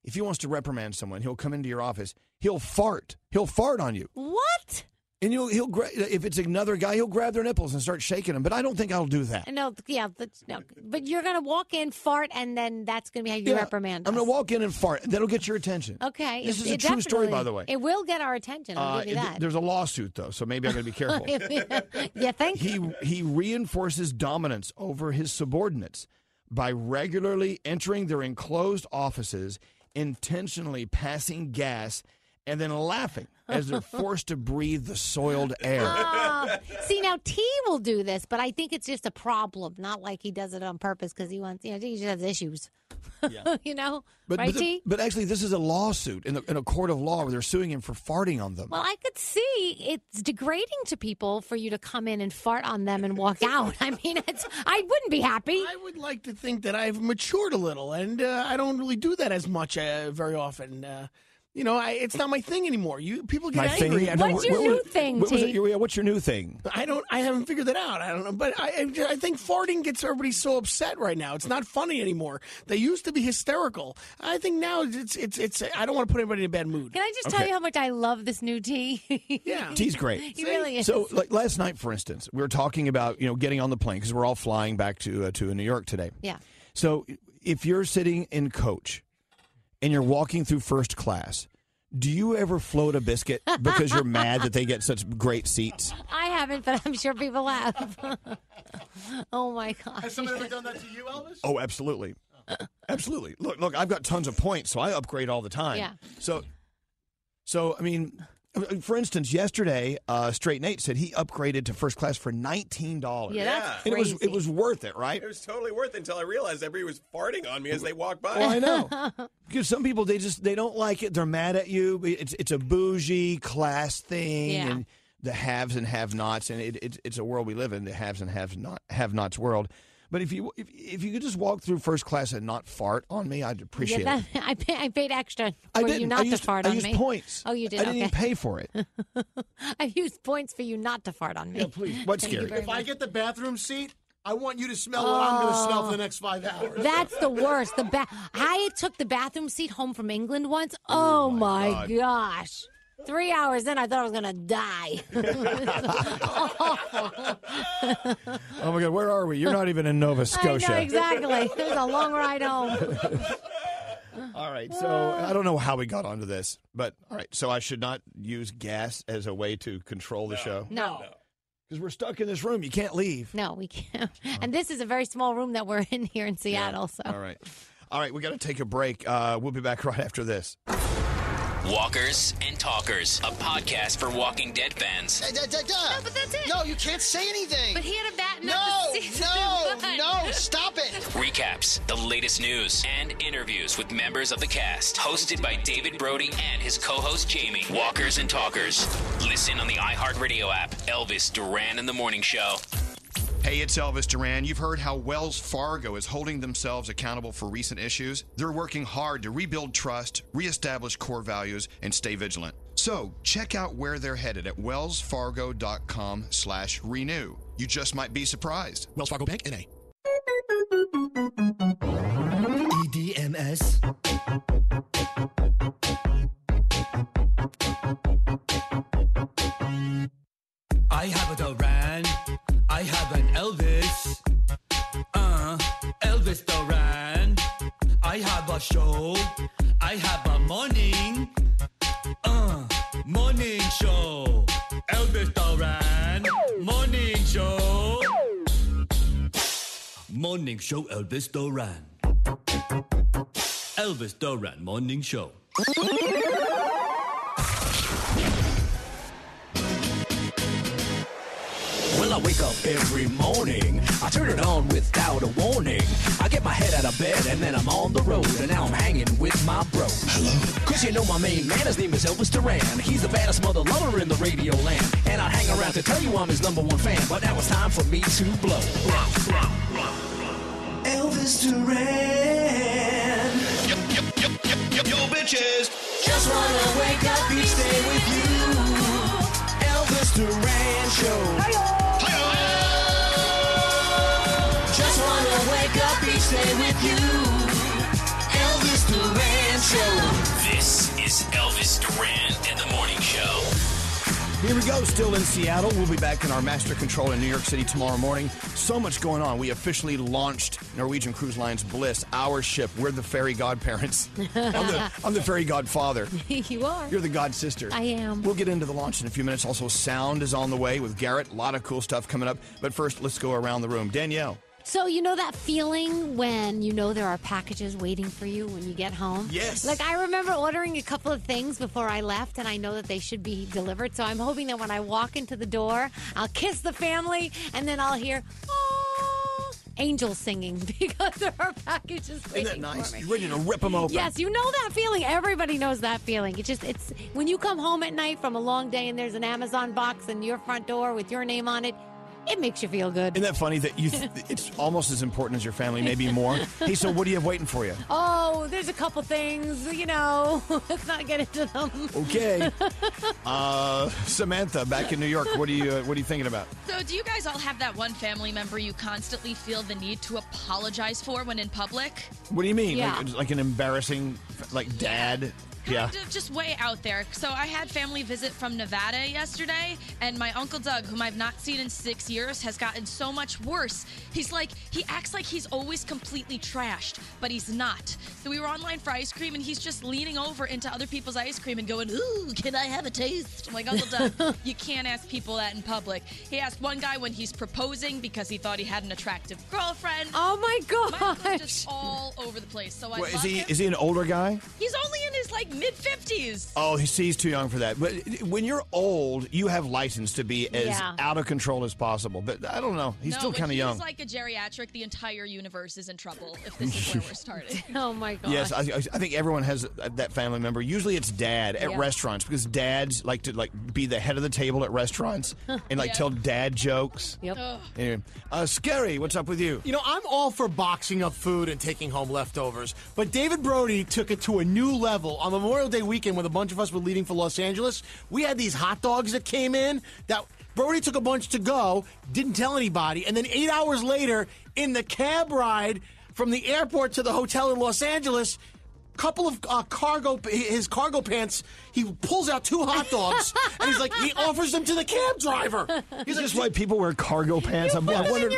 [SPEAKER 1] if he wants to reprimand someone, he'll come into your office. He'll fart. He'll fart on you.
[SPEAKER 4] What?
[SPEAKER 1] And he'll he'll gra- if it's another guy, he'll grab their nipples and start shaking them. But I don't think I'll do that.
[SPEAKER 4] And No, yeah, but no, but you're gonna walk in, fart, and then that's gonna be how you
[SPEAKER 1] Yeah,
[SPEAKER 4] reprimand.
[SPEAKER 1] I'm going to walk in and fart. That'll get your attention.
[SPEAKER 4] Okay,
[SPEAKER 1] This
[SPEAKER 4] it-
[SPEAKER 1] is a
[SPEAKER 4] it
[SPEAKER 1] true story,
[SPEAKER 4] definitely-
[SPEAKER 1] by the way.
[SPEAKER 4] It will get our attention.
[SPEAKER 1] Uh,
[SPEAKER 4] I'll give you
[SPEAKER 1] th-
[SPEAKER 4] that.
[SPEAKER 1] There's a lawsuit though, so maybe I
[SPEAKER 4] [LAUGHS]
[SPEAKER 1] got to be careful.
[SPEAKER 4] you think?
[SPEAKER 1] he he reinforces dominance over his subordinates by regularly entering their enclosed offices, intentionally passing gas, and then laughing as
[SPEAKER 4] [LAUGHS]
[SPEAKER 1] they're forced to breathe the soiled air.
[SPEAKER 4] Uh, see now, T will do this, but I think it's just a problem. Not like he does it on purpose because he wants. You know, he just has issues. [LAUGHS] you know,
[SPEAKER 1] But,
[SPEAKER 4] right,
[SPEAKER 1] but, the-
[SPEAKER 4] T?
[SPEAKER 1] but actually, this is a lawsuit in, the, in a court of law where they're suing him for farting on them.
[SPEAKER 4] Well, I could see it's degrading to people for you to come in and fart on them
[SPEAKER 11] [LAUGHS]
[SPEAKER 4] and walk out. I mean, it's, I wouldn't be happy.
[SPEAKER 11] I would like to think that I've matured a little, and uh, I don't really do that as much uh, very often. Uh, you know, I, it's not my thing anymore. You people get
[SPEAKER 1] My
[SPEAKER 11] angry.
[SPEAKER 1] thing?
[SPEAKER 11] I don't-
[SPEAKER 1] What's your
[SPEAKER 11] what-
[SPEAKER 1] new
[SPEAKER 11] what-
[SPEAKER 1] thing, What was T? it? Yeah, what's your new thing?
[SPEAKER 11] I don't. I haven't figured that out. I don't know, but I, I- I think farting gets everybody so upset right now. It's not funny anymore. They used to be hysterical. I think now it's it's it's. I don't want to put anybody in a bad mood.
[SPEAKER 4] Can I just tell you how much I love this new T? [LAUGHS] yeah,
[SPEAKER 1] He's great.
[SPEAKER 4] Oh. He really is.
[SPEAKER 1] So, like last night, for instance, we were talking about you know getting on the plane because we're all flying back to uh, to New York today.
[SPEAKER 4] Yeah.
[SPEAKER 1] So, if you're sitting in coach and you're walking through first class, do you ever float a biscuit because you're mad that they get such great seats?
[SPEAKER 4] I haven't, but I'm sure people have. [LAUGHS] oh my god! Has
[SPEAKER 9] someone ever done that to you, Elvis?
[SPEAKER 1] Oh, absolutely, absolutely. Look, look, I've got tons of points, so I upgrade all the time.
[SPEAKER 9] Yeah.
[SPEAKER 1] So, so I mean, for instance, yesterday, uh, Straight Nate said he upgraded to first class for nineteen dollars.
[SPEAKER 18] Yeah, that's
[SPEAKER 1] and it was it
[SPEAKER 18] crazy.
[SPEAKER 1] was worth it,
[SPEAKER 18] [LAUGHS]
[SPEAKER 1] right?
[SPEAKER 18] It was totally worth it until I realized everybody was farting on me as they walked by.
[SPEAKER 1] Well, I know. Because some people they just they don't like it. They're mad at you. It's it's a bougie class thing,
[SPEAKER 18] Yeah.
[SPEAKER 1] and the haves and have-nots, and it, it, it's a world we live in. The haves and have not have-nots world. But if you if, if you could just walk through first class and not fart on me, I'd appreciate
[SPEAKER 4] Yeah,
[SPEAKER 1] it.
[SPEAKER 4] that- [LAUGHS] I, pay, I paid extra for
[SPEAKER 1] I
[SPEAKER 4] you
[SPEAKER 1] didn't.
[SPEAKER 4] not
[SPEAKER 1] I used,
[SPEAKER 4] to fart
[SPEAKER 1] I
[SPEAKER 4] on
[SPEAKER 1] used
[SPEAKER 4] me.
[SPEAKER 1] points.
[SPEAKER 4] Oh, you did.
[SPEAKER 1] I didn't
[SPEAKER 4] okay.
[SPEAKER 1] even pay for
[SPEAKER 4] [LAUGHS]
[SPEAKER 1] it.
[SPEAKER 4] I used points for you not to fart on me.
[SPEAKER 1] oh,
[SPEAKER 4] [LAUGHS]
[SPEAKER 1] What's
[SPEAKER 4] Thank you
[SPEAKER 1] scary?
[SPEAKER 4] very
[SPEAKER 9] If I get the bathroom seat, I want you to smell what I'm going to smell for the next five hours.
[SPEAKER 4] Oh. That's the worst. The ba- I took the bathroom seat home from England once. Oh, my,
[SPEAKER 9] God.
[SPEAKER 4] gosh. Three hours in, I thought I was going
[SPEAKER 1] [LAUGHS]
[SPEAKER 4] to die.
[SPEAKER 1] Oh my God, where are we? You're not even in Nova Scotia.
[SPEAKER 4] I know, exactly. It was a long ride home.
[SPEAKER 1] [LAUGHS] All right, so I don't know how we got onto this, but all right, so I should not use gas as a way to control the show.
[SPEAKER 4] No.
[SPEAKER 1] because we're stuck in this room. You can't leave.
[SPEAKER 4] No, we can't. And this is a very small room that we're in here in Seattle. So
[SPEAKER 1] All right, all right, we got to take a break. Uh, we'll be back right after this.
[SPEAKER 3] Walkers and Talkers, a podcast for Walking Dead fans.
[SPEAKER 12] No, but that's it. No, you can't say anything. But he had a bat.
[SPEAKER 31] up
[SPEAKER 12] No,
[SPEAKER 31] the
[SPEAKER 12] [LAUGHS]
[SPEAKER 31] season one.
[SPEAKER 12] no, no! Stop it.
[SPEAKER 3] Recaps, the latest news, and interviews with members of the cast. Hosted by David Brody and his co host Jamie. Walkers and Talkers. Listen on the iHeartRadio app. Elvis Duran and the Morning Show.
[SPEAKER 32] Hey, it's Elvis Duran. You've heard how Wells Fargo is holding themselves accountable for recent issues. They're working hard to rebuild trust, reestablish core values, and stay vigilant. So check out where they're headed at wellsfargo.com slash renew. You just might be surprised. Wells Fargo Bank, N.A.
[SPEAKER 16] E EDMS. I have a Duran. I have an Elvis. Uh, Elvis Duran. I have a show. I have a morning. Uh, morning show. Elvis Duran. Morning show. Morning show, Elvis Duran. Elvis Duran Morning Show.
[SPEAKER 2] Well, I wake up every morning. I turn it on without a warning. I get my head out of bed and then I'm on the road. And now I'm hanging with my bro. Hello. Chris, you know my main man. His name is Elvis Duran. He's the baddest mother lover in the radio land. And I hang around to tell you I'm his number one fan. But now it's time for me to blow.
[SPEAKER 16] Elvis Duran. Yo, yo, yo, yo, yo, yo, bitches. Just wanna wake up each day with you. Elvis Duran Show. Hi-yo. Just wanna wake up each day with you. Elvis Duran Show.
[SPEAKER 3] This is Elvis Duran and the Morning Show.
[SPEAKER 1] Here we go, still in Seattle. We'll be back in our master control in New York City tomorrow morning. So much going on. We officially launched Norwegian Cruise Line's Bliss, our ship. We're the fairy godparents. I'm, the, I'm the fairy godfather.
[SPEAKER 4] [LAUGHS] you are.
[SPEAKER 1] You're the god sister.
[SPEAKER 4] I am.
[SPEAKER 1] We'll get into the launch in a few minutes. Also, sound is on the way with Garrett. A lot of cool stuff coming up. But first, let's go around the room. Danielle.
[SPEAKER 4] So you know that feeling when you know there are packages waiting for you when you get home?
[SPEAKER 1] Yes.
[SPEAKER 4] Like I remember ordering a couple of things before I left and I know that they should be delivered. So I'm hoping that when I walk into the door, I'll kiss the family and then I'll hear "Aw," angels singing [LAUGHS] because there are packages
[SPEAKER 1] Isn't
[SPEAKER 4] waiting
[SPEAKER 1] that nice?
[SPEAKER 4] for me.
[SPEAKER 1] You're ready to rip them open.
[SPEAKER 4] Yes, you know that feeling. Everybody knows that feeling. It's just it's when you come home at night from a long day and there's an Amazon box in your front door with your name on it, it makes you feel good.
[SPEAKER 1] Isn't that funny that you? Th- it's almost as important as your family, maybe more. hey, so what do you have waiting for you?
[SPEAKER 4] Oh, there's a couple things, you know. [LAUGHS] Let's not get into them. [LAUGHS]
[SPEAKER 1] Okay. Uh, Samantha, back in New York, what are you uh, what are you thinking about?
[SPEAKER 7] So, do you guys all have that one family member you constantly feel the need to apologize for when in public?
[SPEAKER 1] What do you mean?
[SPEAKER 7] Yeah.
[SPEAKER 1] Like, like an embarrassing, like dad? Yeah.
[SPEAKER 7] Kind of just way out there. So, I had family visit from Nevada yesterday, and my uncle Doug, whom I've not seen in six years, has gotten so much worse. He's like, he acts like he's always completely trashed, but he's not. So, we were online for ice cream, and he's just leaning over into other people's ice cream and going, Ooh, can I have a taste? I'm like, Uncle
[SPEAKER 4] [LAUGHS]
[SPEAKER 7] Doug, you can't ask people that in public. He asked one guy when he's proposing because he thought he had an attractive girlfriend.
[SPEAKER 4] Oh my
[SPEAKER 7] My uncle's just all over the place. So I
[SPEAKER 1] What, is
[SPEAKER 7] love
[SPEAKER 1] he
[SPEAKER 7] him.
[SPEAKER 1] is he an older guy?
[SPEAKER 7] He's only in his like like mid 50s.
[SPEAKER 1] Oh, he's, he's too young for that. But when you're old, you have license to be as
[SPEAKER 7] Yeah.
[SPEAKER 1] out of control as possible. But I don't know. He's
[SPEAKER 7] No,
[SPEAKER 1] still
[SPEAKER 7] when
[SPEAKER 1] kind of young.
[SPEAKER 7] He's like a geriatric. The entire universe is in trouble if this is
[SPEAKER 1] [LAUGHS]
[SPEAKER 7] where we're starting.
[SPEAKER 4] oh my god.
[SPEAKER 1] Yes, I, I think everyone has that family member. Usually, it's dad at
[SPEAKER 7] Yeah.
[SPEAKER 1] restaurants because dads like to like be the head of the table at
[SPEAKER 4] [LAUGHS]
[SPEAKER 1] restaurants and like
[SPEAKER 9] Yeah.
[SPEAKER 1] tell dad jokes.
[SPEAKER 9] Yep. Ugh.
[SPEAKER 1] Anyway, uh, scary. What's up with you?
[SPEAKER 9] You know, I'm all for boxing up food and taking home leftovers, but David Brody took it to a new level. On Memorial Day weekend, when a bunch of us were leaving for Los Angeles, we had these hot dogs that came in that Brody took a bunch to go, didn't tell anybody, and then eight hours later, in the cab ride from the airport to the hotel in Los Angeles, couple of uh, cargo his cargo pants he pulls out two hot dogs and he's like he offers them to the cab driver he's
[SPEAKER 1] Is this why people wear cargo pants? I'm, I wonder.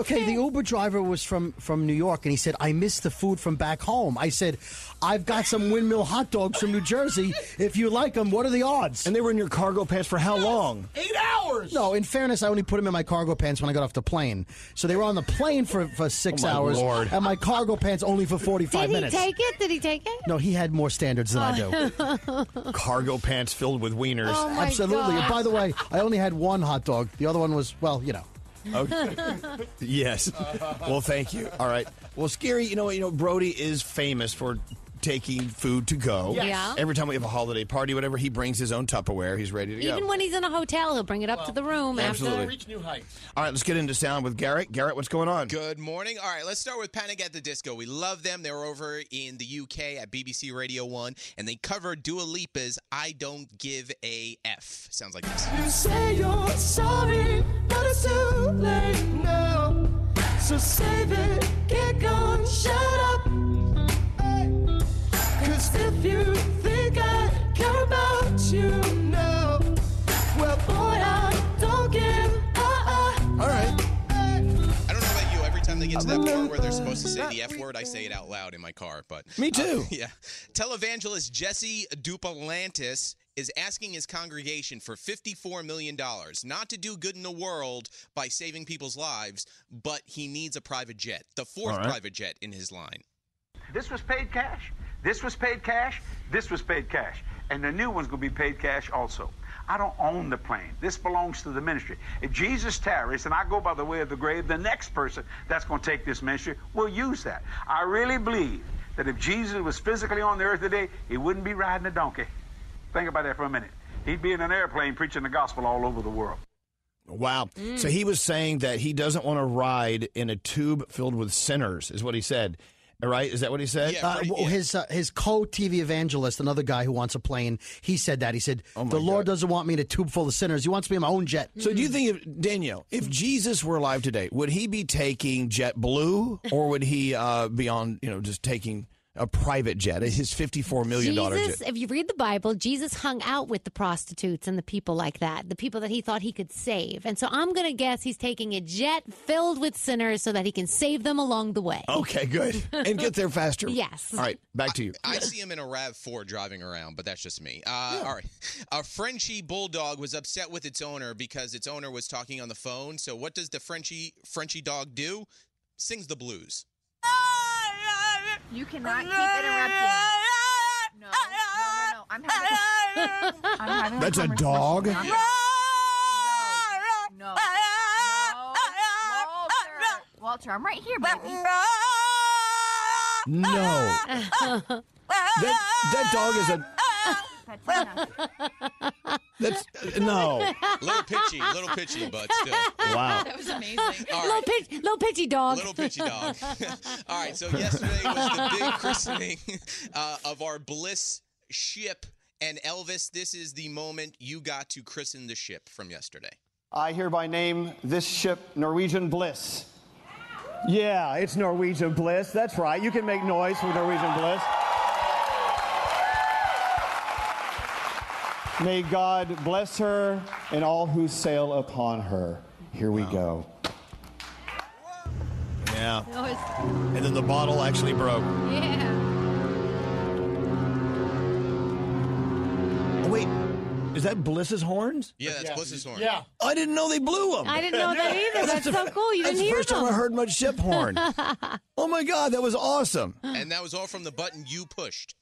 [SPEAKER 12] okay, the Uber driver was from from New York, and he said, "I missed the food from back home." I said, "I've got some windmill hot dogs from New Jersey. If you like them, what are the odds?"
[SPEAKER 1] And they were in your cargo pants for how long?
[SPEAKER 9] Eight hours.
[SPEAKER 12] No, in fairness, I only put them in my cargo pants when I got off the plane. So they were on the plane for for six
[SPEAKER 1] Oh, my
[SPEAKER 12] hours,
[SPEAKER 1] Lord.
[SPEAKER 12] and my cargo pants only for forty
[SPEAKER 4] Did
[SPEAKER 12] five
[SPEAKER 4] he
[SPEAKER 12] minutes.
[SPEAKER 4] take it? Did he take it?
[SPEAKER 12] no, he had more standards than I
[SPEAKER 4] [LAUGHS]
[SPEAKER 12] do.
[SPEAKER 4] do. [LAUGHS]
[SPEAKER 1] Cargo pants filled with wieners.
[SPEAKER 4] Oh, my
[SPEAKER 12] Absolutely.
[SPEAKER 4] God.
[SPEAKER 12] And by the way, I only had one hot dog. The other one was, well, you know.
[SPEAKER 4] [LAUGHS]
[SPEAKER 16] [LAUGHS]
[SPEAKER 1] Okay. yes. Well, thank you. All right. Well, scary. You know, you know, Brody is famous for taking food to go.
[SPEAKER 4] Yes. Yeah.
[SPEAKER 1] Every time we have a holiday party, whatever, he brings his own Tupperware. He's ready to go.
[SPEAKER 4] Even when he's in a hotel, he'll bring it up to the room
[SPEAKER 1] absolutely.
[SPEAKER 4] after.
[SPEAKER 9] new heights.
[SPEAKER 1] All right, let's get into sound with Garrett. Garrett, what's going on?
[SPEAKER 26] Good morning. All right, let's start with Panic at the Disco. We love them. They were over in the UK at BBC Radio 1, and they covered Dua Lipa's I Don't Give a F. Sounds like this.
[SPEAKER 16] You say you're sorry, but it's too late now. So save it, get gone, shut up. Cause if you think I care about you now, well, boy, I don't give a. All right.
[SPEAKER 26] I don't know about you. Every time they get to that part where they're supposed to say the F word, I say it out loud in my car. But uh,
[SPEAKER 1] Me too.
[SPEAKER 26] [LAUGHS] yeah. Televangelist Jesse Duplantis is asking his congregation for $54 million not to do good in the world by saving people's lives, but he needs a private jet, the fourth
[SPEAKER 33] All right.
[SPEAKER 26] private jet in his line.
[SPEAKER 33] This was paid cash. This was paid cash. This was paid cash. And the new one's going to be paid cash also. I don't own the plane. This belongs to the ministry. If Jesus tarries and I go by the way of the grave, the next person that's going to take this ministry will use that. I really believe that if Jesus was physically on the earth today, he wouldn't be riding a donkey. Think about that for a minute. He'd be in an airplane preaching the gospel all over the world.
[SPEAKER 1] Wow.
[SPEAKER 4] Mm.
[SPEAKER 1] So he was saying that he doesn't want to ride in a tube filled with sinners, is what he said. All right? Is that what he said?
[SPEAKER 12] uh, well, His uh, his co TV evangelist, another guy who wants a plane, he said that. He said, The Lord doesn't want me in a tube full of sinners. He wants me in my own jet.
[SPEAKER 1] So do you think, if, Danielle, if Jesus were alive today, would he be taking JetBlue or would he uh, be on, you know, just taking a private jet, his $54 million
[SPEAKER 4] Jesus,
[SPEAKER 1] jet?
[SPEAKER 4] if you read the Bible, Jesus hung out with the prostitutes and the people like that, the people that he thought he could save. And so I'm going to guess he's taking a jet filled with sinners so that he can save them along the way.
[SPEAKER 1] Okay, good.
[SPEAKER 4] [LAUGHS]
[SPEAKER 1] And get there faster.
[SPEAKER 4] Yes.
[SPEAKER 1] All right, back to you.
[SPEAKER 26] I see him in a RAV4 driving around, but that's just me. Uh, All right. A Frenchie bulldog was upset with its owner because its owner was talking on the phone. So, what does the Frenchie, Frenchie dog do? Sings the blues.
[SPEAKER 18] You [LAUGHS] cannot keep interrupting. No, no, no, no. I'm having [LAUGHS] a, I'm having
[SPEAKER 1] That's
[SPEAKER 18] a,
[SPEAKER 1] a
[SPEAKER 18] conversation.
[SPEAKER 1] dog?
[SPEAKER 18] No, no, no, no, Walter. Walter, I'm right here, baby. [LAUGHS]
[SPEAKER 1] No. that, that dog is a. That's uh, no.
[SPEAKER 26] Little pitchy,
[SPEAKER 18] [LAUGHS]
[SPEAKER 26] little pitchy,
[SPEAKER 4] [LAUGHS]
[SPEAKER 26] but still.
[SPEAKER 1] Wow.
[SPEAKER 26] That
[SPEAKER 4] was
[SPEAKER 26] amazing.
[SPEAKER 4] Little, pitch, little pitchy dog.
[SPEAKER 26] Little
[SPEAKER 4] [LAUGHS]
[SPEAKER 26] pitchy dog. [LAUGHS] All right, so yesterday was the big christening uh, of our Bliss ship. And Elvis, this is the moment you got to christen the ship from yesterday.
[SPEAKER 4] [GASPS]
[SPEAKER 34] I hereby name this ship Norwegian Bliss. Yeah, it's Norwegian Bliss. That's right. You can make noise for Norwegian Bliss. May God bless her and all who sail upon her. Here we go.
[SPEAKER 1] Yeah.
[SPEAKER 18] No, it's-
[SPEAKER 1] And then the bottle actually broke.
[SPEAKER 18] yeah.
[SPEAKER 1] Oh, wait, is that Bliss's horns?
[SPEAKER 26] Yeah, that's Bliss's horn.
[SPEAKER 1] Yeah. I didn't know they blew them.
[SPEAKER 33] I didn't know that either. That's
[SPEAKER 1] the
[SPEAKER 33] so
[SPEAKER 1] f-
[SPEAKER 33] cool. You
[SPEAKER 1] that's
[SPEAKER 33] didn't
[SPEAKER 1] the
[SPEAKER 33] hear
[SPEAKER 1] first time I
[SPEAKER 33] them.
[SPEAKER 1] heard my
[SPEAKER 33] [LAUGHS]
[SPEAKER 1] ship horn. oh my god, that was awesome.
[SPEAKER 26] And that was all from the button you pushed.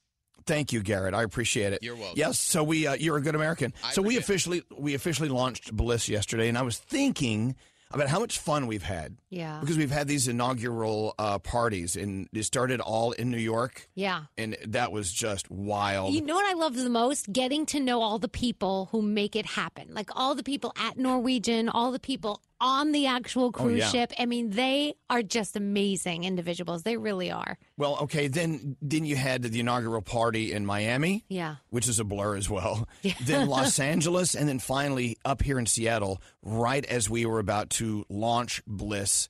[SPEAKER 1] Thank you, Garrett. I appreciate it.
[SPEAKER 5] You're welcome.
[SPEAKER 1] Yes, so we uh, you're a good American.
[SPEAKER 5] I
[SPEAKER 1] so we officially we officially launched Bliss yesterday, and I was thinking about how much fun we've had.
[SPEAKER 4] Yeah.
[SPEAKER 1] Because we've had these inaugural uh, parties, and it started all in New York,
[SPEAKER 4] Yeah.
[SPEAKER 1] and that was just wild.
[SPEAKER 4] You know what I loved the most? Getting to know all the people who make it happen. Like all the people at Norwegian, all the people on the actual
[SPEAKER 1] Oh,
[SPEAKER 4] cruise
[SPEAKER 1] yeah.
[SPEAKER 4] ship. I mean, they are just amazing individuals. They really are.
[SPEAKER 1] well, okay, then then you had the inaugural party in Miami.
[SPEAKER 4] Yeah.
[SPEAKER 1] which is a blur as well. then Los Angeles, and then finally up here in Seattle, right as we were about to launch Bliss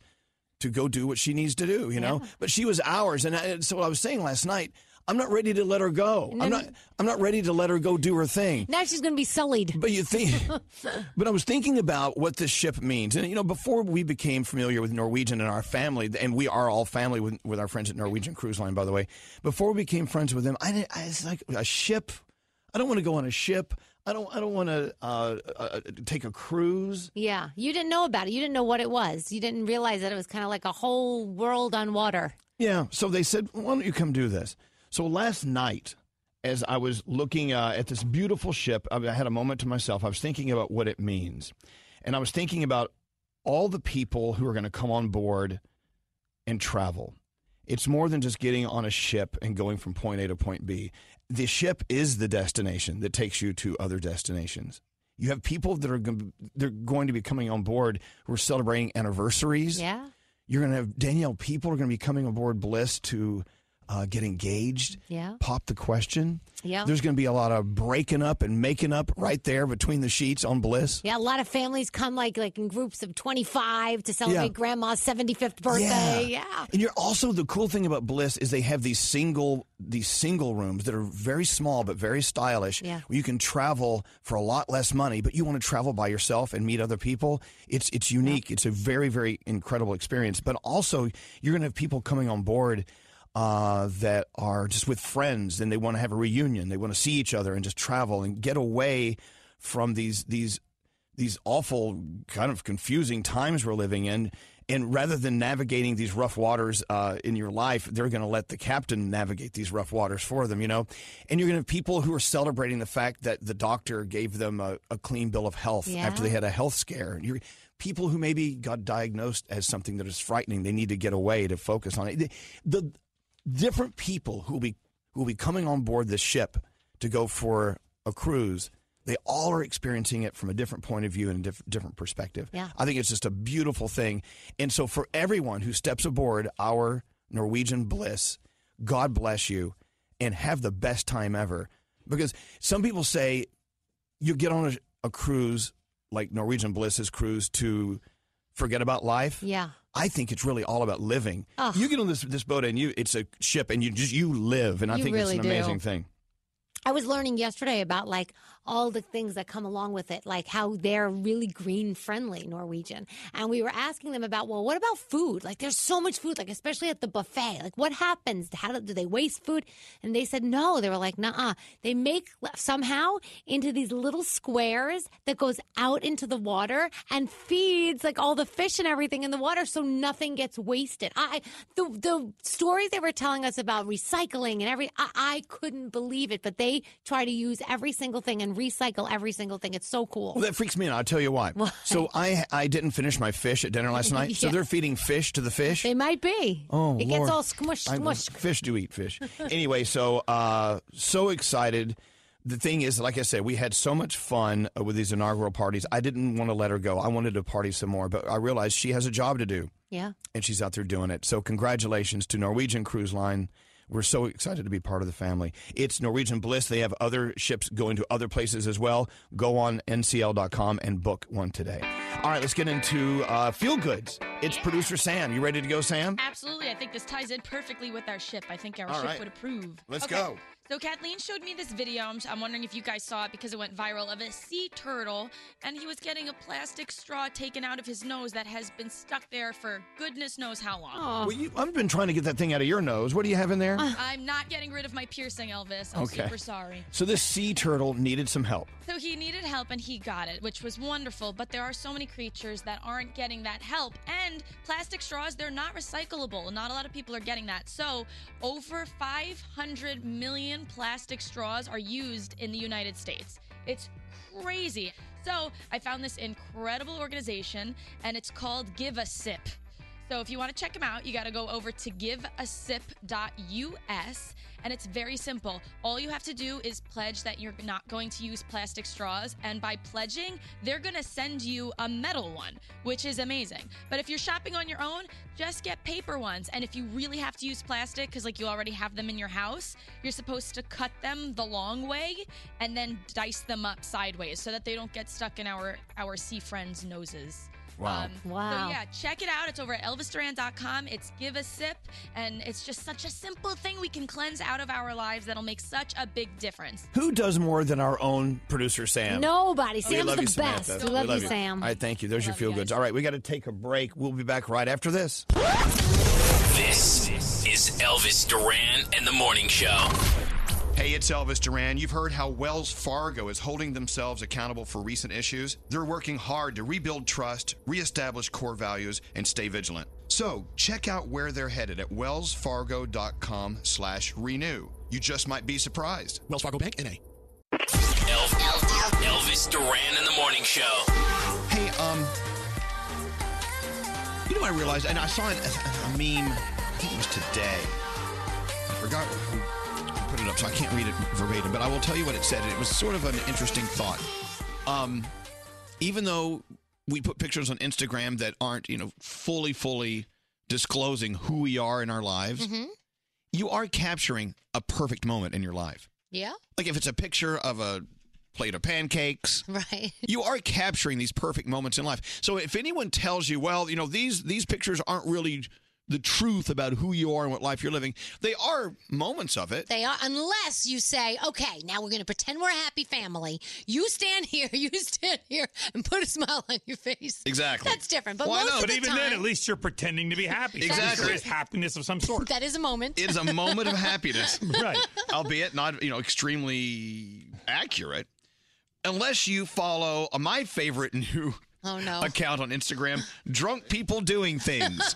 [SPEAKER 1] to go do what she needs to do, you know. But she was ours, and I, so what I was saying last night, I'm not ready to let her go. I'm not. I'm not ready to let her go do her thing.
[SPEAKER 4] Now she's going to be sullied.
[SPEAKER 1] But you
[SPEAKER 4] [LAUGHS]
[SPEAKER 1] think, but I was thinking about what this ship means. And, you know, before we became familiar with Norwegian and our family, and we are all family with, with our friends at Norwegian Cruise Line, by the way, before we became friends with them, I, didn't, I was like, a ship? I don't want to go on a ship. I don't, I don't want to uh, uh, take a cruise.
[SPEAKER 4] Yeah. You didn't know about it. You didn't know what it was. You didn't realize that it was kind of like a whole world on water.
[SPEAKER 1] Yeah. So they said, why don't you come do this? So last night, as I was looking uh, at this beautiful ship, I I had a moment to myself. I was thinking about what it means. And I was thinking about all the people who are going to come on board and travel. It's more than just getting on a ship and going from point A to point B. The ship is the destination that takes you to other destinations. You have people that are gon- they're going to be coming on board who are celebrating anniversaries.
[SPEAKER 4] Yeah.
[SPEAKER 1] You're going to have Danielle people are going to be coming aboard Bliss to uh, get engaged.
[SPEAKER 4] Yeah.
[SPEAKER 1] Pop the question.
[SPEAKER 4] Yeah.
[SPEAKER 1] There's going to be a lot of breaking up and making up right there between the sheets on Bliss.
[SPEAKER 4] Yeah, a lot of families come like like in groups of 25 to celebrate
[SPEAKER 1] Yeah.
[SPEAKER 4] grandma's 75th birthday. yeah.
[SPEAKER 1] And you're also the cool thing about Bliss is they have these single these single rooms that are very small but very stylish.
[SPEAKER 4] Yeah.
[SPEAKER 1] Where you can travel for a lot less money, but you want to travel by yourself and meet other people. It's it's unique. It's a very very incredible experience. But also you're going to have people coming on board. Uh, that are just with friends and they want to have a reunion. They want to see each other and just travel and get away from these these these awful kind of confusing times we're living in and rather than navigating these rough waters uh, in your life they're going to let the captain navigate these rough waters for them you know and you're going to have people who are celebrating the fact that the doctor gave them a, a clean bill of health
[SPEAKER 4] Yeah.
[SPEAKER 1] after they had a health scare And you're people who maybe got diagnosed as something that is frightening they need to get away to focus on it the, the different people who will be who will be coming on board this ship to go for a cruise they all are experiencing it from a different point of view and a diff- different perspective.
[SPEAKER 4] Yeah.
[SPEAKER 1] I think it's just a beautiful thing. And so, for everyone who steps aboard our Norwegian Bliss, God bless you and have the best time ever. Because some people say you get on a, a cruise like Norwegian Bliss's cruise to forget about life.
[SPEAKER 4] Yeah.
[SPEAKER 1] I think it's really all about living. You get on this this boat and you it's a ship and you just you live and I
[SPEAKER 4] You
[SPEAKER 1] think
[SPEAKER 4] really
[SPEAKER 1] it's an
[SPEAKER 4] do.
[SPEAKER 1] amazing thing.
[SPEAKER 4] I was learning yesterday about like all the things that come along with it, like how they're really green friendly Norwegian. And we were asking them about, well, what about food? Like there's so much food, like especially at the buffet. Like what happens? How do, do they waste food? And they said no. They were like, nah. They make somehow into these little squares that goes out into the water and feeds like all the fish and everything in the water, so nothing gets wasted. I the the stories they were telling us about recycling and every I, I couldn't believe it, but they try to use every single thing and recycle every single thing. It's so cool.
[SPEAKER 1] Well, that freaks me out. I'll tell you why. So I I didn't finish my fish at dinner last night. So
[SPEAKER 4] [LAUGHS] Yeah.
[SPEAKER 1] they're feeding fish to the fish.
[SPEAKER 4] They might be.
[SPEAKER 1] Oh,
[SPEAKER 4] it
[SPEAKER 1] Lord.
[SPEAKER 4] gets all smushed,
[SPEAKER 1] I-
[SPEAKER 4] smushed.
[SPEAKER 1] fish do eat
[SPEAKER 4] [LAUGHS]
[SPEAKER 1] fish. anyway, so uh, so excited. The thing is, like I said, we had so much fun uh, with these inaugural parties. I didn't want to let her go. I wanted to party some more, but I realized she has a job to do,
[SPEAKER 4] Yeah.
[SPEAKER 1] and she's out there doing it. So congratulations to Norwegian Cruise Line. We're so excited to be part of the family. It's Norwegian Bliss. They have other ships going to other places as well. Go on ncl.com and book one today. All right, let's get into uh, Feel Goods. It's producer Sam. You ready to go, Sam?
[SPEAKER 7] Absolutely. I think this ties in perfectly with our ship. I think our
[SPEAKER 1] All
[SPEAKER 7] ship
[SPEAKER 1] right.
[SPEAKER 7] would approve.
[SPEAKER 1] Let's
[SPEAKER 7] Okay.
[SPEAKER 1] go.
[SPEAKER 7] So Kathleen showed me this video. I'm, I'm wondering if you guys saw it because it went viral of a sea turtle, and he was getting a plastic straw taken out of his nose that has been stuck there for goodness knows how long.
[SPEAKER 16] Oh.
[SPEAKER 1] Well, you, I've been trying to get that thing out of your nose. What do you have in
[SPEAKER 16] Uh.
[SPEAKER 1] there?
[SPEAKER 7] I'm not getting rid of my piercing, Elvis. I'm super sorry.
[SPEAKER 1] So this sea turtle needed some help.
[SPEAKER 7] So he needed help and he got it, which was wonderful. But there are so many creatures that aren't getting that help. And plastic straws, they're not recyclable. Not a lot of people are getting that. So over $500 million million plastic straws are used in the United States. It's crazy. So I found this incredible organization, and it's called Give a Sip. So if you want to check them out, you got to go over to giveasip.us. And it's very simple. All you have to do is pledge that you're not going to use plastic straws. And by pledging, they're going to send you a metal one, which is amazing. But if you're shopping on your own, just get paper ones. And if you really have to use plastic, because like you already have them in your house, you're supposed to cut them the long way and then dice them up sideways so that they don't get stuck in our, our sea friends' noses. Um,
[SPEAKER 16] Wow. Wow.
[SPEAKER 7] So yeah, check it out. It's over at elvisduran.com. It's give a sip, and it's just such a simple thing we can cleanse out of our lives that'll make such a big difference.
[SPEAKER 35] Who does more than our own producer, Sam?
[SPEAKER 16] Nobody.
[SPEAKER 35] We
[SPEAKER 16] Sam's
[SPEAKER 35] love
[SPEAKER 16] the
[SPEAKER 35] you,
[SPEAKER 16] best.
[SPEAKER 35] Samantha.
[SPEAKER 16] We love, you, Sam.
[SPEAKER 35] All right, thank you. There's your feel goods. All right, we got to take a break. We'll be back right after this.
[SPEAKER 3] This is Elvis Duran and the Morning Show.
[SPEAKER 1] Hey, it's Elvis Duran. You've heard how Wells Fargo is holding themselves accountable for recent issues. They're working hard to rebuild trust, reestablish core values, and stay vigilant. So check out where they're headed at wellsfargo.com slash renew. You just might be surprised. Wells Fargo Bank NA.
[SPEAKER 3] Elvis Duran and the Morning Show.
[SPEAKER 1] Hey, um, you know what I realized, and I saw an, a, a meme. I think it was today. I forgot who who put it up, so I can't read it verbatim. But I will tell you what it said. and It was sort of an interesting thought. Um, even though we put pictures on Instagram that aren't, you know, fully, fully disclosing who we are in our lives,
[SPEAKER 4] Mm-hmm.
[SPEAKER 1] you are capturing a perfect moment in your life.
[SPEAKER 4] Yeah. [LAUGHS]
[SPEAKER 1] Like if it's a picture of a plate of pancakes,
[SPEAKER 4] right?
[SPEAKER 1] You are capturing these perfect moments in life. So if anyone tells you, well, you know, these these pictures aren't really the truth about who you are and what life you're living, they are moments of it.
[SPEAKER 4] They are, unless you say, okay, now we're going to pretend we're a happy family. You stand [LAUGHS] here, you stand here, and put a smile on your face.
[SPEAKER 1] Exactly.
[SPEAKER 4] That's different. But most of
[SPEAKER 5] but
[SPEAKER 4] the
[SPEAKER 5] even
[SPEAKER 4] time,
[SPEAKER 5] then, at least you're pretending to be happy.
[SPEAKER 1] Exactly.
[SPEAKER 5] There is happiness of some sort.
[SPEAKER 4] that is a moment.
[SPEAKER 1] It is a
[SPEAKER 4] [LAUGHS]
[SPEAKER 1] moment of happiness.
[SPEAKER 5] [LAUGHS] Right.
[SPEAKER 1] Albeit not, you know, extremely accurate. Unless you follow uh, my favorite new
[SPEAKER 4] Oh, no.
[SPEAKER 1] account on Instagram, drunk people doing things.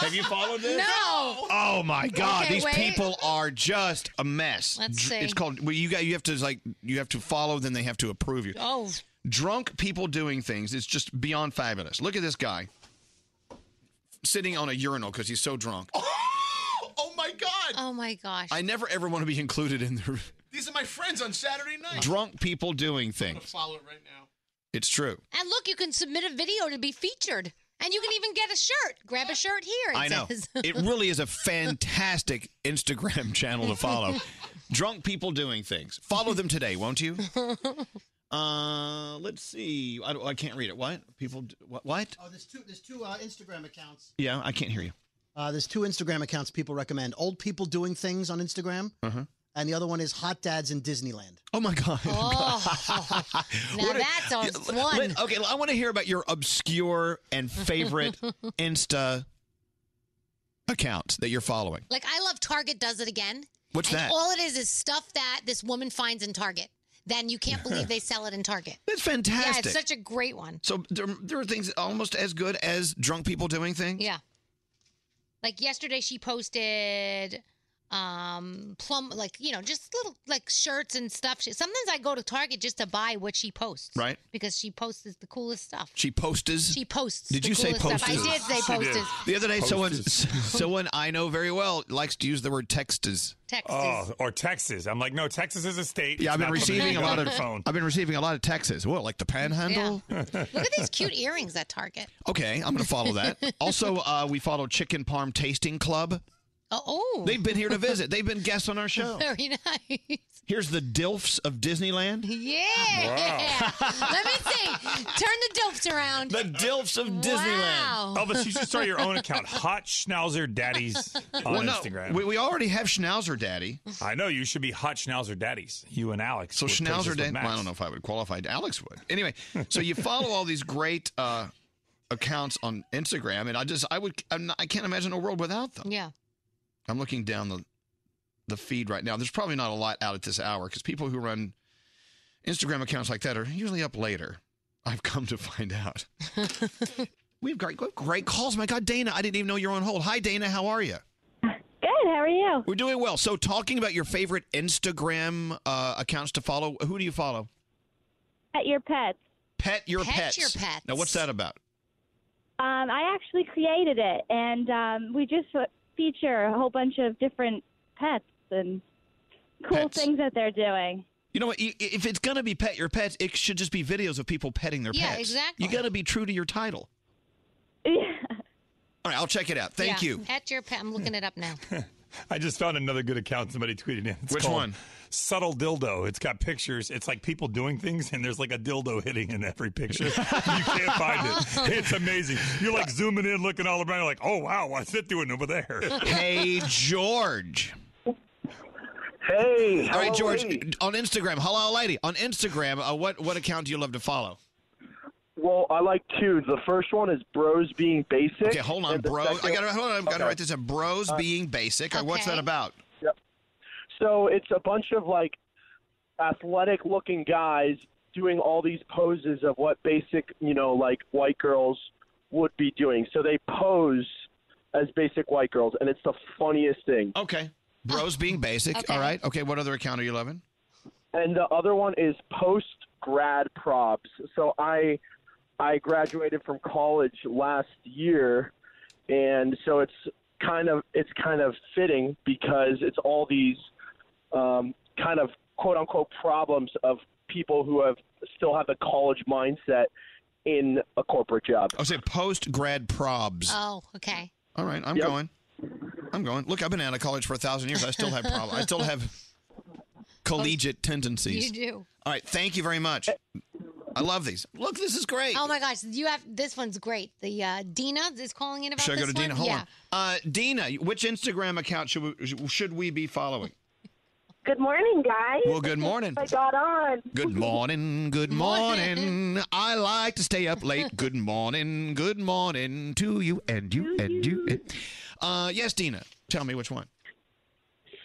[SPEAKER 1] Have you followed this?
[SPEAKER 4] No.
[SPEAKER 1] Oh my God!
[SPEAKER 4] Okay,
[SPEAKER 1] These
[SPEAKER 4] wait.
[SPEAKER 1] people are just a mess.
[SPEAKER 4] Let's
[SPEAKER 1] Dr-
[SPEAKER 4] see.
[SPEAKER 1] It's called. Well, you got. You have to like. You have to follow. Then they have to approve you.
[SPEAKER 4] Oh.
[SPEAKER 1] Drunk people doing things. It's just beyond fabulous. Look at this guy sitting on a urinal because he's so drunk. Oh my God.
[SPEAKER 4] Oh my gosh.
[SPEAKER 1] I never ever want to be included in
[SPEAKER 4] [LAUGHS]
[SPEAKER 1] the
[SPEAKER 9] These are my friends on Saturday night.
[SPEAKER 1] drunk people doing things.
[SPEAKER 9] Follow it right now.
[SPEAKER 1] It's true.
[SPEAKER 4] [LAUGHS] And look, you can submit a video to be featured. And you can even get a shirt. Grab a shirt here. It
[SPEAKER 1] I know.
[SPEAKER 4] [LAUGHS] Says.
[SPEAKER 1] it really is a fantastic Instagram channel to
[SPEAKER 4] [LAUGHS]
[SPEAKER 1] follow. Drunk people doing things. Follow them today, won't you? Uh, let's see. I, don't- I can't read it. What people? d- What? what?
[SPEAKER 12] Oh, there's two. There's two uh, Instagram accounts.
[SPEAKER 1] Yeah, I can't hear you.
[SPEAKER 12] Uh, there's two Instagram accounts people recommend. Old people doing things on Instagram,
[SPEAKER 1] Uh huh.
[SPEAKER 12] and the other one is hot dads in Disneyland.
[SPEAKER 1] Oh my god!
[SPEAKER 12] [LAUGHS]
[SPEAKER 1] [LAUGHS]
[SPEAKER 4] Oh, now that's on one.
[SPEAKER 1] Let- okay, I want to hear about your obscure and
[SPEAKER 4] [LAUGHS]
[SPEAKER 1] favorite Insta account that you're following.
[SPEAKER 4] Like I love Target does it again.
[SPEAKER 1] What's
[SPEAKER 4] and
[SPEAKER 1] that?
[SPEAKER 4] All it is is stuff that this woman finds in Target. Then you can't believe they sell it in Target.
[SPEAKER 1] [LAUGHS] That's
[SPEAKER 4] Yeah,
[SPEAKER 1] fantastic.
[SPEAKER 4] it's such a great one.
[SPEAKER 1] so there, there are things almost as good as drunk people doing things.
[SPEAKER 4] Yeah. Like yesterday she posted um plum like you know just little like shirts and stuff. She, sometimes I go to Target just to buy what she posts.
[SPEAKER 1] Right.
[SPEAKER 4] Because she posts the coolest stuff.
[SPEAKER 1] She posters.
[SPEAKER 4] She posts.
[SPEAKER 1] Did
[SPEAKER 4] the
[SPEAKER 1] you say
[SPEAKER 4] coolest stuff.
[SPEAKER 1] posters?
[SPEAKER 4] I did say posters.
[SPEAKER 1] The other day, someone someone I know very well likes to use the word texters.
[SPEAKER 4] Texas.
[SPEAKER 5] Oh, or Texas. I'm like, no, Texas is a state.
[SPEAKER 1] [LAUGHS] Yeah, I've
[SPEAKER 5] It's
[SPEAKER 1] been
[SPEAKER 5] not something
[SPEAKER 1] receiving
[SPEAKER 5] you
[SPEAKER 1] a
[SPEAKER 5] got on
[SPEAKER 1] lot of
[SPEAKER 5] your phone.
[SPEAKER 1] I've been receiving a lot of texts. What, like the panhandle?
[SPEAKER 4] Look at these cute earrings at Target.
[SPEAKER 1] [LAUGHS] Okay, I'm going to follow
[SPEAKER 4] [LAUGHS]
[SPEAKER 1] that. Also, uh, we follow Chicken Parm Tasting Club.
[SPEAKER 4] Oh, oh.
[SPEAKER 1] They've been here to visit. They've been guests on our
[SPEAKER 4] [LAUGHS]
[SPEAKER 1] show.
[SPEAKER 4] Very nice.
[SPEAKER 18] [LAUGHS]
[SPEAKER 1] Here's the Dilfs of Disneyland.
[SPEAKER 4] Yeah.
[SPEAKER 1] Wow.
[SPEAKER 4] Let me see. Turn the dopes around.
[SPEAKER 1] The Dilfs of
[SPEAKER 4] Wow.
[SPEAKER 5] Elvis, you should start your
[SPEAKER 1] [LAUGHS]
[SPEAKER 5] own account, Hot Schnauzer Daddies on
[SPEAKER 1] Well, no,
[SPEAKER 5] Instagram.
[SPEAKER 1] we- we already have Schnauzer Daddy.
[SPEAKER 5] I know you should be Hot Schnauzer Daddies. You and Alex.
[SPEAKER 1] So
[SPEAKER 5] would
[SPEAKER 1] Schnauzer
[SPEAKER 5] purchase with
[SPEAKER 1] Dan-
[SPEAKER 5] Max.
[SPEAKER 1] well, I don't know if I would qualify. Alex would. Anyway, so you follow all these great uh, accounts on Instagram, and I just I would I'm not, I can't imagine a world without them.
[SPEAKER 4] Yeah.
[SPEAKER 1] I'm looking down the the feed right now. There's probably not a lot out at this hour because people who run Instagram accounts like that are usually up later. I've come to find out. We've got great calls. My God, Dana, I didn't even know you were on hold. Hi, Dana. How are you?
[SPEAKER 36] Good.
[SPEAKER 18] How are you?
[SPEAKER 1] We're doing well. So, talking about your favorite Instagram uh, accounts to follow, who do you follow?
[SPEAKER 18] At your pets.
[SPEAKER 1] Pet your
[SPEAKER 18] Pet
[SPEAKER 1] pets.
[SPEAKER 18] Your Pets.
[SPEAKER 1] Now, what's that about?
[SPEAKER 18] Um, I actually created it, and um, we just fe- feature a whole bunch of different pets and cool things that they're doing.
[SPEAKER 1] You know what? i- If it's gonna be pet your pets, it should just be videos of people petting their
[SPEAKER 18] Yeah,
[SPEAKER 1] pets.
[SPEAKER 18] exactly.
[SPEAKER 1] You gotta be true to your title. All right, I'll check it out. Thank
[SPEAKER 5] Yeah.
[SPEAKER 1] you.
[SPEAKER 4] At your pet. I'm looking it
[SPEAKER 1] [LAUGHS]
[SPEAKER 4] up now.
[SPEAKER 5] I just found another good account somebody tweeted in. It's
[SPEAKER 1] Which
[SPEAKER 5] called
[SPEAKER 1] one?
[SPEAKER 5] Subtle dildo. It's got pictures. It's like people doing things, and there's like a dildo hitting in every
[SPEAKER 1] [LAUGHS]
[SPEAKER 5] picture. you can't find it. It's amazing. You're like zooming in, looking all around. You're like, oh wow, what's it doing over there?
[SPEAKER 1] Hey, George.
[SPEAKER 29] Hey.
[SPEAKER 1] All right,
[SPEAKER 29] hello,
[SPEAKER 1] George.
[SPEAKER 29] lady.
[SPEAKER 1] On Instagram, hello, lady. On Instagram, uh, what what account do you love to follow?
[SPEAKER 29] Well, I like two. The first one is Bros Being Basic.
[SPEAKER 1] Okay, hold on, bro. I gotta hold on. I've gotta write this in. Bros
[SPEAKER 29] Uh,
[SPEAKER 1] being basic. Uh, What's that about?
[SPEAKER 29] Yep. So it's a bunch of like athletic looking guys doing all these poses of what basic, you know, like white girls would be doing. So they pose as basic white girls, and it's the funniest thing.
[SPEAKER 1] Okay.
[SPEAKER 18] Oh,
[SPEAKER 1] Bros being basic. All right. Okay. What other account are you loving?
[SPEAKER 29] And the other one is post grad probs. So I I graduated from college last year and so it's kind of it's kind of fitting because it's all these um, kind of quote unquote problems of people who have still have the college mindset in a corporate job.
[SPEAKER 1] Oh, say post grad probs.
[SPEAKER 4] Oh, okay.
[SPEAKER 1] All right, I'm going. I'm going. Look, I've been out of college for a thousand years. I still have problems. I still have collegiate tendencies.
[SPEAKER 4] Oh, You do.
[SPEAKER 1] All right, thank you very much. I love these. Look, this is great.
[SPEAKER 4] Oh my gosh, you have this one's great. The uh, Dina is calling in about
[SPEAKER 1] Should I
[SPEAKER 4] this
[SPEAKER 1] go to Dina?
[SPEAKER 4] one?
[SPEAKER 1] Hold
[SPEAKER 4] yeah.
[SPEAKER 1] on. Uh, Dina, which Instagram account should we, should we be following?
[SPEAKER 18] Good morning, guys.
[SPEAKER 1] Well, good morning.
[SPEAKER 18] I got on.
[SPEAKER 1] Good morning, good morning. I like to stay up late. Good morning, good morning to you and you and you. And, uh, yes, Dina, tell me which one.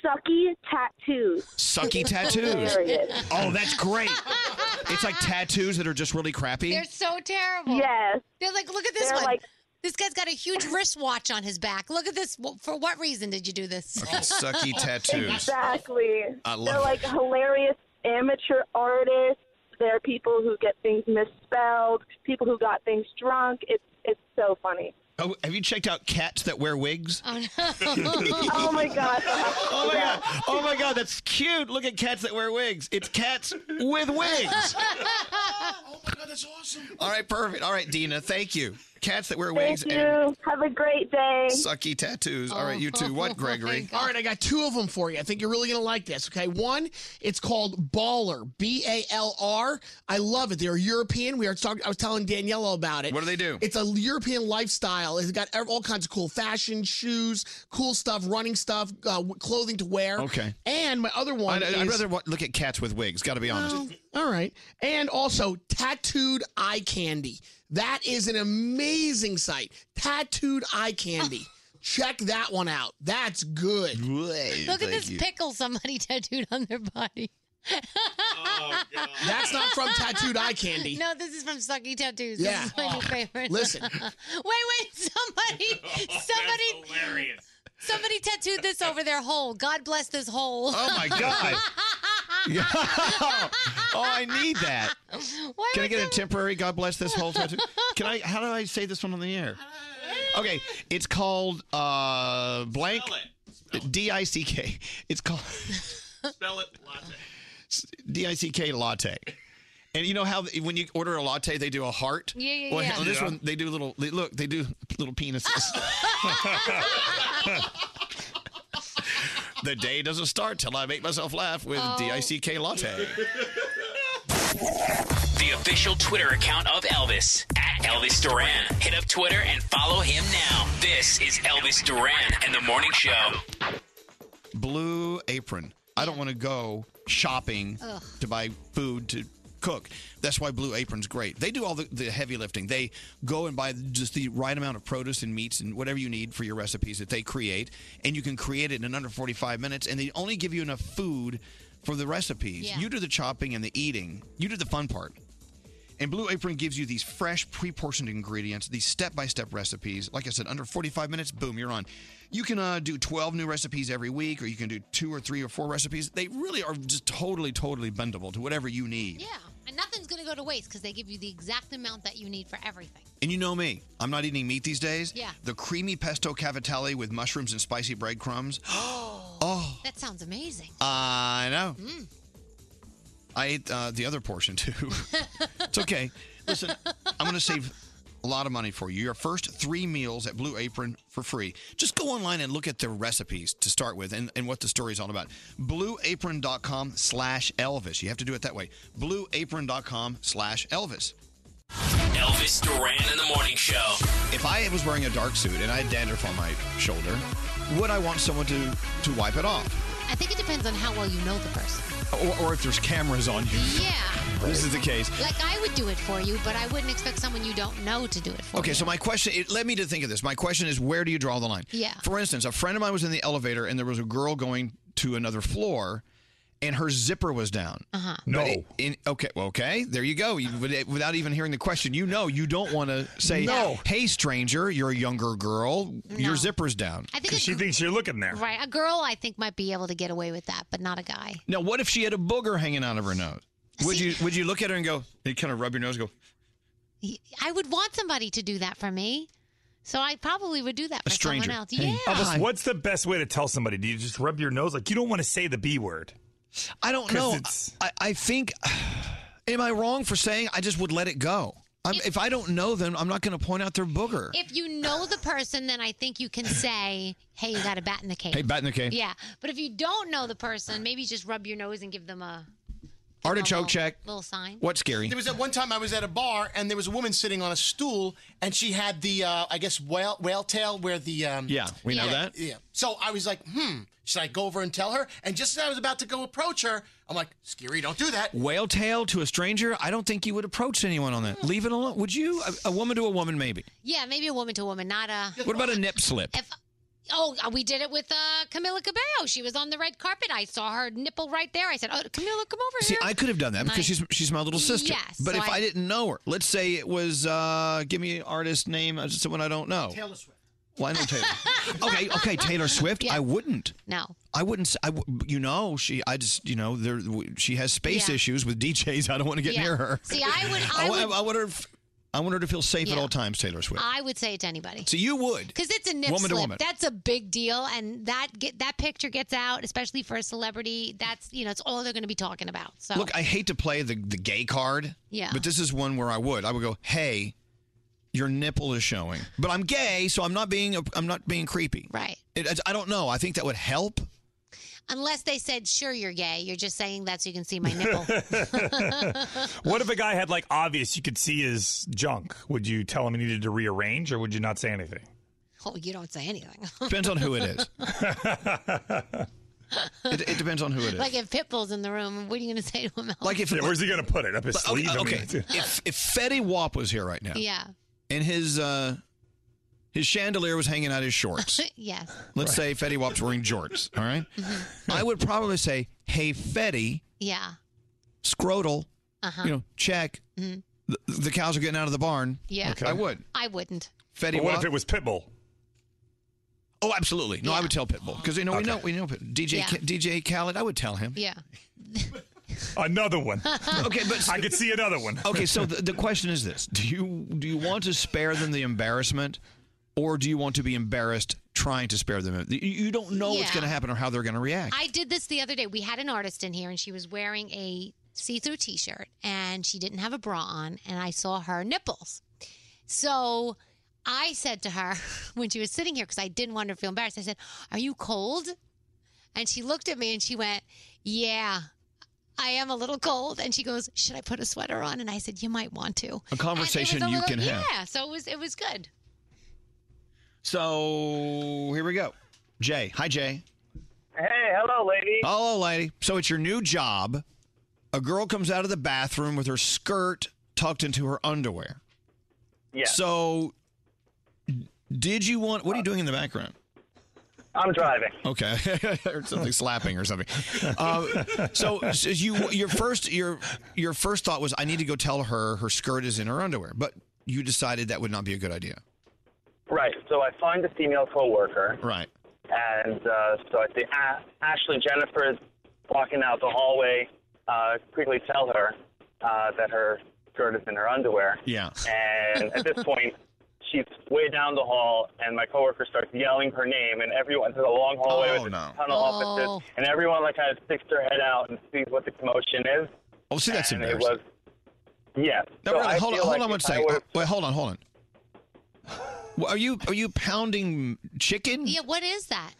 [SPEAKER 18] Sucky tattoos.
[SPEAKER 1] Sucky
[SPEAKER 18] [LAUGHS]
[SPEAKER 21] [LAUGHS]
[SPEAKER 1] tattoos.
[SPEAKER 18] Hilarious.
[SPEAKER 1] oh, that's great. It's like tattoos that are just really crappy.
[SPEAKER 4] They're so terrible.
[SPEAKER 18] Yes.
[SPEAKER 4] They're like, look at this
[SPEAKER 18] They're
[SPEAKER 4] one.
[SPEAKER 18] like-
[SPEAKER 4] this guy's got a
[SPEAKER 18] [LAUGHS]
[SPEAKER 4] huge wristwatch on his back. Look at this. W- For what reason did you do this?
[SPEAKER 1] Okay, sucky tattoos.
[SPEAKER 18] Exactly.
[SPEAKER 1] I love
[SPEAKER 18] They're
[SPEAKER 1] it.
[SPEAKER 18] like hilarious amateur artists. There are people who get things misspelled, people who got things drunk. It's it's so funny.
[SPEAKER 1] Oh, have you checked out cats that wear wigs?
[SPEAKER 4] Oh
[SPEAKER 1] [LAUGHS]
[SPEAKER 18] oh my [LAUGHS] god.
[SPEAKER 1] Oh my god! Oh my god! That's cute. Look at cats that wear wigs. It's cats with [LAUGHS] wigs.
[SPEAKER 29] oh
[SPEAKER 11] my god, that's awesome.
[SPEAKER 1] All right, perfect. All right, Dina. Thank you. Cats that wear wigs
[SPEAKER 18] Thank you.
[SPEAKER 1] and
[SPEAKER 18] Have a great day. Oh,
[SPEAKER 1] sucky tattoos. All right, you two.
[SPEAKER 11] [LAUGHS]
[SPEAKER 1] What, Gregory?
[SPEAKER 11] Oh, All right, I got two of them for you. I think you're really going to like this. Okay. One, it's called Baller, B A L R. I love it. They're European. We are talking, I was telling Daniela about it.
[SPEAKER 1] What do they do?
[SPEAKER 11] It's a European lifestyle. It's got ev- all kinds of cool fashion, shoes, cool stuff, running stuff, uh, w- clothing to wear.
[SPEAKER 1] Okay.
[SPEAKER 11] And my other one
[SPEAKER 1] I'd,
[SPEAKER 11] is.
[SPEAKER 1] I'd rather wa- look at cats with wigs. Got to be honest.
[SPEAKER 11] Oh, All right. And also tattooed eye candy. That is an amazing site. Tattooed eye candy. Check that one out. That's good.
[SPEAKER 4] Look at this pickle somebody [LAUGHS] tattooed on their body.
[SPEAKER 1] Oh,
[SPEAKER 11] That's not from tattooed eye candy.
[SPEAKER 4] [LAUGHS] No, this is from Sucky Tattoos.
[SPEAKER 11] Yeah.
[SPEAKER 4] This is
[SPEAKER 1] Oh,
[SPEAKER 4] my new favorite.
[SPEAKER 11] Listen.
[SPEAKER 4] [LAUGHS] wait, wait, somebody, somebody, somebody tattooed this over their hole. God bless this hole.
[SPEAKER 1] Oh
[SPEAKER 4] [LAUGHS]
[SPEAKER 1] my god! Yeah. [LAUGHS] oh, I need that.
[SPEAKER 4] Why
[SPEAKER 1] Can I
[SPEAKER 4] would
[SPEAKER 1] get a
[SPEAKER 4] some-
[SPEAKER 1] temporary God bless this whole tattoo? Can I? How do I say this one on the air? Okay, it's called uh blank D I C K. It's called [LAUGHS]
[SPEAKER 16] Spell it latte.
[SPEAKER 1] D I C K latte. And you know how th- when you order a latte, they do a heart.
[SPEAKER 26] Yeah, yeah,
[SPEAKER 1] well,
[SPEAKER 26] yeah.
[SPEAKER 1] On this
[SPEAKER 26] Yeah.
[SPEAKER 1] one, they do little. They, look, they do little penises. the day doesn't start till I make myself laugh with
[SPEAKER 3] Oh.
[SPEAKER 1] D I C K latte.
[SPEAKER 3] The official Twitter account of Elvis, at Elvis Duran. Hit up Twitter and follow him now. This is Elvis Duran and the Morning Show.
[SPEAKER 1] Blue Apron. I don't want to go shopping
[SPEAKER 3] Ugh.
[SPEAKER 1] to buy food to cook. That's why Blue Apron's great. They do all the, the heavy lifting. They go and buy just the right amount of produce and meats and whatever you need for your recipes that they create, and you can create it in under 45 minutes, and they only give you enough food for the recipes.
[SPEAKER 26] Yeah.
[SPEAKER 1] You do the chopping and the eating, you do the fun part. And Blue Apron gives you these fresh, pre portioned ingredients, these step by step recipes. Like I said, under 45 minutes, boom, you're on. You can uh, do 12 new recipes every week, or you can do two or three or four recipes. They really are just totally, totally bendable to whatever you need.
[SPEAKER 4] Yeah, and nothing's going to go to waste because they give you the exact amount that you need for everything.
[SPEAKER 1] And you know me, I'm not eating meat these days.
[SPEAKER 4] Yeah.
[SPEAKER 1] The creamy pesto cavatelle with mushrooms and spicy
[SPEAKER 4] [GASPS]
[SPEAKER 1] breadcrumbs. [GASPS] oh,
[SPEAKER 4] That sounds amazing. Hmm.
[SPEAKER 1] I know.
[SPEAKER 4] Mm.
[SPEAKER 1] I ate uh, the other portion too. [LAUGHS] it's okay. Listen, I'm going to save a lot of money for you. Your first three meals at Blue Apron for free. Just go online and look at their recipes to start with and, and what the story's all about. BlueApron.com slash Elvis. You have to do it that way. BlueApron.com slash Elvis.
[SPEAKER 3] Elvis Duran in the morning show.
[SPEAKER 1] If I was wearing a dark suit and I had dandruff on my shoulder, would I want someone to, to wipe it off?
[SPEAKER 4] I think it depends on how well you know the person.
[SPEAKER 1] Or, or if there's cameras on you.
[SPEAKER 4] Yeah.
[SPEAKER 1] This is the case.
[SPEAKER 4] Like I would do it for you, but I wouldn't expect someone you don't know to do it for
[SPEAKER 1] Okay,
[SPEAKER 4] you.
[SPEAKER 1] so my question it led me to think of this. My question is where do you draw the line?
[SPEAKER 4] Yeah.
[SPEAKER 1] For instance, a friend of mine was in the elevator and there was a girl going to another floor and her zipper was down.
[SPEAKER 4] Uh-huh.
[SPEAKER 1] No. okay, well, okay. There you go. You, with- without even hearing the question, you know you don't want to say,
[SPEAKER 4] No.
[SPEAKER 1] "Hey, stranger, you're a younger girl.
[SPEAKER 4] No.
[SPEAKER 1] Your zipper's down."
[SPEAKER 4] I think 'Cause it-
[SPEAKER 1] she thinks you're looking there.
[SPEAKER 4] Right. A girl I think might be able to get away with that, but not a guy.
[SPEAKER 1] Now, what if she had a booger hanging out of her nose? Would you would you look at her and go, and kind of rub your nose, and go,
[SPEAKER 4] I would want somebody to do that for me. So I probably would do that for someone else. Yeah.
[SPEAKER 5] Elvis, what's the best way to tell somebody? Do you just rub your nose? Like, you don't want to say the B word.
[SPEAKER 1] I don't
[SPEAKER 5] 'Cause
[SPEAKER 1] know.
[SPEAKER 5] it's-
[SPEAKER 1] I, I think. [SIGHS] Am I wrong for saying I just would let it go? I'm, if I don't know them, I'm not going to point out their booger.
[SPEAKER 4] If you know the person, then I think you can say, "Hey, you got a bat in the cave."
[SPEAKER 1] Hey, bat in the cave.
[SPEAKER 4] Yeah, but if you don't know the person, maybe just rub your nose and give them a
[SPEAKER 1] Artichoke check.
[SPEAKER 4] little sign.
[SPEAKER 1] What's scary?
[SPEAKER 9] There was at one time I was at a bar and there was a woman sitting on a stool and she had the uh, I guess whale whale tail where the um,
[SPEAKER 1] Yeah, we know that.
[SPEAKER 9] yeah. So I was like, hmm, should I go over and tell her? And just as I was about to go approach her, I'm like, Scary, don't do that.
[SPEAKER 1] Whale tail to a stranger. I don't think you would approach anyone on
[SPEAKER 4] Hmm.
[SPEAKER 1] that. Leave it alone. Would you? A, a woman to a woman, maybe.
[SPEAKER 4] Yeah, maybe a woman to woman, not a.
[SPEAKER 1] What about a nip slip?
[SPEAKER 4] Oh, we did it with uh, Camila Cabello. She was on the red carpet. I saw her nipple right there. I said, "Oh, Camila, come over
[SPEAKER 1] See,
[SPEAKER 4] here."
[SPEAKER 1] I could have done that because
[SPEAKER 4] My-
[SPEAKER 1] she's she's my little sister.
[SPEAKER 4] Yes,
[SPEAKER 1] but
[SPEAKER 4] so
[SPEAKER 1] if I,
[SPEAKER 4] I-
[SPEAKER 1] didn't know her, let's say it was uh, give me an artist name, uh, someone I don't know.
[SPEAKER 9] Taylor Swift.
[SPEAKER 1] Well, I know
[SPEAKER 4] [LAUGHS]
[SPEAKER 1] Taylor. okay, okay, Taylor Swift. I wouldn't.
[SPEAKER 4] No.
[SPEAKER 1] I wouldn't. s- I w- you know she. I just you know there. w- She has space
[SPEAKER 4] Yeah.
[SPEAKER 1] issues with [LAUGHS] DJs. I don't want to get
[SPEAKER 4] Yeah.
[SPEAKER 1] near her.
[SPEAKER 4] See, I would- I
[SPEAKER 1] wa- [LAUGHS]
[SPEAKER 4] would-
[SPEAKER 1] I want her. f- I want her to feel safe at
[SPEAKER 4] Yeah.
[SPEAKER 1] all times. Taylor Swift.
[SPEAKER 4] I would say it to anybody.
[SPEAKER 1] so you would.
[SPEAKER 4] Because it's a nip
[SPEAKER 1] Woman to
[SPEAKER 4] slip.
[SPEAKER 1] woman.
[SPEAKER 4] That's a big deal, and that get that picture gets out, especially for a celebrity. That's you know, it's all they're going to be talking about. So
[SPEAKER 1] Look, I hate to play the the gay card.
[SPEAKER 4] Yeah.
[SPEAKER 1] But this is one where I would. I would go, hey, your nipple is showing. But I'm gay, so I'm not being a, I'm not being creepy.
[SPEAKER 4] Right.
[SPEAKER 1] It, I- I don't know. I think that would
[SPEAKER 4] [LAUGHS]
[SPEAKER 1] help.
[SPEAKER 4] unless they said, "Sure, you're gay," you're just saying that so you can see my nipple.
[SPEAKER 1] [LAUGHS]
[SPEAKER 5] What if a guy had like obvious you could see his junk? Would you tell him he needed to rearrange or would you not say anything?
[SPEAKER 4] oh, you don't say anything.
[SPEAKER 1] Depends on who it
[SPEAKER 4] [LAUGHS]
[SPEAKER 1] is. it, it depends on who it is.
[SPEAKER 4] like if Pitbull's in the room, what are you going to say to him? else?
[SPEAKER 1] Like if
[SPEAKER 5] Yeah, where's he gonna put it? Up his
[SPEAKER 1] But,
[SPEAKER 5] sleeve? I mean,
[SPEAKER 1] Okay, okay. if if Fetty Wap was here right now,
[SPEAKER 4] [LAUGHS] yeah,
[SPEAKER 1] and his uh his chandelier was hanging out his shorts.
[SPEAKER 4] [LAUGHS] yes.
[SPEAKER 1] Let's say Fetty Wap's wearing jorts. All right,
[SPEAKER 4] Mm-hmm.
[SPEAKER 1] I would probably say, "Hey, Fetty,
[SPEAKER 4] Yeah.
[SPEAKER 1] scrotal,
[SPEAKER 4] Uh-huh.
[SPEAKER 1] you know, check.
[SPEAKER 4] Mhm.
[SPEAKER 1] The, the cows are getting out of the barn.
[SPEAKER 4] Yeah.
[SPEAKER 1] I would.
[SPEAKER 4] I wouldn't.
[SPEAKER 1] Fetty
[SPEAKER 5] But what
[SPEAKER 1] Wap.
[SPEAKER 5] if it was Pitbull?
[SPEAKER 1] Oh, absolutely. No, I would tell Pitbull because you know we know we know Pit- DJ
[SPEAKER 4] Yeah.
[SPEAKER 1] K- DJ Khaled. I would tell him.
[SPEAKER 4] Yeah.
[SPEAKER 5] Another one.
[SPEAKER 1] [LAUGHS] okay, but
[SPEAKER 5] I could see another one.
[SPEAKER 1] [LAUGHS] Okay, so the, the question is this: Do you do you want to spare them the embarrassment, or do you want to be embarrassed trying to spare them? You, you don't know what's
[SPEAKER 4] Yeah.
[SPEAKER 1] going to happen or how they're going to react.
[SPEAKER 4] I did this the other day. We had an artist in here, and she was wearing a see-through T-shirt, and she didn't have a bra on, and I saw her nipples. So I said to her [LAUGHS] when she was sitting here, because I didn't want her to feel embarrassed. I said, "Are you cold?" And she looked at me, and she went, "Yeah." I am a little cold, and she goes, "Should I put a sweater on?" And I said, "You might want to."
[SPEAKER 1] A conversation
[SPEAKER 4] And it
[SPEAKER 1] you
[SPEAKER 4] was a
[SPEAKER 1] can
[SPEAKER 4] little-
[SPEAKER 1] have.
[SPEAKER 4] Yeah, so it was it was good.
[SPEAKER 1] So here we go. Jay, hi Jay.
[SPEAKER 8] Hey, hello, lady.
[SPEAKER 1] Hello, lady. So it's your new job. A girl comes out of the bathroom with her skirt tucked into her underwear.
[SPEAKER 8] Yeah.
[SPEAKER 1] So, did you want? What are you doing in the background?
[SPEAKER 8] I'm driving.
[SPEAKER 1] Okay, [LAUGHS] or something slapping or something. Uh, so, so you your first your your first thought was I need to go tell her her skirt is in her underwear, but you decided that would not be a good idea.
[SPEAKER 8] Right. So I find a female coworker,
[SPEAKER 1] Right.
[SPEAKER 8] and uh, so I say, ah, Ashley Jennifer is walking out the hallway. Uh, quickly tell her uh, that her skirt is in her underwear.
[SPEAKER 1] Yeah.
[SPEAKER 8] And at
[SPEAKER 1] [LAUGHS]
[SPEAKER 8] this point, she's way down the hall, and my coworker starts yelling her name, and everyone there's a long hallway
[SPEAKER 1] Oh,
[SPEAKER 8] with
[SPEAKER 1] no.
[SPEAKER 8] a ton
[SPEAKER 1] Oh.
[SPEAKER 8] of offices, and everyone like kind of sticks their head out and sees what the commotion is.
[SPEAKER 1] Oh, see, that's
[SPEAKER 8] and
[SPEAKER 1] embarrassing.
[SPEAKER 8] It was, yeah.
[SPEAKER 1] Now,
[SPEAKER 8] so
[SPEAKER 1] really,
[SPEAKER 8] I
[SPEAKER 1] hold on,
[SPEAKER 8] feel
[SPEAKER 1] hold
[SPEAKER 8] like
[SPEAKER 1] on one
[SPEAKER 8] if I
[SPEAKER 1] second.
[SPEAKER 8] were-
[SPEAKER 1] Wait, hold on, hold on. Well, Are you are you pounding chicken?
[SPEAKER 4] Yeah, what is that?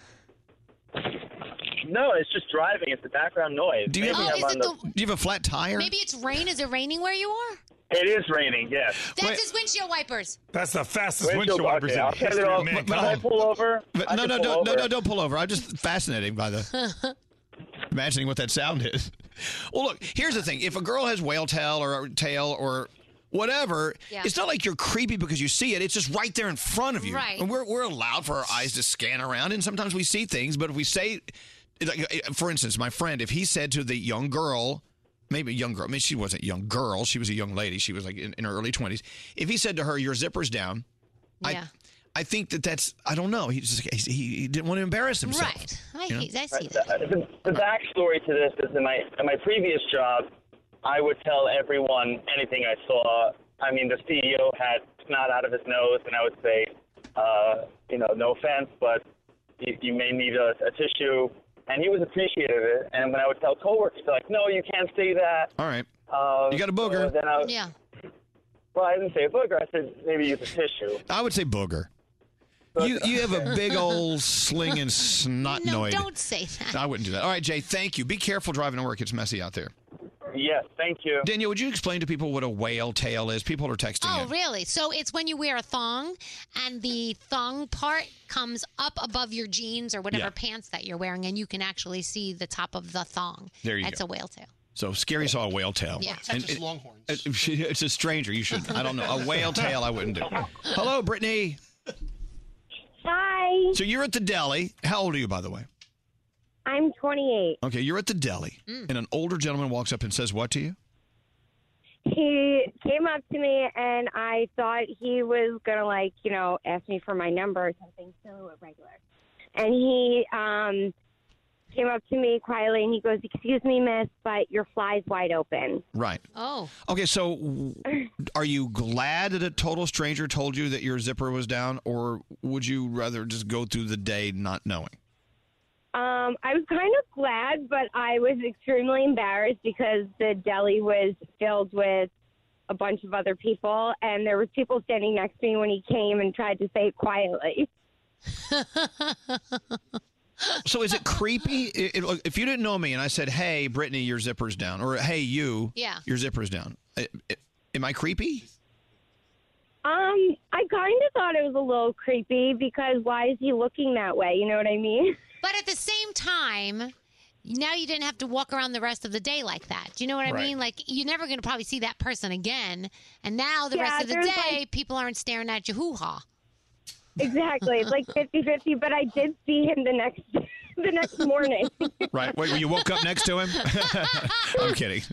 [SPEAKER 8] No, it's just driving. It's the background noise.
[SPEAKER 1] Do you,
[SPEAKER 8] Maybe
[SPEAKER 1] have,
[SPEAKER 8] I'm on
[SPEAKER 1] do you have a flat tire?
[SPEAKER 4] Maybe it's rain. Is it raining where you are?
[SPEAKER 8] It is raining. Yes.
[SPEAKER 4] That's his windshield wipers.
[SPEAKER 5] That's the fastest windshield
[SPEAKER 8] Windshield
[SPEAKER 5] wipers
[SPEAKER 8] wiper,
[SPEAKER 5] in
[SPEAKER 8] yeah.
[SPEAKER 5] the
[SPEAKER 8] Okay,
[SPEAKER 5] history
[SPEAKER 1] [LAUGHS]
[SPEAKER 8] they're all-
[SPEAKER 5] of mankind.
[SPEAKER 8] Can I pull over?
[SPEAKER 1] But
[SPEAKER 8] I
[SPEAKER 1] no,
[SPEAKER 8] can
[SPEAKER 1] no,
[SPEAKER 8] pull
[SPEAKER 1] don't, no,
[SPEAKER 8] over.
[SPEAKER 1] no, don't pull over. I'm just fascinating by the
[SPEAKER 8] [LAUGHS]
[SPEAKER 1] imagining what that sound is. Well, look, here's the thing: if a girl has whale tail or tail or whatever,
[SPEAKER 11] Yeah.
[SPEAKER 1] it's not like you're creepy because you see it. It's just right there in front of you.
[SPEAKER 11] Right.
[SPEAKER 1] And we're we're allowed for our eyes to scan around, and sometimes we see things. But if we say, like, uh, for instance, my friend, if he said to the young girl. Maybe a young girl. I mean, she wasn't a young girl. She was a young lady. She was like in, in her early 20s. If he said to her, Your zipper's down,
[SPEAKER 4] Yeah.
[SPEAKER 1] I, I think that that's, I don't know. He just, he, he didn't want to embarrass himself.
[SPEAKER 4] Right. I,
[SPEAKER 1] You know?
[SPEAKER 4] hate, I see that.
[SPEAKER 8] The, Uh, the backstory to this is in my in my previous job, I would tell everyone anything I saw. I mean, the CEO had snot out of his nose, and I would say, uh, you know, no offense, but you, you may need a, a tissue. And he was appreciative of it. And when I would tell coworkers, they're like, no, you can't say that.
[SPEAKER 1] All right.
[SPEAKER 8] Um,
[SPEAKER 1] You got a booger.
[SPEAKER 8] so then I was-
[SPEAKER 4] Yeah.
[SPEAKER 8] Well, I didn't say a booger. I said maybe use a tissue.
[SPEAKER 1] I would say booger. You, you have a big old slinging snot
[SPEAKER 4] No,
[SPEAKER 1] noid.
[SPEAKER 4] don't say that.
[SPEAKER 1] I wouldn't do that. All right, Jay, thank you. Be careful driving to work. It's messy out there.
[SPEAKER 8] Yes, thank you.
[SPEAKER 1] Daniel, would you explain to people what a whale tail is? People are texting
[SPEAKER 4] Oh,
[SPEAKER 1] in.
[SPEAKER 4] really? So it's when you wear a thong and the thong part comes up above your jeans or whatever
[SPEAKER 1] Yeah.
[SPEAKER 4] pants that you're wearing, and you can actually see the top of the thong.
[SPEAKER 1] There you
[SPEAKER 4] That's
[SPEAKER 1] go.
[SPEAKER 4] a whale tail.
[SPEAKER 1] So Scary saw a whale tail.
[SPEAKER 4] Yeah.
[SPEAKER 1] And
[SPEAKER 4] Texas
[SPEAKER 1] it- it- It's a stranger. You should. I don't know. A whale tail, I wouldn't do. Hello, Brittany.
[SPEAKER 37] Hi.
[SPEAKER 1] So you're at the deli. How old are you, by the way?
[SPEAKER 37] I'm 28.
[SPEAKER 1] Okay, you're at the deli,
[SPEAKER 4] Mm.
[SPEAKER 1] and an older gentleman walks up and says, What to you?
[SPEAKER 37] He came up to me and I thought he was going to, like, you know, ask me for my number or something, so regular. And he um, came up to me quietly and he goes, Excuse me, miss, but your fly's wide open.
[SPEAKER 1] Right.
[SPEAKER 4] Oh.
[SPEAKER 1] Okay, so w- are you glad that a total stranger told you that your zipper was down, or would you rather just go through the day not knowing?
[SPEAKER 37] Um, I was kind of glad, but I was extremely embarrassed because the deli was filled with a bunch of other people, and there was people standing next to me when he came and tried to say it quietly.
[SPEAKER 1] So is it creepy? I- I- look, if you didn't know me and I said, "Hey, Brittany, your zipper's down," or "Hey, you,
[SPEAKER 37] Yeah.
[SPEAKER 1] your zipper's down," I- I- am I creepy?
[SPEAKER 37] Um, I kind of thought it was a little creepy because why is he looking that way? You know what I mean? [LAUGHS]
[SPEAKER 4] But at the same time, now you didn't have to walk around the rest of the day like that. Do you know what I
[SPEAKER 37] Right.
[SPEAKER 4] mean? Like you're never going to probably see that person again. And now the
[SPEAKER 37] Yeah,
[SPEAKER 4] rest of the
[SPEAKER 37] there's,
[SPEAKER 4] day, people aren't staring at you. Hoo ha!
[SPEAKER 37] Exactly. It's like 50-50, but I did see him the next [LAUGHS] the next
[SPEAKER 1] [LAUGHS]
[SPEAKER 37] morning.
[SPEAKER 1] Right? Wait, you woke up next to him? [LAUGHS] I'm kidding. [LAUGHS]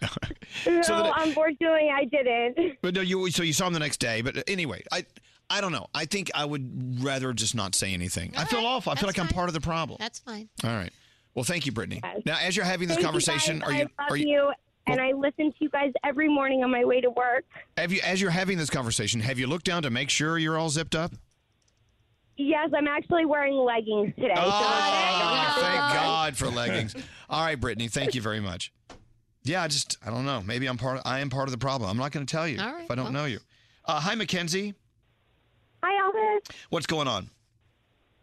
[SPEAKER 37] No,
[SPEAKER 1] So the-
[SPEAKER 37] unfortunately, I didn't.
[SPEAKER 1] But no, you so you saw him the next day. But anyway, I I don't know. I think I would rather just not say anything. I feel awful. I feel like I'm part of the problem.
[SPEAKER 4] That's fine.
[SPEAKER 1] All right. Well, thank you, Brittany.
[SPEAKER 37] Yes.
[SPEAKER 1] Now, as you're having this
[SPEAKER 37] Thank you,
[SPEAKER 1] conversation,
[SPEAKER 37] guys.
[SPEAKER 1] are you
[SPEAKER 37] I
[SPEAKER 1] are
[SPEAKER 37] love
[SPEAKER 1] you,
[SPEAKER 37] you, and I listen to you guys every morning on my way to work.
[SPEAKER 1] have you as you're having this conversation, have you looked down to make sure you're all zipped up?
[SPEAKER 37] Yes, I'm actually wearing leggings today. so
[SPEAKER 1] Oh, thank God for leggings. All right, Brittany, thank you very much. Yeah, I just I don't know. Maybe I'm part. I am part of the problem. I'm not going to tell you
[SPEAKER 37] All right,
[SPEAKER 1] if I don't know you. Uh, hi, Mackenzie.
[SPEAKER 37] Hi, Elvis.
[SPEAKER 1] What's going on?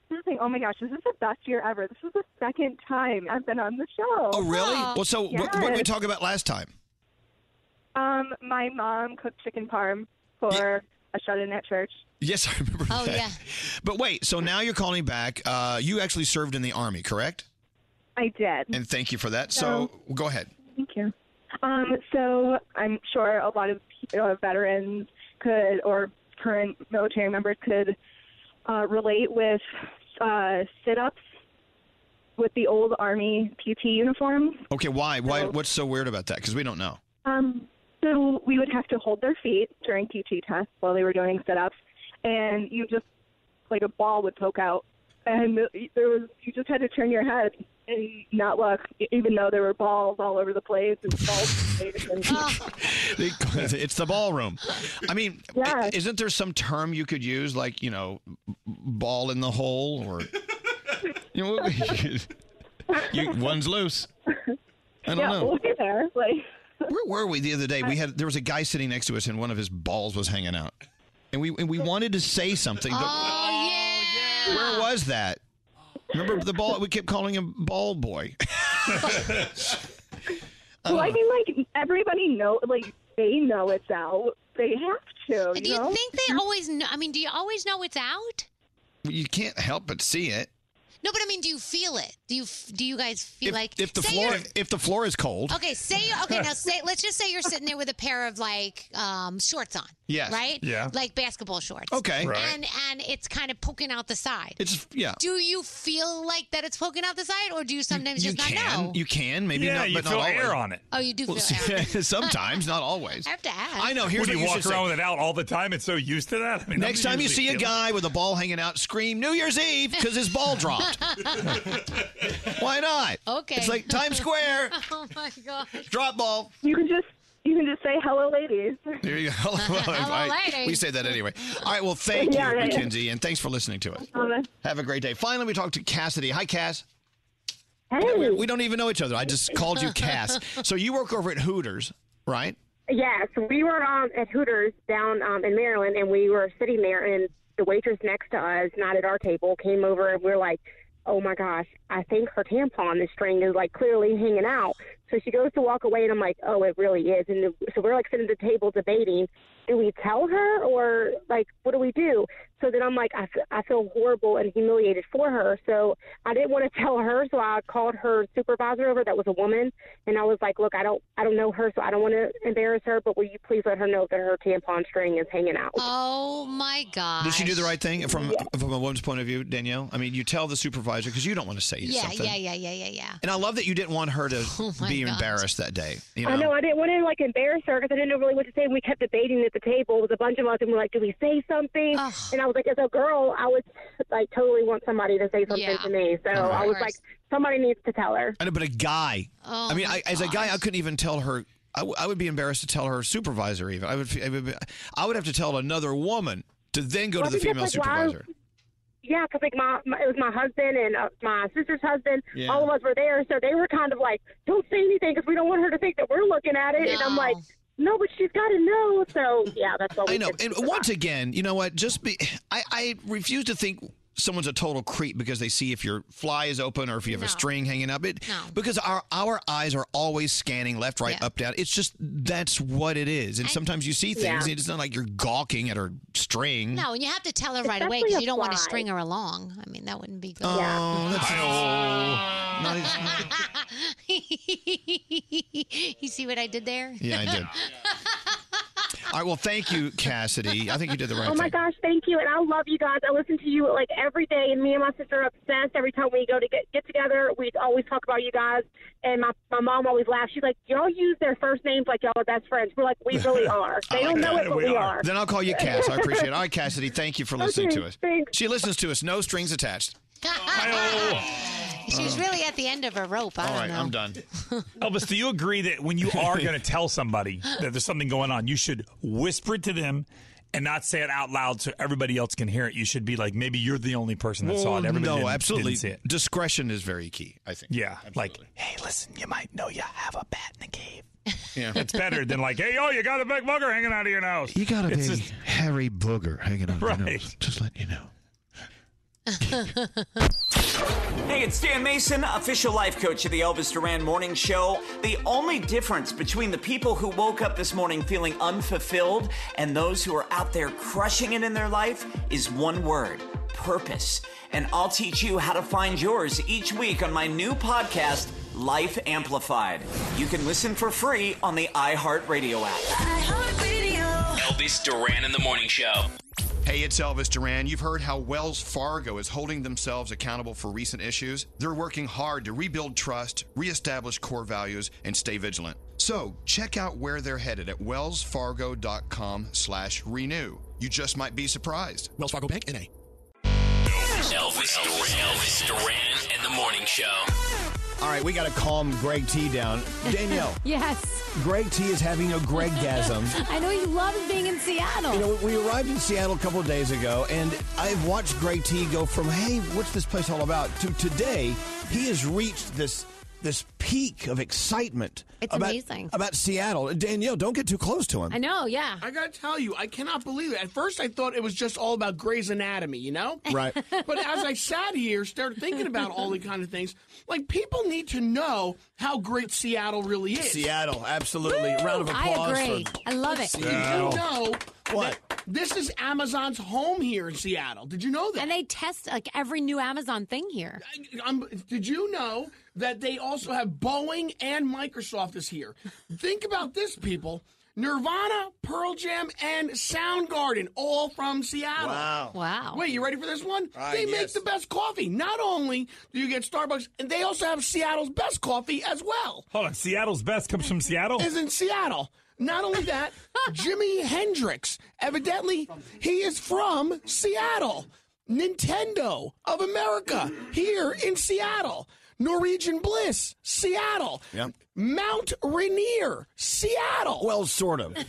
[SPEAKER 18] Seriously, oh my gosh, this is the best year ever. This is the second time I've been on the show.
[SPEAKER 1] Oh, really? Well, so what, what did we
[SPEAKER 18] Yes.
[SPEAKER 1] talk about last time?
[SPEAKER 18] Um, my mom cooked chicken parm for a shut-in at church.
[SPEAKER 1] Yes, I remember
[SPEAKER 18] Oh,
[SPEAKER 1] that.
[SPEAKER 18] yeah.
[SPEAKER 1] But wait, so now you're calling back. Uh, you actually served in the army, correct?
[SPEAKER 18] I did.
[SPEAKER 1] And thank you for that. So go ahead.
[SPEAKER 18] Thank you. Um, so I'm sure a lot of pe- uh, veterans could, or current military members could, uh, relate with uh, sit-ups with the old Army PT uniforms.
[SPEAKER 1] Okay, why? Why? What's so weird about that? Because we don't know.
[SPEAKER 18] Um, so we would have to hold their feet during PT tests while they were doing sit ups, and you just, like a ball would poke out. And there was, you just had to turn your head and not look, e, even though there were balls all over the place and balls. and
[SPEAKER 1] They- it's the ballroom. I mean, i- isn't there some term you could use, like you know, b- ball in the hole, or you know, [LAUGHS] what we- you, one's loose. I don't
[SPEAKER 18] yeah,
[SPEAKER 1] know.
[SPEAKER 18] way there. Like,
[SPEAKER 1] Where were we the other day? We had there was a guy sitting next to us, and one of his balls was hanging out, and we and we wanted to say something. But Oh, Where was that? Remember the ball? We kept calling him Ball Boy. [LAUGHS]
[SPEAKER 18] well, I mean, like everybody know, like they know it's out. They have to.
[SPEAKER 4] Do you think
[SPEAKER 37] Mm-hmm.
[SPEAKER 4] they always know? I mean, do you always know it's out?
[SPEAKER 1] you can't help but see it.
[SPEAKER 4] No, but I mean, do you feel it? Do you f- do you guys feel like
[SPEAKER 1] If the
[SPEAKER 4] say
[SPEAKER 1] floor
[SPEAKER 4] you're-
[SPEAKER 1] if the floor is cold,
[SPEAKER 4] Okay, say you okay
[SPEAKER 1] [LAUGHS]
[SPEAKER 4] now. Say let's just say you're sitting there with a pair of like um, shorts on.
[SPEAKER 1] Yes.
[SPEAKER 4] Right.
[SPEAKER 1] Yeah.
[SPEAKER 4] Like basketball shorts.
[SPEAKER 1] Okay. Right.
[SPEAKER 4] And and it's kind of poking out the side.
[SPEAKER 1] it's yeah.
[SPEAKER 4] Do you feel like that it's poking out the side, or do you sometimes
[SPEAKER 1] You
[SPEAKER 4] just not
[SPEAKER 1] can,
[SPEAKER 4] know?
[SPEAKER 1] you can, maybe
[SPEAKER 5] Yeah,
[SPEAKER 1] not,
[SPEAKER 5] you
[SPEAKER 1] but
[SPEAKER 5] feel
[SPEAKER 1] not always.
[SPEAKER 5] air on it.
[SPEAKER 4] Oh, you do feel air.
[SPEAKER 1] [LAUGHS] sometimes, not always.
[SPEAKER 4] [LAUGHS] I have to ask.
[SPEAKER 1] I know. Here's
[SPEAKER 5] what do you,
[SPEAKER 1] what you
[SPEAKER 5] walk
[SPEAKER 1] should
[SPEAKER 5] around
[SPEAKER 1] say.
[SPEAKER 5] with it out all the time? It's so used to that. I mean,
[SPEAKER 1] Next
[SPEAKER 5] I'm
[SPEAKER 1] time you
[SPEAKER 5] usually
[SPEAKER 1] see a
[SPEAKER 5] feeling-
[SPEAKER 1] guy with a ball hanging out, scream New Year's Eve because his
[SPEAKER 4] [LAUGHS]
[SPEAKER 1] ball [LAUGHS] dropped. Why not?
[SPEAKER 4] Okay.
[SPEAKER 1] It's like Times
[SPEAKER 4] [LAUGHS]
[SPEAKER 1] Square. [LAUGHS]
[SPEAKER 4] oh my god.
[SPEAKER 1] Drop ball.
[SPEAKER 18] You can just you can just say hello, ladies.
[SPEAKER 1] There you go. [LAUGHS]
[SPEAKER 4] [LAUGHS]
[SPEAKER 1] Well,
[SPEAKER 18] Hello,
[SPEAKER 1] I-
[SPEAKER 18] ladies.
[SPEAKER 1] we say that anyway. All right. Well, thank
[SPEAKER 18] Yeah,
[SPEAKER 1] you,
[SPEAKER 18] yeah, yeah.
[SPEAKER 1] Mackenzie, and thanks for listening to us.
[SPEAKER 18] Um,
[SPEAKER 1] Have a great day. Finally, we talked to Cassidy. Hi, Cass. Hey. We don't even know each other. I just called you
[SPEAKER 4] [LAUGHS]
[SPEAKER 1] Cass. So you work over at Hooters, right?
[SPEAKER 14] Yes, we were um, at Hooters down um, in Maryland, and we were sitting there, and the waitress next to us, not at our table, came over, and we are like, "Oh my gosh, I think her tampon, the string, is like clearly hanging out." So she goes to walk away, and I'm like, "Oh, it really is." And the, so we're like sitting at the table debating, do we tell her or like what do we do? So then I'm like, I, f- I feel horrible and humiliated for her. So I didn't want to [LAUGHS] tell her, so I called her supervisor over. That was a woman, and I was like, look, I don't I don't know her, so I don't want to embarrass her. But will you please let her know that her tampon string is hanging out?
[SPEAKER 4] Oh my god.
[SPEAKER 1] Did she do the right thing from from a woman's point of view, Danielle? I mean, you tell the supervisor because you don't want to say
[SPEAKER 4] Yeah,
[SPEAKER 1] something.
[SPEAKER 4] yeah, yeah, yeah, yeah, yeah.
[SPEAKER 1] And I love that you didn't want her
[SPEAKER 4] [LAUGHS]
[SPEAKER 1] to
[SPEAKER 4] my
[SPEAKER 1] be
[SPEAKER 4] God.
[SPEAKER 1] embarrassed that day. You
[SPEAKER 14] I
[SPEAKER 1] know,
[SPEAKER 14] know I didn't want to like embarrass her because I didn't know really what to say. And we kept debating at the table. It was a bunch of us, and we're like, "Do we say something?" And I was like, "As a girl, I would like totally want somebody to say something
[SPEAKER 1] Yeah.
[SPEAKER 14] to me." So
[SPEAKER 1] Of
[SPEAKER 14] I was
[SPEAKER 1] course.
[SPEAKER 14] like, "Somebody needs to tell her."
[SPEAKER 1] I know, but a guy.
[SPEAKER 14] Oh,
[SPEAKER 1] I mean,
[SPEAKER 14] my
[SPEAKER 1] I, as a guy, I couldn't even tell her. I, w- I would be embarrassed to tell her supervisor. Even I would. fe- I would, be, I would have to tell another woman to then go
[SPEAKER 14] Well,
[SPEAKER 1] to the
[SPEAKER 14] because,
[SPEAKER 1] female
[SPEAKER 14] like, why-
[SPEAKER 1] supervisor.
[SPEAKER 14] Yeah, because like my, my it was my husband and uh, my sister's husband.
[SPEAKER 1] Yeah.
[SPEAKER 14] All of us were there, so they were kind of like, "Don't say anything," because we don't want her to think that we're looking at it. And I'm like, "No, but she's got to know." So yeah, that's what we
[SPEAKER 1] I know.
[SPEAKER 14] did.
[SPEAKER 1] And once again, you know what? Just be. I, I refuse to think someone's a total creep because they see if your fly is open or if you have a string hanging up. It because our our eyes are always scanning left, right,
[SPEAKER 19] Yeah.
[SPEAKER 1] up, down. It's just that's what it is. And, sometimes you see things.
[SPEAKER 4] Yeah.
[SPEAKER 1] and it's not like you're gawking at her string.
[SPEAKER 4] No, and you have to tell her right away
[SPEAKER 14] Especially
[SPEAKER 4] because
[SPEAKER 14] a
[SPEAKER 4] you don't want to
[SPEAKER 14] fly.
[SPEAKER 4] string her along. I mean, that wouldn't be good.
[SPEAKER 1] Oh, that's not as-
[SPEAKER 4] [LAUGHS] you see what I did there?
[SPEAKER 1] Yeah, I
[SPEAKER 4] [LAUGHS]
[SPEAKER 1] did. All right. Well, thank you, Cassidy. I think you did the right
[SPEAKER 14] oh my
[SPEAKER 1] thing.
[SPEAKER 14] gosh, thank you, and I love you guys. I listen to you like every day, and me and my sister are obsessed. Every time we go to get get together, we always talk about you guys. And my my mom always laughs. She's like, "Y'all use their first names like y'all are best friends." We're like, "We
[SPEAKER 1] [LAUGHS]
[SPEAKER 14] really are. They don't know it, but we, are.
[SPEAKER 1] Then I'll call you Cass. I appreciate it. All right, Cassidy. Thank you for listening to us. She listens to us. No strings attached. Uh.
[SPEAKER 4] She was really at the end of her rope. I
[SPEAKER 5] All
[SPEAKER 4] don't
[SPEAKER 5] right,
[SPEAKER 4] know.
[SPEAKER 5] I'm
[SPEAKER 1] done.
[SPEAKER 5] [LAUGHS] Elvis, do you agree that when you are going to tell somebody that there's something going on, you should whisper it to them and not say it out loud so everybody else can hear it? You should be like, maybe you're the only person that saw
[SPEAKER 1] Well,
[SPEAKER 5] it. Everybody
[SPEAKER 1] Oh, no,
[SPEAKER 5] didn't- didn't
[SPEAKER 1] absolutely.
[SPEAKER 5] see it.
[SPEAKER 1] Discretion is very key. I think.
[SPEAKER 5] Yeah,
[SPEAKER 1] Absolutely.
[SPEAKER 5] like, hey, listen, you might know you have a bat in the cave.
[SPEAKER 1] Yeah.
[SPEAKER 5] It's better than like, hey, oh, you got a big bugger hanging out of your nose.
[SPEAKER 1] You got a big
[SPEAKER 5] It's
[SPEAKER 1] hairy booger
[SPEAKER 5] [LAUGHS]
[SPEAKER 1] hanging out of your nose. Just letting you know.
[SPEAKER 19] Hey, it's Dan Mason, official life coach of the Elvis Duran Morning Show. The only difference between the people who woke up this morning feeling unfulfilled and those who are out there crushing it in their life is one word purpose. And I'll teach you how to find yours each week on my new podcast, Life Amplified. You can listen for free on the iHeartRadio app.
[SPEAKER 3] Elvis Duran in the Morning Show.
[SPEAKER 16] Hey, it's Elvis Duran. You've heard how Wells Fargo is holding themselves accountable for recent issues. They're working hard to rebuild trust, reestablish core values, and stay vigilant. So check out where they're headed at wellsfargo.com slash renew. You just might be surprised. Wells Fargo Bank, N.A.
[SPEAKER 3] Elvis, Duran. Elvis Duran and the Morning Show.
[SPEAKER 1] All right, we got to calm Greg T
[SPEAKER 16] [LAUGHS]
[SPEAKER 1] down. Danielle,
[SPEAKER 4] [LAUGHS] yes.
[SPEAKER 1] Greg T is having a Greggasm.
[SPEAKER 4] I know he loves being in Seattle.
[SPEAKER 1] You know, we arrived in Seattle a couple of days ago, and I've watched Greg T go from "Hey, what's this place all about?" to today, he has reached this this peak of excitement.
[SPEAKER 11] It's
[SPEAKER 1] about,
[SPEAKER 11] amazing.
[SPEAKER 1] about Seattle. Danielle, don't get too close to him.
[SPEAKER 4] know, yeah.
[SPEAKER 11] I gotta tell you, I cannot believe it. At first, I thought it was just all about Grey's Anatomy, you know?
[SPEAKER 1] [LAUGHS] Right.
[SPEAKER 11] but as I sat here, started thinking about all the kind of things, like people need to know how great Seattle really is.
[SPEAKER 1] Seattle, absolutely. Round of
[SPEAKER 11] I
[SPEAKER 1] applause.
[SPEAKER 11] agree.
[SPEAKER 1] For,
[SPEAKER 4] I love
[SPEAKER 11] Did
[SPEAKER 1] Seattle.
[SPEAKER 11] you know
[SPEAKER 1] What?
[SPEAKER 11] that This is Amazon's home here in Seattle. Did you know that?
[SPEAKER 4] And they test like every new Amazon thing here.
[SPEAKER 11] Um, did you know that they also have Boeing and Microsoft is here? Think about this, people. Nirvana, Pearl Jam, and Soundgarden, all from Seattle.
[SPEAKER 1] Wow.
[SPEAKER 4] Wow.
[SPEAKER 11] Wait, you ready for this one?
[SPEAKER 1] All right,
[SPEAKER 11] they make
[SPEAKER 1] yes.
[SPEAKER 11] the best coffee. Not only do you get Starbucks, and they also have Seattle's best coffee as well.
[SPEAKER 25] Hold on, Seattle's best comes from Seattle.
[SPEAKER 11] Is in Seattle. Not
[SPEAKER 25] [LAUGHS]
[SPEAKER 11] only that, Jimi Hendrix, evidently, he is from Seattle. Nintendo of America, here in Seattle. Norwegian Bliss, Seattle.
[SPEAKER 1] Yep.
[SPEAKER 11] Mount Rainier, Seattle.
[SPEAKER 1] Well, sort
[SPEAKER 11] [LAUGHS]
[SPEAKER 1] of. [LAUGHS]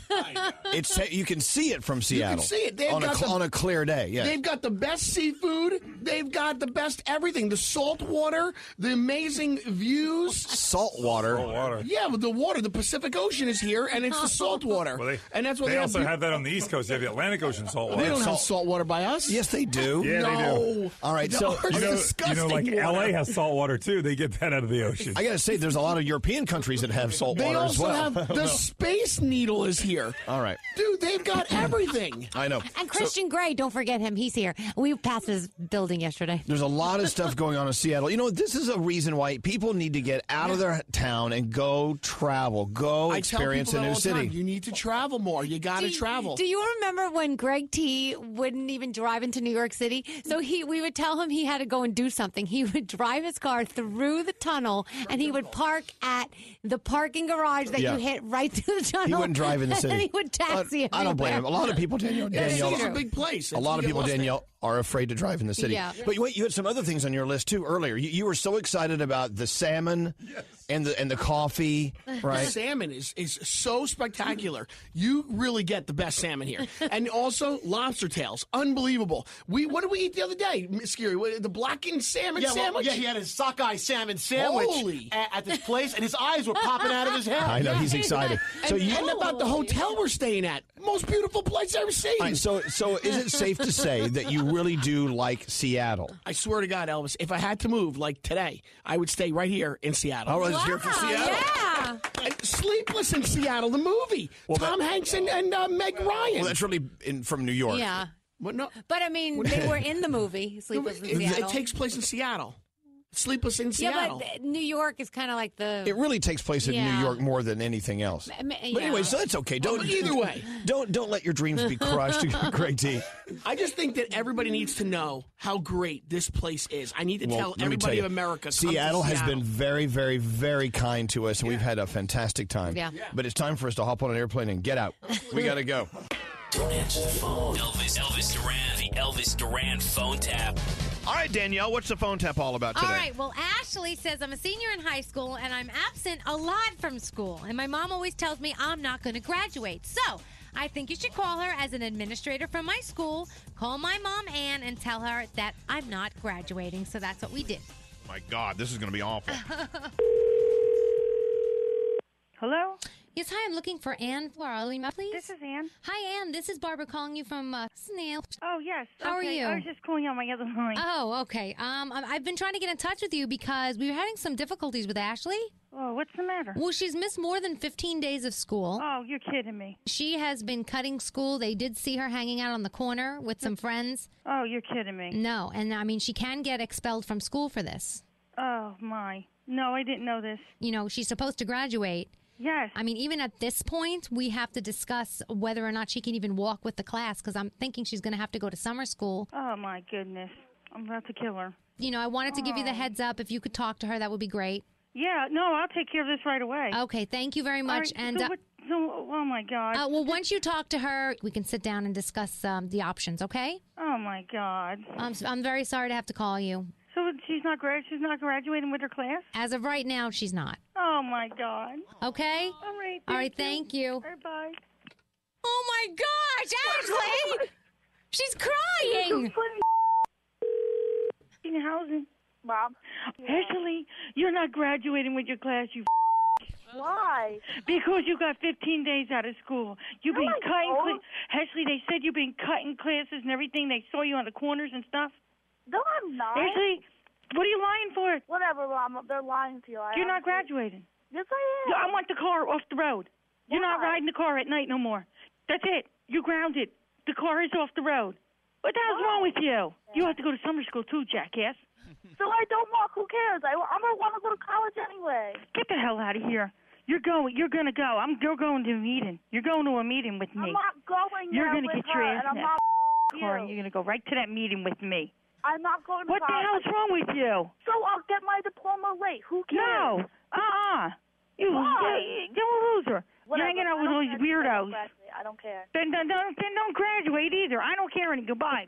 [SPEAKER 1] It's you can see it from Seattle.
[SPEAKER 11] see it. They've
[SPEAKER 1] on, a,
[SPEAKER 11] got
[SPEAKER 1] cl-
[SPEAKER 11] the-
[SPEAKER 1] on a clear day. Yeah.
[SPEAKER 11] They've got the best seafood. They've got the best everything. The salt water, the amazing views.
[SPEAKER 1] Salt water. Salt water.
[SPEAKER 11] Yeah, with the water. The Pacific Ocean is here, and it's
[SPEAKER 25] [LAUGHS]
[SPEAKER 11] the salt water.
[SPEAKER 25] Well, they,
[SPEAKER 11] and that's why
[SPEAKER 25] they,
[SPEAKER 11] they,
[SPEAKER 25] also
[SPEAKER 11] have,
[SPEAKER 25] have that on the East Coast. They have the Atlantic Ocean salt water.
[SPEAKER 11] They don't have salt water by us.
[SPEAKER 1] Yes, they do.
[SPEAKER 25] Yeah, they do.
[SPEAKER 11] No. All right, The so- ours
[SPEAKER 25] you know,
[SPEAKER 11] is
[SPEAKER 25] you know, like
[SPEAKER 11] disgusting water.
[SPEAKER 25] LA has salt water too. They get that out of the ocean.
[SPEAKER 1] I got to say, there's a lot of European countries that have salt
[SPEAKER 11] They
[SPEAKER 1] water as
[SPEAKER 11] also
[SPEAKER 1] well. [LAUGHS]
[SPEAKER 11] have the Space Needle is here.
[SPEAKER 1] All right.
[SPEAKER 11] Dude, they've got everything.
[SPEAKER 1] I know.
[SPEAKER 4] [LAUGHS] And Christian Gray, don't forget him. He's here. We passed his building yesterday.
[SPEAKER 1] There's a lot of stuff going on in Seattle. You know, this is a reason why people need to get out of their town and go travel, go
[SPEAKER 11] I tell
[SPEAKER 1] experience
[SPEAKER 11] people
[SPEAKER 1] a
[SPEAKER 11] that
[SPEAKER 1] new
[SPEAKER 11] all the time,
[SPEAKER 1] city.
[SPEAKER 11] You need to travel more. You got to
[SPEAKER 4] Do you-
[SPEAKER 11] travel.
[SPEAKER 4] Do you remember when Greg T wouldn't even drive into New York City? So he we would tell him he had to go and do something. He would drive his car through the tunnel and he would park at the parking garage that
[SPEAKER 1] Yeah.
[SPEAKER 4] you hit right through the tunnel.
[SPEAKER 1] He wouldn't drive in the
[SPEAKER 4] [LAUGHS] And then
[SPEAKER 1] city.
[SPEAKER 4] he would taxi.
[SPEAKER 1] I don't blame him. A lot of people, Danielle,
[SPEAKER 11] Yeah, it's
[SPEAKER 1] Danielle
[SPEAKER 11] just a big place.
[SPEAKER 1] A lot of people,
[SPEAKER 11] [LAUGHS]
[SPEAKER 1] Danielle, are afraid to drive in the city.
[SPEAKER 11] Yeah.
[SPEAKER 1] But wait, you had some other things on your list too earlier. You, you were so excited about the salmon and the and the
[SPEAKER 11] [LAUGHS]
[SPEAKER 1] coffee, right?
[SPEAKER 11] Salmon is, is so spectacular. You really get the best salmon
[SPEAKER 4] [LAUGHS]
[SPEAKER 11] here. And also lobster tails. Unbelievable. We What did we eat the other day, Miss Scary? What- The blackened salmon
[SPEAKER 9] yeah, well,
[SPEAKER 11] sandwich?
[SPEAKER 9] yeah, he had his sockeye salmon sandwich
[SPEAKER 11] Holy.
[SPEAKER 9] a- at, this place, and his eyes were popping out of his
[SPEAKER 11] [LAUGHS]
[SPEAKER 9] head.
[SPEAKER 1] I know, he's
[SPEAKER 4] [LAUGHS]
[SPEAKER 1] excited. So
[SPEAKER 11] So and,
[SPEAKER 1] you-
[SPEAKER 11] and about the hotel we're staying at. Most beautiful place I've ever seen.
[SPEAKER 1] All right, so so is it safe to say that you really do like Seattle?
[SPEAKER 11] I swear to God, Elvis, if I had to move like today, I would stay right here in Seattle.
[SPEAKER 1] All right, let's hear it for Wow, Seattle.
[SPEAKER 11] Yeah. Sleepless in Seattle, the movie. Tom Hanks and, and uh, Meg Ryan.
[SPEAKER 1] Well, that's really in, from New York.
[SPEAKER 4] Yeah.
[SPEAKER 11] What, no.
[SPEAKER 4] But I mean, they were in
[SPEAKER 1] [LAUGHS]
[SPEAKER 4] the movie Sleepless in
[SPEAKER 11] It, it
[SPEAKER 4] Seattle.
[SPEAKER 11] takes place in Seattle. Sleepless in
[SPEAKER 4] yeah,
[SPEAKER 11] Seattle.
[SPEAKER 4] but uh, New York is kind of like the
[SPEAKER 1] It really takes place in
[SPEAKER 4] Yeah.
[SPEAKER 1] New York more than anything else.
[SPEAKER 4] I mean,
[SPEAKER 1] But
[SPEAKER 4] yeah.
[SPEAKER 1] anyway, so that's okay. Don't
[SPEAKER 11] Well, either way.
[SPEAKER 1] [LAUGHS] Don't don't let your dreams be crushed, [LAUGHS] Greg T.
[SPEAKER 11] I just think that everybody needs to know how great this place is. I need to
[SPEAKER 1] Well,
[SPEAKER 11] tell
[SPEAKER 1] let me
[SPEAKER 11] everybody
[SPEAKER 1] tell you,
[SPEAKER 11] of America. come to
[SPEAKER 1] Seattle has
[SPEAKER 11] Seattle.
[SPEAKER 1] been very, very, very kind to us, and we've had a fantastic time.
[SPEAKER 11] Yeah. Yeah.
[SPEAKER 1] But it's time for us to hop on an airplane and get [LAUGHS] out. We got to go.
[SPEAKER 3] Don't answer the phone. Elvis, Elvis Duran, the Elvis Duran phone tap.
[SPEAKER 1] All right, Danielle, what's the phone tap all about
[SPEAKER 22] All
[SPEAKER 1] today?
[SPEAKER 22] right. Well, Ashley says I'm a senior in high school and I'm absent a lot from school, and my mom always tells me I'm not going to graduate. So I think you should call her as an administrator from my school. Call my mom Ann and tell her that I'm not graduating. So that's what we did.
[SPEAKER 16] My God, this is going to be awful.
[SPEAKER 22] Hello? Yes, hi, I'm looking for Ann Floralima, please. This is Ann. Hi, Ann. This is Barbara calling you from uh, Snail. Oh, yes. How
[SPEAKER 7] okay.
[SPEAKER 22] are you?
[SPEAKER 7] I was just calling on my other line.
[SPEAKER 22] Oh, okay. Um, I- I've been trying to get in touch with you because we were having some difficulties with Ashley. Oh, what's the matter? Well, she's missed more than 15 days of school.
[SPEAKER 7] Oh, you're kidding me.
[SPEAKER 22] She has been cutting school. They did see her hanging out on the corner with
[SPEAKER 7] [LAUGHS]
[SPEAKER 22] some friends.
[SPEAKER 7] Oh, you're kidding me.
[SPEAKER 22] No, and I mean, she can get expelled from school for this.
[SPEAKER 7] Oh my. No, I didn't know this.
[SPEAKER 22] You know, she's supposed to graduate. Yes. I mean, even at this point, we have to discuss whether or not she can even walk with the class because I'm thinking she's going to have to go to summer school.
[SPEAKER 23] Oh my goodness, I'm about to kill her.
[SPEAKER 22] You know, I wanted to give you the heads up. If you could talk to her, that would be great.
[SPEAKER 23] Oh. Yeah, no, I'll take care of this right away.
[SPEAKER 22] Okay, thank you very
[SPEAKER 23] All
[SPEAKER 22] much.
[SPEAKER 23] right,
[SPEAKER 22] and
[SPEAKER 23] so
[SPEAKER 22] uh,
[SPEAKER 23] what- so- oh my god.
[SPEAKER 22] uh, well, once you talk to her, we can sit down and discuss um, the options. Okay?
[SPEAKER 23] oh my god.
[SPEAKER 22] I'm s- I'm very sorry to have to call you.
[SPEAKER 23] so she's not grad. She's not graduating with her class.
[SPEAKER 22] As of right now, she's not.
[SPEAKER 23] Oh my god.
[SPEAKER 22] Okay.
[SPEAKER 23] All right.
[SPEAKER 22] All right, thank you.
[SPEAKER 23] Bye.
[SPEAKER 22] Oh my gosh, Ashley! She's crying.
[SPEAKER 23] In housing. Mom. Ashley, you're not graduating with your class. You. Why? Because you got 15 days out of school. You've
[SPEAKER 24] No,
[SPEAKER 23] been
[SPEAKER 24] I
[SPEAKER 23] cutting.
[SPEAKER 24] don't.
[SPEAKER 23] Cl- Ashley, they said you've been cutting classes and everything. They saw you on the corners and stuff.
[SPEAKER 24] No, I'm not.
[SPEAKER 23] Ashley, what are you lying for?
[SPEAKER 24] Whatever, Mom. They're lying to you. I
[SPEAKER 23] You're not
[SPEAKER 24] honestly-
[SPEAKER 23] graduating.
[SPEAKER 24] Yes, I am.
[SPEAKER 23] I want the car off the road. You're not riding the car at night no more. That's it. You're grounded. The car is off the road. What the hell's
[SPEAKER 24] Oh.
[SPEAKER 23] wrong with you? You have to go to summer school too, jackass.
[SPEAKER 24] So I don't walk. Who cares? I, I'm gonna want to go to college anyway.
[SPEAKER 23] Get the hell out of here. You're going. You're gonna go. I'm. You're going to a meeting. You're going to a meeting with me.
[SPEAKER 24] I'm not going.
[SPEAKER 23] You're
[SPEAKER 24] there
[SPEAKER 23] gonna
[SPEAKER 24] with
[SPEAKER 23] get your
[SPEAKER 24] her,
[SPEAKER 23] ass
[SPEAKER 24] and I'm
[SPEAKER 23] in
[SPEAKER 24] not.
[SPEAKER 23] that
[SPEAKER 24] with
[SPEAKER 23] car.
[SPEAKER 24] you.
[SPEAKER 23] and You're gonna go right to that meeting with me.
[SPEAKER 24] I'm not going to
[SPEAKER 23] What the
[SPEAKER 24] college.
[SPEAKER 23] hell's wrong with you?
[SPEAKER 24] So I'll get my diploma late. Who
[SPEAKER 23] No.
[SPEAKER 24] cares?
[SPEAKER 23] Uh-uh. You.
[SPEAKER 24] Why?
[SPEAKER 23] you- You're a loser.
[SPEAKER 24] Whatever.
[SPEAKER 23] You're hanging out
[SPEAKER 24] I
[SPEAKER 23] with
[SPEAKER 24] don't care
[SPEAKER 23] all these
[SPEAKER 24] if you don't
[SPEAKER 23] weirdos.
[SPEAKER 24] graduate. I don't care.
[SPEAKER 23] Then, then, don't, then don't graduate either. I don't care.
[SPEAKER 24] [LAUGHS]
[SPEAKER 23] And goodbye.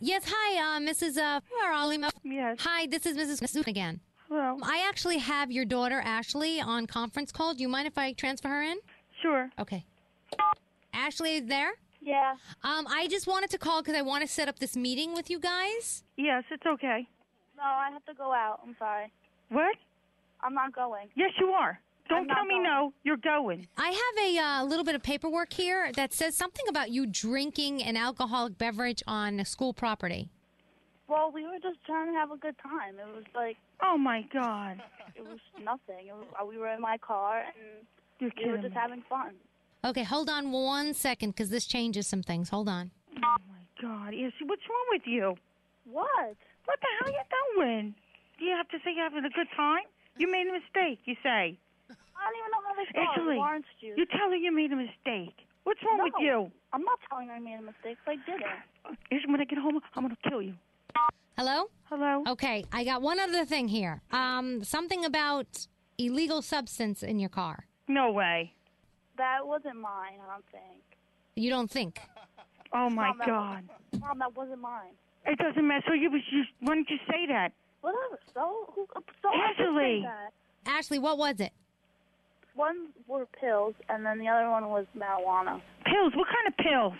[SPEAKER 22] Yes, hi, uh, Mrs. Uh, Faralima. Yes. Hi, this is Mrs. Masood again.
[SPEAKER 23] Hello.
[SPEAKER 22] I actually have your daughter, Ashley, on conference call. Do you mind if I transfer her in?
[SPEAKER 23] Sure.
[SPEAKER 22] Okay. Ashley, there?
[SPEAKER 24] Yeah.
[SPEAKER 22] Um, I just wanted to call because I want to set up this meeting with you guys.
[SPEAKER 23] Yes, it's okay.
[SPEAKER 24] No, I have to go out. I'm sorry.
[SPEAKER 23] What?
[SPEAKER 24] I'm not going.
[SPEAKER 23] Yes, you are. Don't
[SPEAKER 24] not
[SPEAKER 23] tell me no. You're going.
[SPEAKER 22] I have a uh, little bit of paperwork here that says something about you drinking an alcoholic beverage on school property.
[SPEAKER 24] Well, we were just trying to have a good time. It was like.
[SPEAKER 23] Oh my God.
[SPEAKER 24] It
[SPEAKER 23] [LAUGHS]
[SPEAKER 24] was nothing. It was, we were in my car and
[SPEAKER 23] You're
[SPEAKER 24] we were
[SPEAKER 23] kidding
[SPEAKER 24] just
[SPEAKER 23] me.
[SPEAKER 24] having fun.
[SPEAKER 22] Okay, hold on one second because this changes some things. Hold on.
[SPEAKER 23] Oh my God. Yes. What's wrong with you?
[SPEAKER 24] What?
[SPEAKER 23] What the hell you doing? Do you have to say you're having a good time? You made a mistake. You say.
[SPEAKER 24] I don't even know how this goes.
[SPEAKER 23] Actually,
[SPEAKER 24] Orange juice.
[SPEAKER 23] you're telling you made a mistake. What's wrong
[SPEAKER 24] no,
[SPEAKER 23] with you?
[SPEAKER 24] I'm not telling I made a mistake. I didn't.
[SPEAKER 23] Actually, When I get home, I'm gonna kill you.
[SPEAKER 22] Hello?
[SPEAKER 23] Hello.
[SPEAKER 22] Okay, I got one other thing here. Um, something about illegal substance in your car.
[SPEAKER 23] No way.
[SPEAKER 24] That wasn't mine. I don't think.
[SPEAKER 22] You don't think?
[SPEAKER 23] Oh my
[SPEAKER 24] Mom, that
[SPEAKER 23] God.
[SPEAKER 24] wasn't- Mom, that wasn't mine.
[SPEAKER 23] It doesn't matter. So you was just. Why didn't you say that?
[SPEAKER 24] Whatever. So who? So I just did
[SPEAKER 23] Ashley.
[SPEAKER 24] that.
[SPEAKER 22] Ashley, what was it?
[SPEAKER 24] One were pills, and then the other one was marijuana.
[SPEAKER 23] Pills. What kind of pills?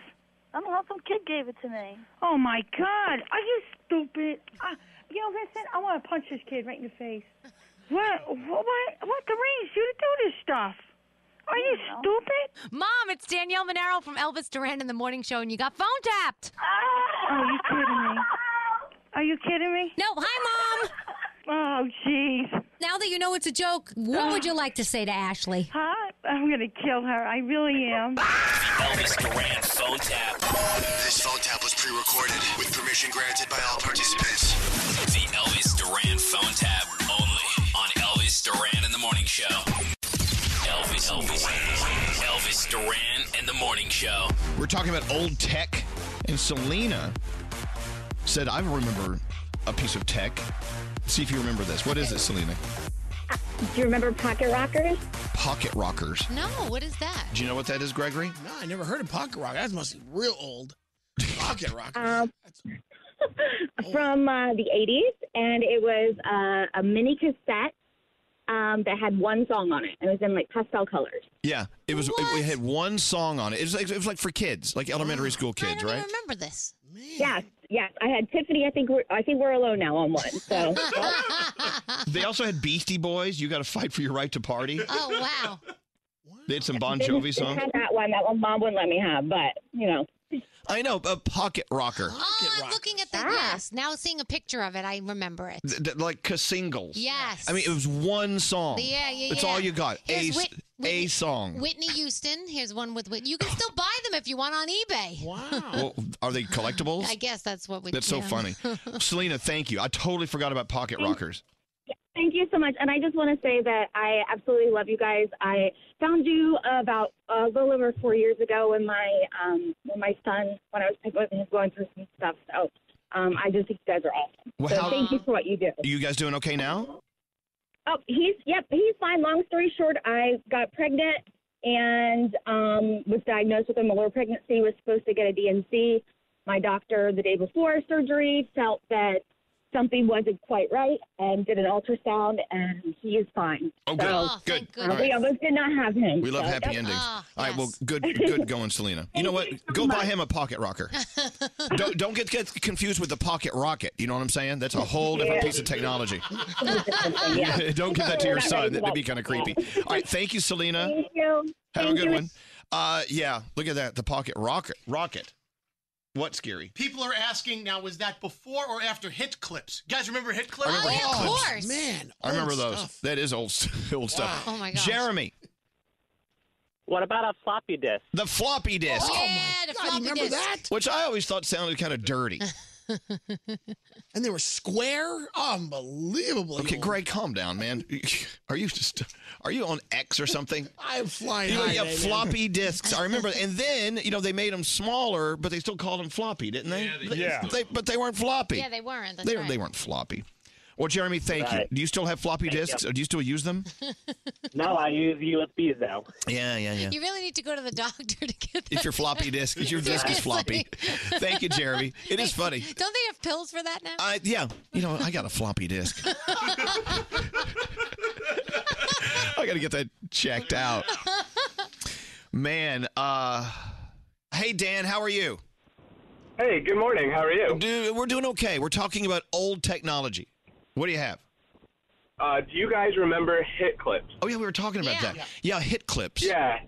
[SPEAKER 24] I don't know. Some kid gave it to me.
[SPEAKER 23] Oh my God! Are you stupid? Uh, you know, listen. I want to punch this kid right in the face. What? What? What, what deranged you to do this stuff? Are you stupid?
[SPEAKER 22] Mom, it's Danielle Monero from Elvis Duran in the Morning Show, and you got phone tapped.
[SPEAKER 23] Are you kidding me? Are you kidding me?
[SPEAKER 22] No, hi,
[SPEAKER 23] Mom. Oh, jeez.
[SPEAKER 22] Now that you know it's a joke, what would you like to say to Ashley?
[SPEAKER 23] Huh? I'm gonna kill her. I really am.
[SPEAKER 3] Elvis Duran phone tap.
[SPEAKER 38] This phone tap was pre recorded with permission granted by all participants.
[SPEAKER 3] The Elvis Duran phone tap only on Elvis Duran in the Morning Show. Elvis, Elvis, Elvis Duran and the Morning Show.
[SPEAKER 1] We're talking about old tech, and Selena said, "I remember a piece of tech." See if you remember this. What is it, Selena?
[SPEAKER 21] Do you remember pocket rockers?
[SPEAKER 1] Pocket rockers.
[SPEAKER 22] No, what is that?
[SPEAKER 1] Do you know what that is, Gregory?
[SPEAKER 11] No, I never heard of pocket rock. That must be real old. Pocket
[SPEAKER 21] [LAUGHS]
[SPEAKER 11] rock.
[SPEAKER 21] Um, from uh, the 80s, and it was uh, a mini cassette um, that had one song on it. It was in like pastel colors.
[SPEAKER 1] Yeah, it was. It, it had one song on it. It was like, it was like for kids, like elementary school kids, right?
[SPEAKER 22] remember this.
[SPEAKER 21] Yes, yes. I had Tiffany. I think we're I think we're alone now on one.
[SPEAKER 1] [LAUGHS]
[SPEAKER 21] So
[SPEAKER 1] They also had Beastie Boys. You got to fight for your right to party.
[SPEAKER 21] Oh,
[SPEAKER 22] wow.
[SPEAKER 1] They had some Bon Jovi
[SPEAKER 21] I
[SPEAKER 1] songs.
[SPEAKER 21] had that one. That one mom wouldn't let me have, but you know.
[SPEAKER 1] I know a pocket rocker,
[SPEAKER 22] Oh, I'm looking at the yes. Now seeing a picture of it, I remember it.
[SPEAKER 1] Th- th- like uh, singles.
[SPEAKER 22] Yes.
[SPEAKER 1] I mean, it was one song.
[SPEAKER 22] Yeah, yeah,
[SPEAKER 1] That's
[SPEAKER 22] yeah.
[SPEAKER 1] all you got. A, s-
[SPEAKER 22] Here's Whit-
[SPEAKER 1] a song.
[SPEAKER 22] Whitney Houston. Here's one with Whitney. You can still buy them if you want on
[SPEAKER 1] [LAUGHS]
[SPEAKER 22] eBay.
[SPEAKER 1] Well, are they collectibles?
[SPEAKER 22] I guess that's what we.
[SPEAKER 4] [LAUGHS]
[SPEAKER 1] That's so
[SPEAKER 22] yeah.
[SPEAKER 1] funny. Selena, thank you. I totally forgot about pocket rockers.
[SPEAKER 21] Thank you so much. And I just want to say that I absolutely love you guys. I found you about a little over four years ago when my um, when my son, when I was picking up him, going through some stuff. So um, I just think you guys are awesome.
[SPEAKER 1] Well,
[SPEAKER 21] so
[SPEAKER 1] how-
[SPEAKER 21] thank you for what you do.
[SPEAKER 1] Are you guys doing okay now?
[SPEAKER 21] Oh, he's yep, he's fine. Long story short, I got pregnant and um, was diagnosed with a malware pregnancy. Was supposed to get a DNC. My doctor the day before surgery felt that something wasn't quite right and did an ultrasound, and he is fine.
[SPEAKER 1] Oh, Ah,
[SPEAKER 21] So,
[SPEAKER 1] good. good.
[SPEAKER 21] uh, We almost did not have him.
[SPEAKER 1] We love
[SPEAKER 21] So,
[SPEAKER 1] happy
[SPEAKER 21] yep.
[SPEAKER 1] endings. All right, well, good, good going, Selena. You know what? Go buy him a pocket rocker. don't don't get, get confused with the pocket rocket. You know what I'm saying? That's a whole different
[SPEAKER 16] Yeah.
[SPEAKER 1] piece of [LAUGHS] technology.
[SPEAKER 16] Yeah.
[SPEAKER 1] [LAUGHS] don't give that to your son. That'd be kind of creepy. All right, thank you, Selena. Have a good one. Uh, yeah, look at that. The pocket rocket. Rocket. What scary?
[SPEAKER 9] People are asking now, was that before or after hit clips? You guys remember hit
[SPEAKER 11] Oh,
[SPEAKER 9] clips?
[SPEAKER 1] I remember hit clips.
[SPEAKER 9] Man,
[SPEAKER 1] I remember those. That is old, [LAUGHS] old stuff.
[SPEAKER 9] Wow. Oh, my gosh.
[SPEAKER 1] Jeremy.
[SPEAKER 10] What about a floppy disk?
[SPEAKER 1] The floppy disk.
[SPEAKER 16] Oh,
[SPEAKER 39] yeah, the floppy disk.
[SPEAKER 1] Which I always thought sounded kind of dirty.
[SPEAKER 11] and they were square. Unbelievable.
[SPEAKER 1] Okay, Greg, calm down, man. [LAUGHS] Are you just are you on X or something?
[SPEAKER 11] I'm flying.
[SPEAKER 1] You know,
[SPEAKER 11] high
[SPEAKER 1] yeah,
[SPEAKER 11] right now.
[SPEAKER 1] floppy discs. I remember, and then you know they made them smaller, but they still called them floppy, didn't they?
[SPEAKER 40] Yeah, they- Yeah.
[SPEAKER 1] They- but they weren't floppy.
[SPEAKER 39] Yeah, they weren't. That's
[SPEAKER 1] they,
[SPEAKER 39] right.
[SPEAKER 1] they weren't floppy. Well, Jeremy, thank
[SPEAKER 10] Right.
[SPEAKER 1] you. Do you still have floppy
[SPEAKER 10] Thank you.
[SPEAKER 1] discs? Or do you still use them?
[SPEAKER 10] No, I use USBs now.
[SPEAKER 1] Yeah, yeah, yeah.
[SPEAKER 39] You really need to go to the doctor to get.
[SPEAKER 1] If your floppy disk, if your disk is floppy,
[SPEAKER 39] Seriously.
[SPEAKER 1] thank you, Jeremy. It is funny.
[SPEAKER 39] Don't they have pills for that now?
[SPEAKER 1] I,
[SPEAKER 22] [LAUGHS]
[SPEAKER 1] yeah, you know, I got a floppy disk. [LAUGHS] I got to get that
[SPEAKER 39] [LAUGHS]
[SPEAKER 1] checked out. Man, uh Hey Dan, how are you?
[SPEAKER 10] Hey, good morning. How are you?
[SPEAKER 1] Dude, we're doing okay. We're talking about old technology. What do you have?
[SPEAKER 10] Uh, do you guys remember hit clips?
[SPEAKER 1] Oh yeah, we were talking about that. Yeah, hit clips.
[SPEAKER 10] Yeah.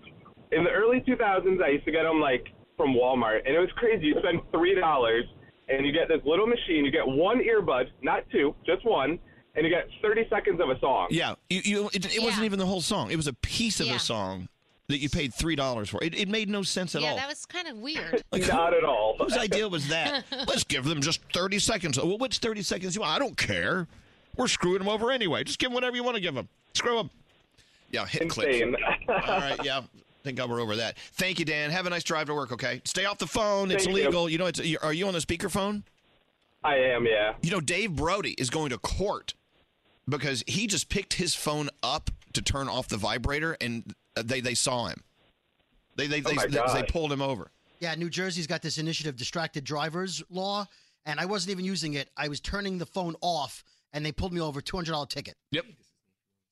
[SPEAKER 10] In the early 2000s, I used to get them like from Walmart, and it was crazy. You spend three dollars, and you get this little machine. You get one earbud, not two, just one, and you get 30 seconds of a song.
[SPEAKER 1] Yeah, you, you it, it wasn't even the whole song. It was a piece of a song that you paid three dollars for. It, it made no sense at
[SPEAKER 39] yeah,
[SPEAKER 1] all.
[SPEAKER 39] that was kind of weird.
[SPEAKER 1] [LAUGHS]
[SPEAKER 10] Not at all. [LAUGHS]
[SPEAKER 1] Whose idea was that? Let's give them just 30 seconds. Well, which 30 seconds you want? I don't care. We're screwing them over anyway. Just give them whatever you want to give them. Screw them. Yeah, hit
[SPEAKER 10] Insane. [LAUGHS]
[SPEAKER 1] clips. All right, yeah. Thank God we're over that. Thank you, Dan. Have a nice drive to work, okay? Stay off the phone. it's
[SPEAKER 10] Thank you.
[SPEAKER 1] illegal. You, know, it's, are you on the speakerphone?
[SPEAKER 10] I am, yeah.
[SPEAKER 1] You know, Dave Brody is going to court because he just picked his phone up to turn off the vibrator and they, they saw him. They, they,
[SPEAKER 12] Oh
[SPEAKER 1] they,
[SPEAKER 12] my
[SPEAKER 1] they, they
[SPEAKER 12] God.
[SPEAKER 1] pulled him over.
[SPEAKER 12] Yeah, New Jersey's got this initiative, distracted drivers law, and I wasn't even using it. I was turning the phone off, and they pulled me over, two hundred dollar ticket.
[SPEAKER 1] Yep.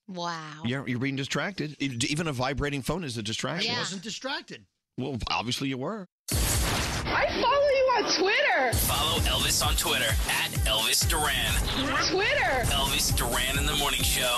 [SPEAKER 39] Wow.
[SPEAKER 1] You're, you're being distracted. Even a vibrating phone is a distraction.
[SPEAKER 12] I wasn't distracted.
[SPEAKER 1] Well, obviously you were.
[SPEAKER 16] I follow you on Twitter.
[SPEAKER 3] Follow Elvis on Twitter at Elvis Duran.
[SPEAKER 16] Twitter.
[SPEAKER 3] Elvis Duran in the Morning Show.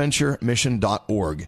[SPEAKER 41] stbonaventuremission.org.